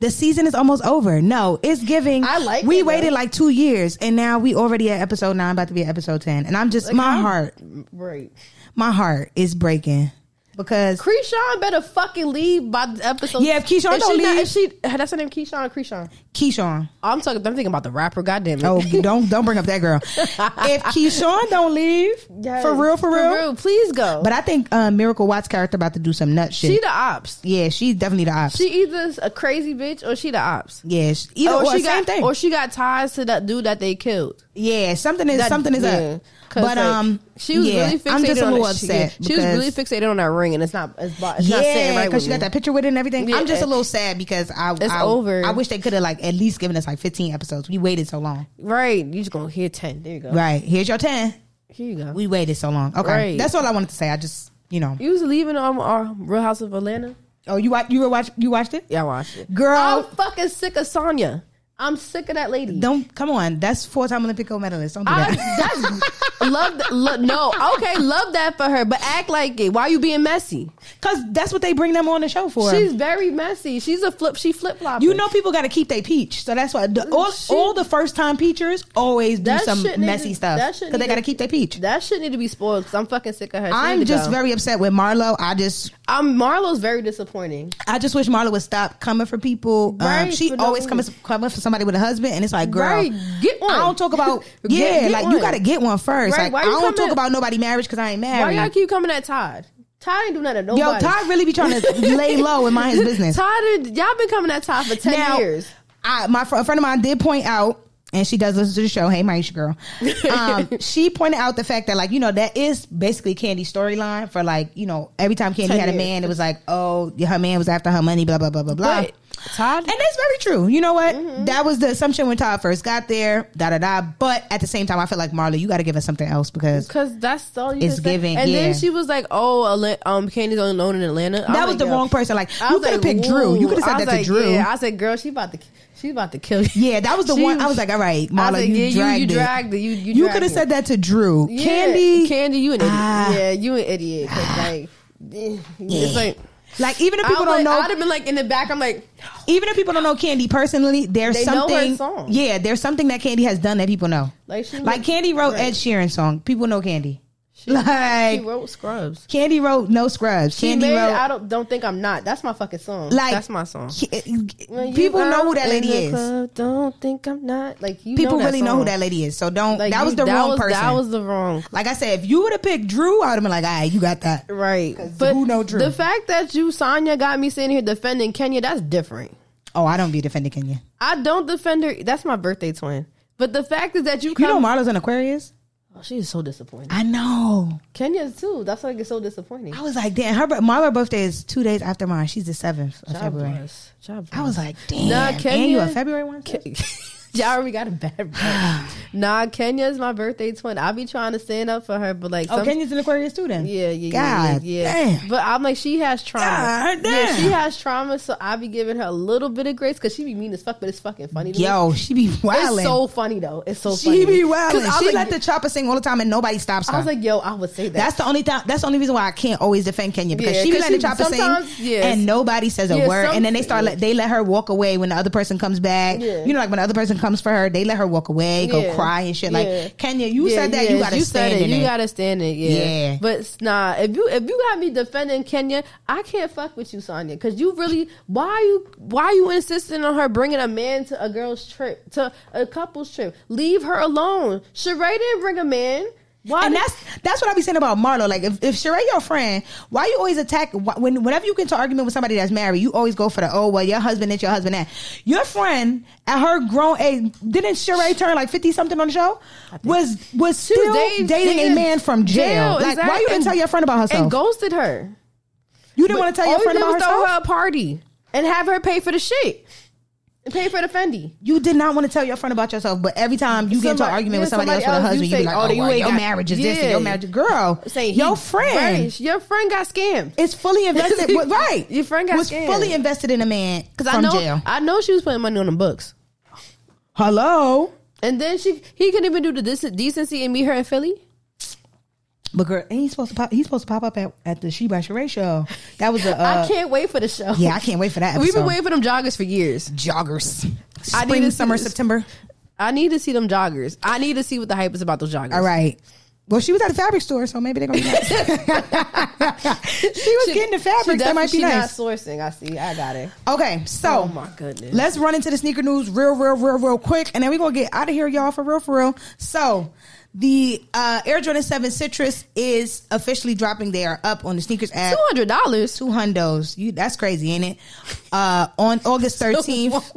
S2: the season is almost over. No, it's giving.
S1: I like
S2: We
S1: it, though.
S2: waited like two years, and now we already at episode nine, about to be at episode ten, and I'm just my
S1: how-
S2: heart,
S1: Right.
S2: my heart is breaking because
S1: Keyshawn better fucking leave by the episode.
S2: Yeah, if Keyshawn
S1: If
S2: don't
S1: she not-
S2: leave-
S1: if she that's her name, Keyshawn or Keyshawn.
S2: Keyshawn.
S1: I'm talking. I'm thinking about the rapper. Goddamn it.
S2: Oh, <laughs> don't don't bring up that
S1: <laughs>
S2: girl. if Keyshawn don't leave,
S1: Yes.
S2: for real, for real.
S1: Please go.
S2: But I think uh, Miracle Watts character about to do some nut shit.
S1: she the ops.
S2: yeah, she's definitely the ops.
S1: She either a crazy bitch or she the ops.
S2: yeah, she, either
S1: or
S2: or,
S1: she got
S2: same thing.
S1: or she got ties to that dude that they killed.
S2: yeah, something is
S1: That-
S2: something is
S1: yeah.
S2: up.
S1: 'Cause,
S2: But
S1: like,
S2: um,
S1: she was
S2: yeah,
S1: really fixated
S2: I'm just a
S1: on
S2: little
S1: that- she-
S2: upset.
S1: She, was really
S2: because-
S1: fixated on that ring, and it's not. It's, bo- it's not sitting
S2: Yeah,
S1: right
S2: because
S1: with
S2: she
S1: me.
S2: got that picture with it and everything.
S1: Yeah.
S2: I'm just a little sad because I
S1: It's
S2: I,
S1: over.
S2: I wish they could have like at least given us like 15 episodes. We waited so long.
S1: right. You just gonna hear ten. There you go.
S2: Right here's your 10.
S1: Here you go.
S2: We waited so long. Okay,
S1: Right.
S2: that's all I wanted to say. I just you know.
S1: you was leaving on our Real House of Atlanta.
S2: Oh, you watch you were watch you watched it,
S1: Yeah, Oh. I watched it.
S2: girl.
S1: I'm fucking sick of Sonya. I'm sick of that lady.
S2: Don't <laughs> come on. That's four time Olympic gold medalist. Don't do <laughs>
S1: I,
S2: that.
S1: that's love. th- lo- no, okay, love that for her, but act like it. Why you being messy?
S2: Because that's what they bring them on the show for.
S1: She's very messy. She's a flip. She flip flop.
S2: you know people got to keep their peach, so that's why the, all,
S1: She-
S2: all the first time peachers always do
S1: That
S2: some
S1: shit need
S2: messy
S1: to-
S2: stuff
S1: that
S2: because
S1: shit
S2: they
S1: need
S2: got to
S1: to-
S2: keep their peach.
S1: that shit need to be spoiled because I'm fucking sick of her. She
S2: I'm
S1: need to
S2: just
S1: go.
S2: very upset with Marlo. I just
S1: Um, Marlo's very disappointing.
S2: I just wish Marlo would stop coming for people. Um,
S1: Right,
S2: she
S1: for no
S2: always coming
S1: reason.
S2: coming for somebody with a husband, and it's like, girl,
S1: Right, get one.
S2: I don't talk about
S1: <laughs> Get-
S2: yeah,
S1: get
S2: like
S1: one.
S2: you got to get one first.
S1: Right, why
S2: like
S1: you
S2: I don't talk
S1: coming-
S2: about nobody marriage because I ain't
S1: Why
S2: married.
S1: y'all keep coming at Todd? Todd ain't do nothing to nobody.
S2: Yo, Todd really be trying to
S1: <laughs>
S2: lay low and mind his business.
S1: Todd, and- y'all been coming at Todd for ten years.
S2: I, my fr- a friend of mine did point out, and she does listen to the show. Hey,
S1: <laughs>
S2: Maisha girl. Um, she pointed out the fact that like you know that is basically Candy's storyline for like you know every time Candy
S1: Ten
S2: had a
S1: years.
S2: man, it was like oh yeah, her man was after her money, blah blah blah blah blah.
S1: But Todd-
S2: and that's very true. You know what?
S1: Mm-hmm.
S2: That was the assumption when Todd first got there. Da da da. But at the same time, I feel like Marla, you got to give us something else because
S1: Cause that's all you.
S2: It's
S1: can say.
S2: giving,
S1: and
S2: yeah.
S1: then she was like, "Oh, Ala- um, Candy's only known in Atlanta." I
S2: that was
S1: like,
S2: the
S1: yo.
S2: wrong person. Like
S1: I
S2: you
S1: was
S2: could have
S1: like,
S2: picked Drew. You
S1: "Woo."
S2: could have
S1: I
S2: said
S1: was
S2: that to
S1: like,
S2: Drew.
S1: Yeah, I said, "Girl, she about to, she about to kill you."
S2: Yeah, that was the
S1: She
S2: one. I was like, all right,
S1: I
S2: Marla,
S1: was like,
S2: you,
S1: yeah,
S2: dragged
S1: you,
S2: it.
S1: you dragged it. You, you,
S2: You
S1: dragged
S2: could have
S1: it.
S2: said that to Drew.
S1: Yeah,
S2: Candy,
S1: Candy, you an idiot.
S2: Ah.
S1: yeah, you an idiot.
S2: <sighs>
S1: 'Cause, like, it's like
S2: like even if people
S1: I would,
S2: don't know,
S1: I'd have been like in the back. I'm like,
S2: even if people don't know Candy personally, there's
S1: They know her
S2: something.
S1: song.
S2: Yeah, there's something that Candy has done that people know.
S1: like she
S2: Like Candy wrote
S1: Right.
S2: Ed Sheeran song. People know Candy.
S1: She-
S2: like
S1: she wrote Scrubs.
S2: Candy wrote No Scrubs.
S1: She
S2: Candy
S1: made
S2: wrote
S1: I don't don't think I'm not. That's my fucking song.
S2: like
S1: that's my song.
S2: Ki-
S1: When you
S2: People know
S1: out
S2: who that
S1: in
S2: lady
S1: the
S2: is.
S1: club, don't think I'm not. Like you.
S2: People
S1: know that
S2: really know who
S1: song.
S2: that lady is. So don't.
S1: Like,
S2: that was
S1: you-
S2: the wrong
S1: was-
S2: person.
S1: That was the wrong.
S2: like I said, if you would have picked Drew, I would have been like, all right, you got that.
S1: Right,
S2: 'Cause
S1: but
S2: who know Drew?
S1: the fact that you Sonya got me sitting here defending Kenya, that's different.
S2: Oh, I don't be defending Kenya.
S1: I don't defend her. That's my birthday twin. But the fact is that you
S2: You
S1: come.
S2: know Marla's an Aquarius.
S1: oh, she is so disappointed.
S2: I know.
S1: Kenya too. That's why I get so disappointed.
S2: I was like, damn. Her bir- Marla's birthday is two days after mine. She's the seventh of
S1: God
S2: February.
S1: bless. God
S2: I was like, damn.
S1: Nah,
S2: and you a
S1: Kenya-
S2: February one? sis? <laughs>
S1: Y'all already got a bad rep. <sighs> nah, Kenya's my birthday twin. I be trying to stand up for her, but like,
S2: oh,
S1: some-
S2: Kenya's an Aquarius too. Then
S1: yeah, yeah,
S2: God
S1: yeah, yeah, yeah.
S2: damn.
S1: But I'm like, she has trauma.
S2: God
S1: Yeah,
S2: damn.
S1: she has trauma, so I be giving her a little bit of grace because she be mean as fuck, but it's fucking funny. To me.
S2: Yo, she be
S1: it's
S2: wilding.
S1: so funny though. It's so funny.
S2: she be
S1: 'Cause I
S2: wilding.
S1: was
S2: She
S1: like,
S2: let the chopper sing all the time, and nobody stops her.
S1: I was like, yo, I would say that.
S2: that's the only time. That's the only reason why I can't always defend Kenya because
S1: Yeah,
S2: she be
S1: 'cause
S2: letting
S1: she-
S2: the chopper sing,
S1: sometimes- yes.
S2: and nobody says a
S1: Yeah,
S2: word, and then they
S1: some-
S2: start. Let, they let her walk away when the other person comes back.
S1: Yeah.
S2: You know, like when the other person comes for her, they let her walk away, go
S1: Yeah.
S2: cry and shit. Like
S1: Yeah.
S2: Kenya, you
S1: Yeah,
S2: said that,
S1: yeah,
S2: you gotta
S1: said
S2: stand
S1: it,
S2: in
S1: you
S2: it.
S1: gotta stand it. Yeah.
S2: Yeah.
S1: But s- nah, if you if you got me defending Kenya, I can't fuck with you, Sonya, because you really why you why you insisting on her bringing a man to a girl's trip to a couple's trip? Leave her alone. Sheree didn't bring a man. Why?
S2: and
S1: did-
S2: that's that's what I be saying about Marlo. Like if if Sheree your friend, why you always attack? wh- When whenever you get into argument with somebody that's married, you always go for the oh well your husband is your husband that your friend at her grown age didn't Sheree turn like fifty something on the show was was still
S1: dating-
S2: dating, a man from jail.
S1: jail,
S2: like why you
S1: exact-
S2: didn't tell your friend about herself?
S1: and ghosted her.
S2: you didn't want to tell your
S1: All you
S2: friend
S1: did
S2: about
S1: was throw
S2: herself.
S1: her a party and have her pay for the shit, and pay for the Fendi.
S2: you did not want to tell your friend about yourself, but every time you get into an
S1: Somebody-
S2: argument
S1: yeah,
S2: with somebody,
S1: somebody
S2: else with a
S1: else, you
S2: husband, you,
S1: say,
S2: be like,
S1: oh,
S2: oh,
S1: you
S2: well,
S1: ain't
S2: your
S1: got-
S2: marriage is this and
S1: Yeah.
S2: your marriage, girl,
S1: Say he-
S2: your friend.
S1: Right, your friend got scammed.
S2: It's fully
S1: <laughs>
S2: invested. wa- right.
S1: Your friend got
S2: was
S1: scammed.
S2: fully invested in a man
S1: Cause
S2: from
S1: I know,
S2: jail.
S1: I know she was putting money on the books,
S2: Hello.
S1: and then she he couldn't even do the dec- decency and meet her in Philly.
S2: But girl, he's supposed to pop he's supposed to pop up at, at the She by Sheree show. That was a uh,
S1: I can't wait for the show.
S2: Yeah, I can't wait for
S1: <laughs>
S2: that.
S1: We've been
S2: episode.
S1: waiting for them joggers for years.
S2: joggers.
S1: I need
S2: Spring,
S1: to see
S2: summer,
S1: this.
S2: September.
S1: I need to see them joggers. I need to see what the hype is about those joggers.
S2: All right. Well, she was at a fabric store, so maybe
S1: <laughs>
S2: they're gonna be nice. <laughs> she was getting the fabric. That might be
S1: she
S2: nice.
S1: Not sourcing. I see. I got it.
S2: Okay, so
S1: Oh my goodness.
S2: Let's run into the sneaker news real, real, real, real quick, and then we're gonna get out of here, y'all, for real, for real. So the uh Air Jordan 7 Citrus is officially dropping. They are up on the sneakers app.
S1: Two hundred dollars. <laughs>
S2: Two hundos. You that's crazy, ain't it? Uh on August 13th.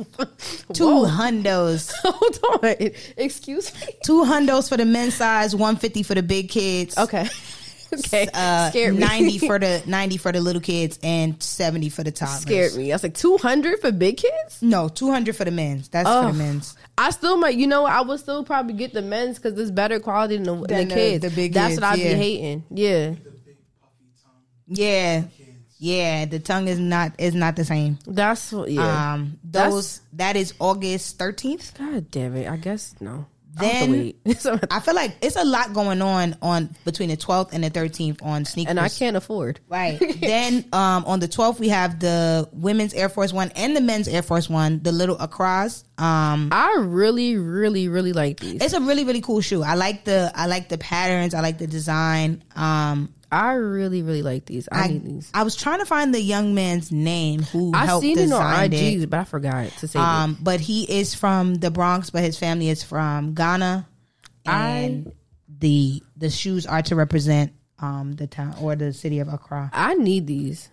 S2: Two hundos.
S1: <laughs> Hold on. Excuse me.
S2: Two hundos for the men's size, 150 for the big kids.
S1: Okay. <laughs> Okay.
S2: Uh,
S1: Scared me.
S2: 90 for the 90 for the little kids and 70 for the toddlers.
S1: <laughs> Scared me. I was like two hundred for big kids.
S2: No, 200 for the men's. That's for
S1: Ugh.
S2: the men's.
S1: I still might, you know, I would still probably get the men's because it's better quality than the, than
S2: Than
S1: the
S2: the-
S1: kids.
S2: the big
S1: That's
S2: kids,
S1: what I'd
S2: yeah.
S1: be hating. Yeah,
S3: The big puffy tongue.
S2: Yeah. Yeah, the tongue is not is not the same.
S1: that's what. Yeah.
S2: Um
S1: That's-
S2: those that is August 13th.
S1: God damn it! I guess no.
S2: Then-
S1: Then <laughs>
S2: I feel like it's a lot going on on between the 12th and the 13th on sneakers.
S1: and I can't afford. <laughs>
S2: Right. then um, on the 12th, we have the women's Air Force One and the men's Air Force One, the little Across. Um,
S1: I really, really, really like these.
S2: it's a really really cool shoe. I like the I like the patterns. I like the design. Um,
S1: I really, really like these. I,
S2: I
S1: need these.
S2: I was trying to find the young man's name who
S1: I
S2: helped
S1: seen it on
S2: design
S1: IG,
S2: it.
S1: but I forgot to say.
S2: Um, but he is from the Bronx, but his family is from Ghana, and the the shoes are to represent um the town or the city of Accra.
S1: I need these.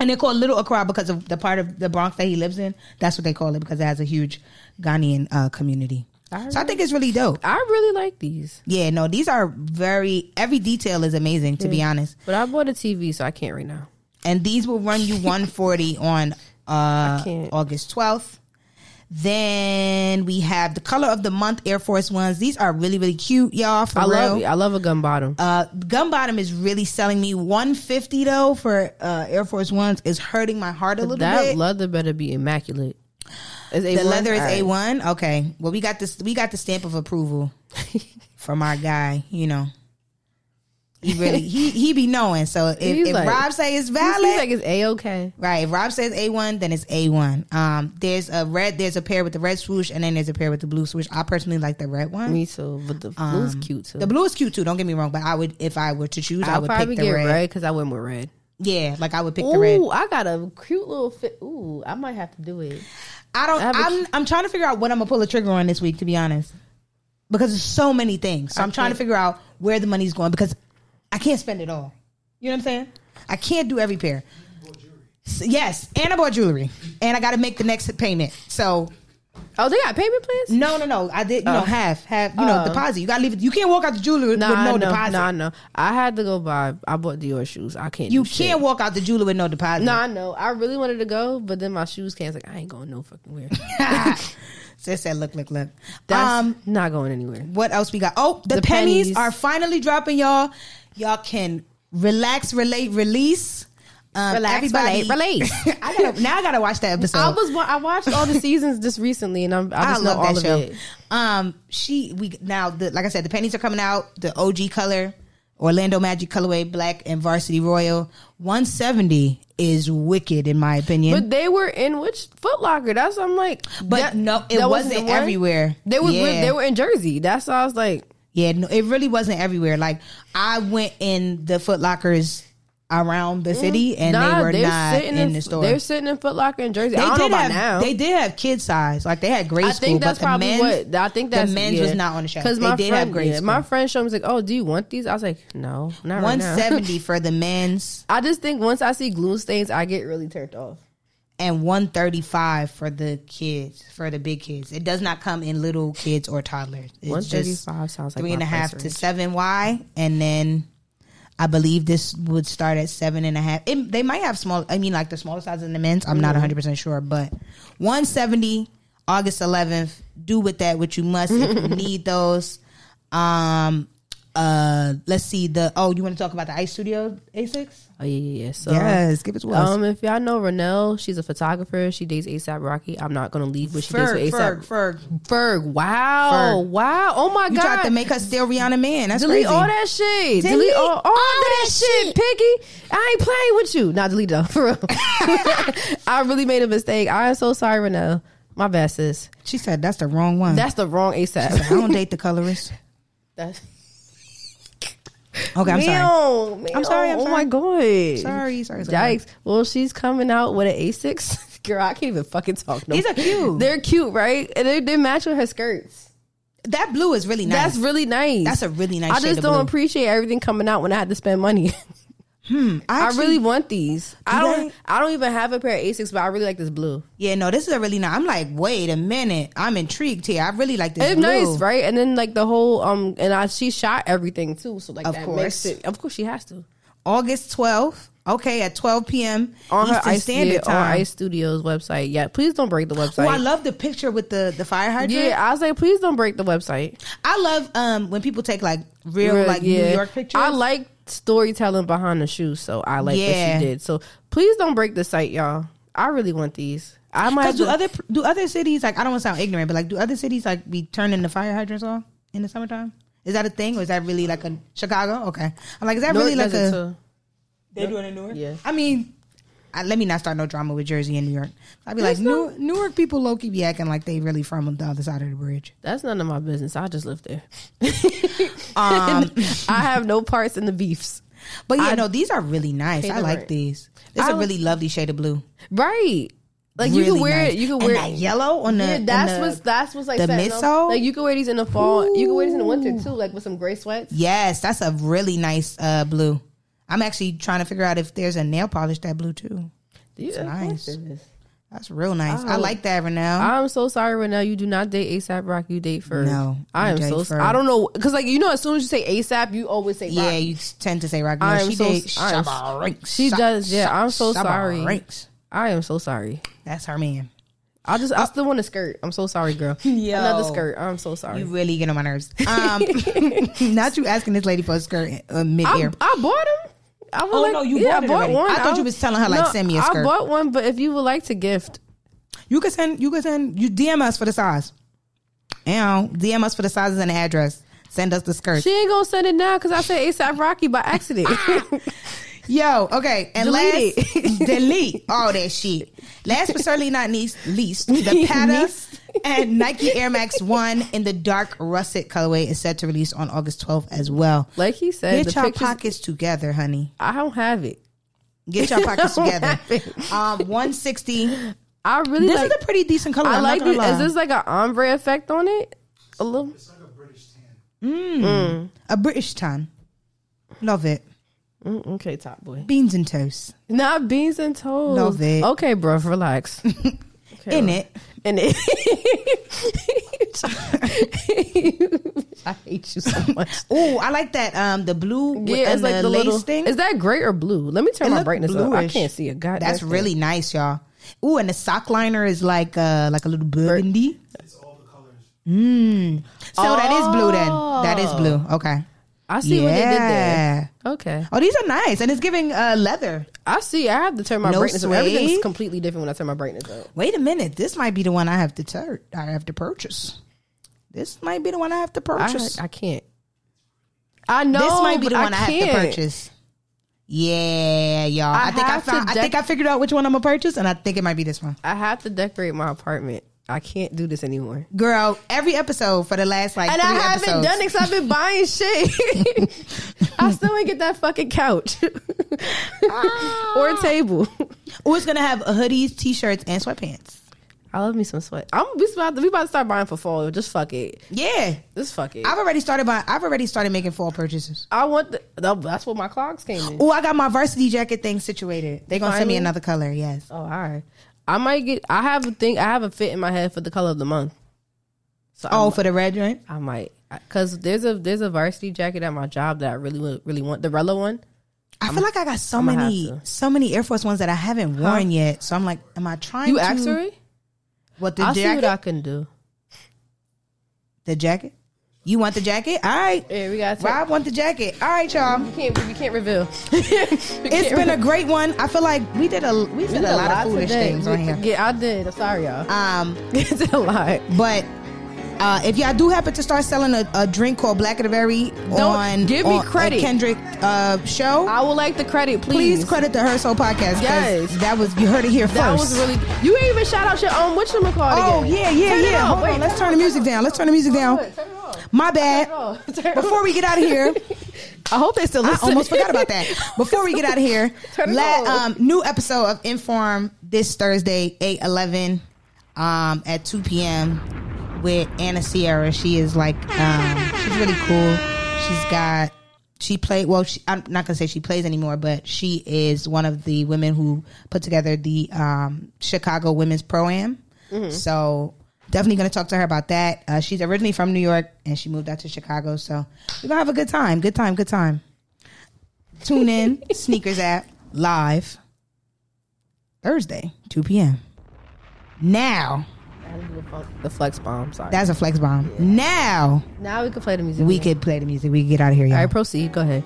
S2: And they call it Little Accra because of the part of the Bronx that he lives in. That's what they call it because it has a huge Ghanaian uh, community. So I think it's really dope.
S1: I really like these,
S2: Yeah, no, these are very every detail is amazing to be honest.
S1: but I bought a TV, so I can't right now.
S2: And these will
S1: <laughs>
S2: run you 140 on uh
S1: can't.
S2: August 12th. Then we have the color of the month Air Force Ones. These are really really cute, y'all. For
S1: I
S2: real,
S1: love, I love a gun bottom.
S2: Uh, gun bottom is really selling me 150 though for uh, Air Force Ones is hurting my heart a little
S1: that
S2: bit.
S1: leather better be immaculate. Is
S2: the
S1: A1?
S2: leather is
S1: All right.
S2: A one. Okay, well we got this. We got the stamp
S1: <laughs>
S2: of approval from our guy. You know, he really he he be knowing. So
S1: <laughs>
S2: if,
S1: He's
S2: if
S1: like-
S2: Rob say it's
S1: It
S2: valid,
S1: seems like it's a okay.
S2: right? If Rob says A one, then it's A one. Um, there's a red. There's a pair with the red swoosh, and then there's a pair with the blue swoosh. I personally like the red one.
S1: Me too, but Um, the blue's cute too.
S2: the blue is cute too. Don't get me wrong, but I would if I were to choose, i
S1: I'll
S2: would
S1: probably
S2: pick the
S1: get
S2: red.
S1: red because I went with red.
S2: Yeah, like I would pick the red.
S1: Ooh, I got a cute little fit. Ooh, I might have to do it.
S2: I don't.
S1: I have a-
S2: I'm I'm trying to figure out what I'm gonna pull the trigger on this week, to be honest, because there's so many things. So I am trying to
S1: can't-
S2: figure out where the money's going because I can't spend it all. You know what I'm saying? I can't do every pair. S- Yes, and I bought jewelry, and I got to make the next payment. So
S1: Oh, they got payment plans?
S2: no, no, no. I did. You know, half, half. You know,
S1: Oh.
S2: deposit. You got to leave it. You can't walk out the jewelry
S1: Nah,
S2: with no
S1: no,
S2: deposit.
S1: nah, no. I had to go buy. I bought Dior shoes. I can't.
S2: you
S1: do shit.
S2: can't walk out the jewelry with no
S1: <laughs>
S2: deposit. <laughs>
S1: No, I know. I really wanted to go, but then my shoes came. I was like, I ain't going no fucking <laughs> where.
S2: so it said, look, look, look.
S1: That's
S2: um,
S1: not going anywhere.
S2: What else we got? Oh, the,
S1: The
S2: pennies.
S1: pennies.
S2: are finally dropping, y'all. Y'all can relax, relate, release. Um,
S1: Relax,
S2: everybody-
S1: relate, release.
S2: <laughs> I gotta, now I gotta watch that episode.
S1: I was. wa- I watched all <laughs> the seasons just recently, and I'm, I
S2: I
S1: just know
S2: love
S1: all
S2: that
S1: of
S2: show.
S1: it.
S2: Um, she we now the like I said, the pennies are coming out. The OG color, Orlando Magic colorway, black and varsity royal. One seventy is wicked in my opinion.
S1: But they were in which Foot Locker? That's I'm like,
S2: But
S1: that-
S2: no, it
S1: that
S2: wasn't,
S1: the one?
S2: everywhere.
S1: They were
S2: Yeah.
S1: they were in Jersey. That's why I was like,
S2: Yeah, no, it really wasn't everywhere. Like I went in the Foot Lockers around the city, and
S1: Mm-hmm. nah,
S2: they were
S1: are
S2: not
S1: sitting
S2: in, the store.
S1: They're sitting in Foot Locker in Jersey.
S2: They
S1: I don't know
S2: did
S1: about now.
S2: have, They did have kid size. Like they had grade
S1: I
S2: school.
S1: think that's
S2: but the
S1: probably
S2: men's,
S1: what I think that's
S2: the men's
S1: yeah.
S2: was not on the shelf. They
S1: Because my
S2: did
S1: friend,
S2: have grade
S1: yeah,
S2: school.
S1: my friend showed me was like, "Oh, do you want these?" I was like, "No, not right
S2: One
S1: now."
S2: seventy for the men's
S1: I just think once I see glue stains, I get really turned off.
S2: and one thirty five for the kids for the big kids. It does not come in little kids or toddlers.
S1: One
S2: It's
S1: thirty
S2: just
S1: five sounds like
S2: three
S1: my
S2: and a half
S1: price
S2: to
S1: range.
S2: seven Y, and then I believe this would start at seven and a half. It, they might have small. I mean, like the smaller sizes in the men's. I'm not 100 percent sure, but 170 August 11th. Do with that what you must if
S1: <laughs>
S2: you need those. Um, uh, let's see the. Oh, you want to talk about the Ice Studio A6?
S1: Oh yeah, yeah, yeah. So
S2: give it to
S1: Um, if y'all know Renelle, she's a photographer. She dates ASAP Rocky. I'm not gonna leave what she
S2: Ferg,
S1: dates with
S2: Ferg,
S1: ASAP.
S2: Ferg.
S1: Ferg, wow,
S2: Ferg.
S1: wow, oh my
S2: You
S1: god,
S2: tried to make us steal Rihanna Man. That's
S1: delete
S2: crazy.
S1: all that shit. Delete,
S2: Delete
S1: all, all,
S2: all
S1: that,
S2: that
S1: shit,
S2: shit.
S1: Piggy. I ain't playing with you. Not delete it though, <laughs> for
S2: <laughs>
S1: real. I really made a mistake. I am so sorry, Renelle. My bad, sis.
S2: She said that's the wrong one.
S1: That's the wrong
S2: I <laughs>
S1: ASAP.
S2: don't date
S1: <laughs>
S2: the colorist.
S1: That's-
S2: Okay, I'm
S1: <laughs>
S2: sorry.
S1: Meow, meow.
S2: I'm sorry, I'm
S1: oh my
S2: sorry.
S1: god.
S2: Sorry, sorry, sorry.
S1: Yikes. Well, she's coming out with an A6. <laughs> Girl, I can't even fucking talk. No.
S2: These are cute.
S1: They're cute, right? And they, they match with her skirts.
S2: That blue is really nice.
S1: That's really nice.
S2: That's a really nice
S1: I
S2: shade
S1: just
S2: of
S1: don't
S2: blue.
S1: appreciate everything coming out when I had to spend money. <laughs> I
S2: actually-
S1: really want these. I
S2: Do
S1: don't.
S2: they?
S1: I don't even have a pair of A6, but I really like this blue.
S2: Yeah, no, this is a really nice. I'm like, wait a minute. I'm intrigued here. I really like this.
S1: It's
S2: blue.
S1: nice, right? And then like the whole um, and I she shot everything too, so like
S2: Of
S1: that
S2: course.
S1: makes it. Of course, she has to
S2: August 12th. Okay, at 12 p.m.
S1: on her
S2: Eastern
S1: Ice
S2: Standard
S1: yeah, on
S2: Time.
S1: Ice Studios website. Yeah, please don't break the website.
S2: Oh, I love the picture with the the fire hydrant.
S1: yeah, I was like, please don't break the website.
S2: I love um when people take like real,
S1: Real,
S2: like
S1: yeah.
S2: New York pictures.
S1: I like storytelling behind the shoes, so I like
S2: Yeah.
S1: what she did. So please don't break the site, y'all. I really want these. I might
S2: Cause
S1: have
S2: do
S1: to,
S2: other do other cities like I don't want to sound ignorant, but like do other cities like be turning the fire hydrants off in the summertime? Is that a thing, or is that really like a Chicago? Okay, I'm like, is that
S1: Newark
S2: really like
S1: does it
S2: a?
S1: too.
S2: They're doing a Newark.
S1: Yeah.
S2: I mean, I, let me not start no drama with Jersey and New York. I'd be
S1: There's
S2: like,
S1: no-
S2: New, Newark people low key be acting like they really from the other side of
S1: <laughs>
S2: the bridge.
S1: That's none of my business. I just live there. <laughs>
S2: Um,
S1: I have no parts in the beefs.
S2: <laughs> but yeah,
S1: I-
S2: no, these are really nice.
S1: Hey,
S2: I
S1: they're
S2: like
S1: right.
S2: these. This is
S1: I
S2: a
S1: was-
S2: really lovely shade of blue.
S1: Right. Like you
S2: Really
S1: can wear
S2: nice.
S1: it. You can
S2: And
S1: wear
S2: that yellow on the.
S1: Yeah,
S2: on
S1: that's
S2: the-
S1: what's that's what's like
S2: the
S1: setting up.
S2: midsole?
S1: Like you can wear these in the fall. You can wear these in the winter too, like with some gray sweats.
S2: Yes, that's a really nice uh, blue. I'm actually trying to figure out if there's a nail polish that blue too.
S1: It's
S2: nice. That's real nice.
S1: Oh.
S2: I like that every now.
S1: I'm so sorry right now. You do not date ASAP Rock. You date Ferg.
S2: No,
S1: I
S2: you
S1: am
S2: date
S1: so.
S2: Ferg.
S1: I don't know because like you know, as soon as you say ASAP, you always say
S2: yeah,
S1: Rock.
S2: you tend to say rock. No,
S1: I am
S2: she
S1: so-
S2: did
S1: I am-
S2: Shabba Ranks.
S1: she
S2: Sha-
S1: does, yeah,
S2: Sha-
S1: I'm so
S2: Shabba
S1: sorry.
S2: Ranks.
S1: I am so sorry.
S2: That's her man.
S1: I just I still want a skirt. I'm so sorry, girl.
S2: Uh, <laughs> Yo.
S1: Another skirt. I'm so sorry.
S2: You really get on
S1: <laughs>
S2: my nerves. Um, <laughs> not you asking this lady for a skirt uh, mid
S1: I,
S2: air.
S1: I bought them. I would
S2: Oh,
S1: like,
S2: no, you
S1: yeah,
S2: bought
S1: I
S2: it
S1: bought
S2: already.
S1: one.
S2: I thought you was telling her, like, send me a
S1: I
S2: skirt.
S1: bought one, but if you would like to gift,
S2: You can send. You can send. You DM us for the size. You know, DM us for the sizes and the address. Send us the skirt.
S1: she ain't gonna send it now because I said ASAP Rocky by
S2: <laughs>
S1: accident. <laughs>
S2: Yo, okay, and
S1: Delete
S2: last <laughs> delete all that shit. Last but certainly not least,
S1: <laughs>
S2: least the Pata
S1: Least.
S2: and Nike Air Max One in the dark russet colorway is set to release on August 12th as well.
S1: like he said,
S2: Get
S1: the
S2: your
S1: pictures,
S2: pockets together, honey.
S1: I don't have it.
S2: Get your
S1: <laughs>
S2: pockets
S1: What
S2: together.
S1: happened? <laughs>
S2: Um, 160. This
S1: I really like.
S2: is a pretty decent color.
S1: I
S2: I'm
S1: like.
S2: not gonna
S1: It.
S2: lie.
S1: Is this like an ombre effect on it? A little.
S3: It's like a British tan.
S2: a British tan. Love it.
S1: Mm, okay, top boy.
S2: Beans and toast
S1: Not beans and toast.
S2: Love it.
S1: Okay, bruv,
S2: <laughs>
S1: relax. Okay,
S2: in it.
S1: And
S2: <laughs>
S1: it. I hate you so much.
S2: Ooh, I like that. Um, the blue with-
S1: Yeah,
S2: and
S1: it's like the,
S2: lace
S1: little.
S2: thing.
S1: Is that gray or blue? Let me turn
S2: It
S1: my
S2: look
S1: brightness up. I
S2: bluish.
S1: can't see a goddamn.
S2: That's
S1: thing.
S2: really nice, y'all. Ooh, and the sock liner is like uh like a little burgundy.
S3: It's all the colors.
S2: So that is blue then. That is blue. Okay.
S1: Oh. I see what they did there. Okay,
S2: Oh, these are nice. And it's giving uh leather.
S1: I see. I have to turn my
S2: No
S1: brightness
S2: suede?
S1: up. Everything's completely different when I turn my brightness up.
S2: Wait a minute. This might be the one I have to tur- I have to purchase. This might be the one I have to
S1: I,
S2: purchase.
S1: I can't. I know
S2: this might be
S1: but
S2: the one I, have to
S1: can't.
S2: purchase. Yeah, y'all.
S1: I
S2: I, think I
S1: have to
S2: found, I
S1: dec-
S2: think I figured out which one I'm gonna purchase, and I think it might be this one.
S1: I have to decorate my apartment. I can't do this anymore.
S2: Girl, every episode for the last like
S1: And
S2: three
S1: I haven't
S2: episodes,
S1: done it because I've been buying shit.
S2: <laughs>
S1: I still ain't get that fucking couch
S2: Ah.
S1: or table.
S2: Oh, it's gonna have hoodies, t-shirts, and sweatpants.
S1: I love me some sweat. I'm we about to, we about to start buying for fall. Just fuck it.
S2: Yeah,
S1: Just fuck it.
S2: I've
S1: I,
S2: already started buying. I've already started making fall purchases.
S1: want the, no, that's what my clogs came in.
S2: Oh, I got my varsity jacket thing situated. They gonna send me
S1: Finally?
S2: another color. Yes.
S1: Oh, all right. I might get. I have a thing. I have a fit in my head for the color of the month. So
S2: Oh,
S1: I'm-
S2: for the red joint.
S1: I might because there's a there's a varsity jacket at my job that I really wa- really want the Rella one.
S2: I feel like I got so
S1: I'ma have
S2: many,
S1: to.
S2: so many Air Force ones that I haven't worn yet. So I'm like, am I trying?
S1: You
S2: to,
S1: asked her?
S2: What the
S1: I'll see
S2: jacket?
S1: what I can do.
S2: the jacket. You want the jacket? All right.
S1: Yeah, we got.
S2: Rob want the jacket. All right, y'all.
S1: We can't, we can't reveal. <laughs> it's
S2: It's been a great one. I feel like we did a we did a lot, of foolish things on here.
S1: Yeah, I did. I'm sorry, y'all. <laughs>
S2: Um,
S1: it's a lot.
S2: But uh, if y'all do happen to start selling a, a drink called Black of the Berry on
S1: give me
S2: on- at
S1: credit.
S2: Kendrick uh, show,
S1: I would like the credit, please.
S2: please credit the Her Soul podcast. 'cause
S1: Yes.
S2: that was you heard it here
S1: That was
S2: first.
S1: really. You ain't even shout out your own whatchamacallit again.
S2: oh yeah yeah
S1: Turn it
S2: yeah.
S1: off.
S2: Hold
S1: Wait,
S2: on, let's turn the music down. Let's turn the music down.
S1: Turn it off.
S2: My
S1: <laughs>
S2: bad.
S1: Turn it off. Turn it off.
S2: Before we get out
S1: <laughs>
S2: of here,
S1: Oh, I hope they still <laughs>
S2: I
S1: listen.
S2: almost forgot about that. Before we get out of here,
S1: <laughs> Turn it
S2: la-
S1: off.
S2: um, new episode of Inform this Thursday, eight eleven, um, at 2 p.m. with Anna Sierra. She is like, um, she's really cool. She's got, she played, well, she, I'm not going to say she plays anymore, but she is one of the women who put together the um, Chicago Women's Pro Am.
S1: Mm-hmm.
S2: So. Definitely going to talk to her about that. Uh, she's originally from New York and she moved out to Chicago. So we're going to have a good time. Good time. Good time tune in sneakers app live thursday 2 p.m now
S1: the flex bomb. Sorry.
S2: that's a flex bomb now
S1: now we can play the music.
S2: we
S1: again.
S2: could play the music we could get out of here
S1: All
S2: y'all.
S1: right, proceed. Go ahead.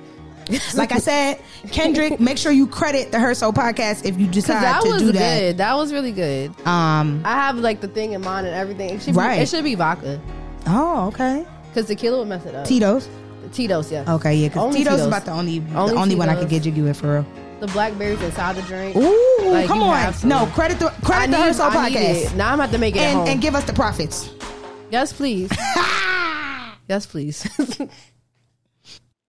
S2: like i said kendrick make sure you credit the her soul podcast if you
S1: Cause
S2: decide
S1: that
S2: to
S1: was
S2: do
S1: good.
S2: that
S1: That. was really good.
S2: um
S1: I have like the thing in mind and everything. It should
S2: Right.
S1: be, it should be vodka.
S2: oh okay
S1: Cause tequila would mess it up.
S2: tito's
S1: Tito's, yeah.
S2: okay yeah because
S1: Only
S2: tito's, is
S1: Tito's.
S2: about the only,
S1: Only
S2: the only one i
S1: Tito's.
S2: could get jiggy with for real
S1: The blackberries inside the drink.
S2: Ooh,
S1: Like,
S2: come
S1: you
S2: on
S1: have some.
S2: no credit the
S1: I
S2: credit
S1: need,
S2: the her soul
S1: I need
S2: podcast
S1: it. Now I'm about to make it at
S2: and,
S1: home. <laughs>
S2: <laughs> and give us the profits
S1: yes, please. <laughs> yes, please.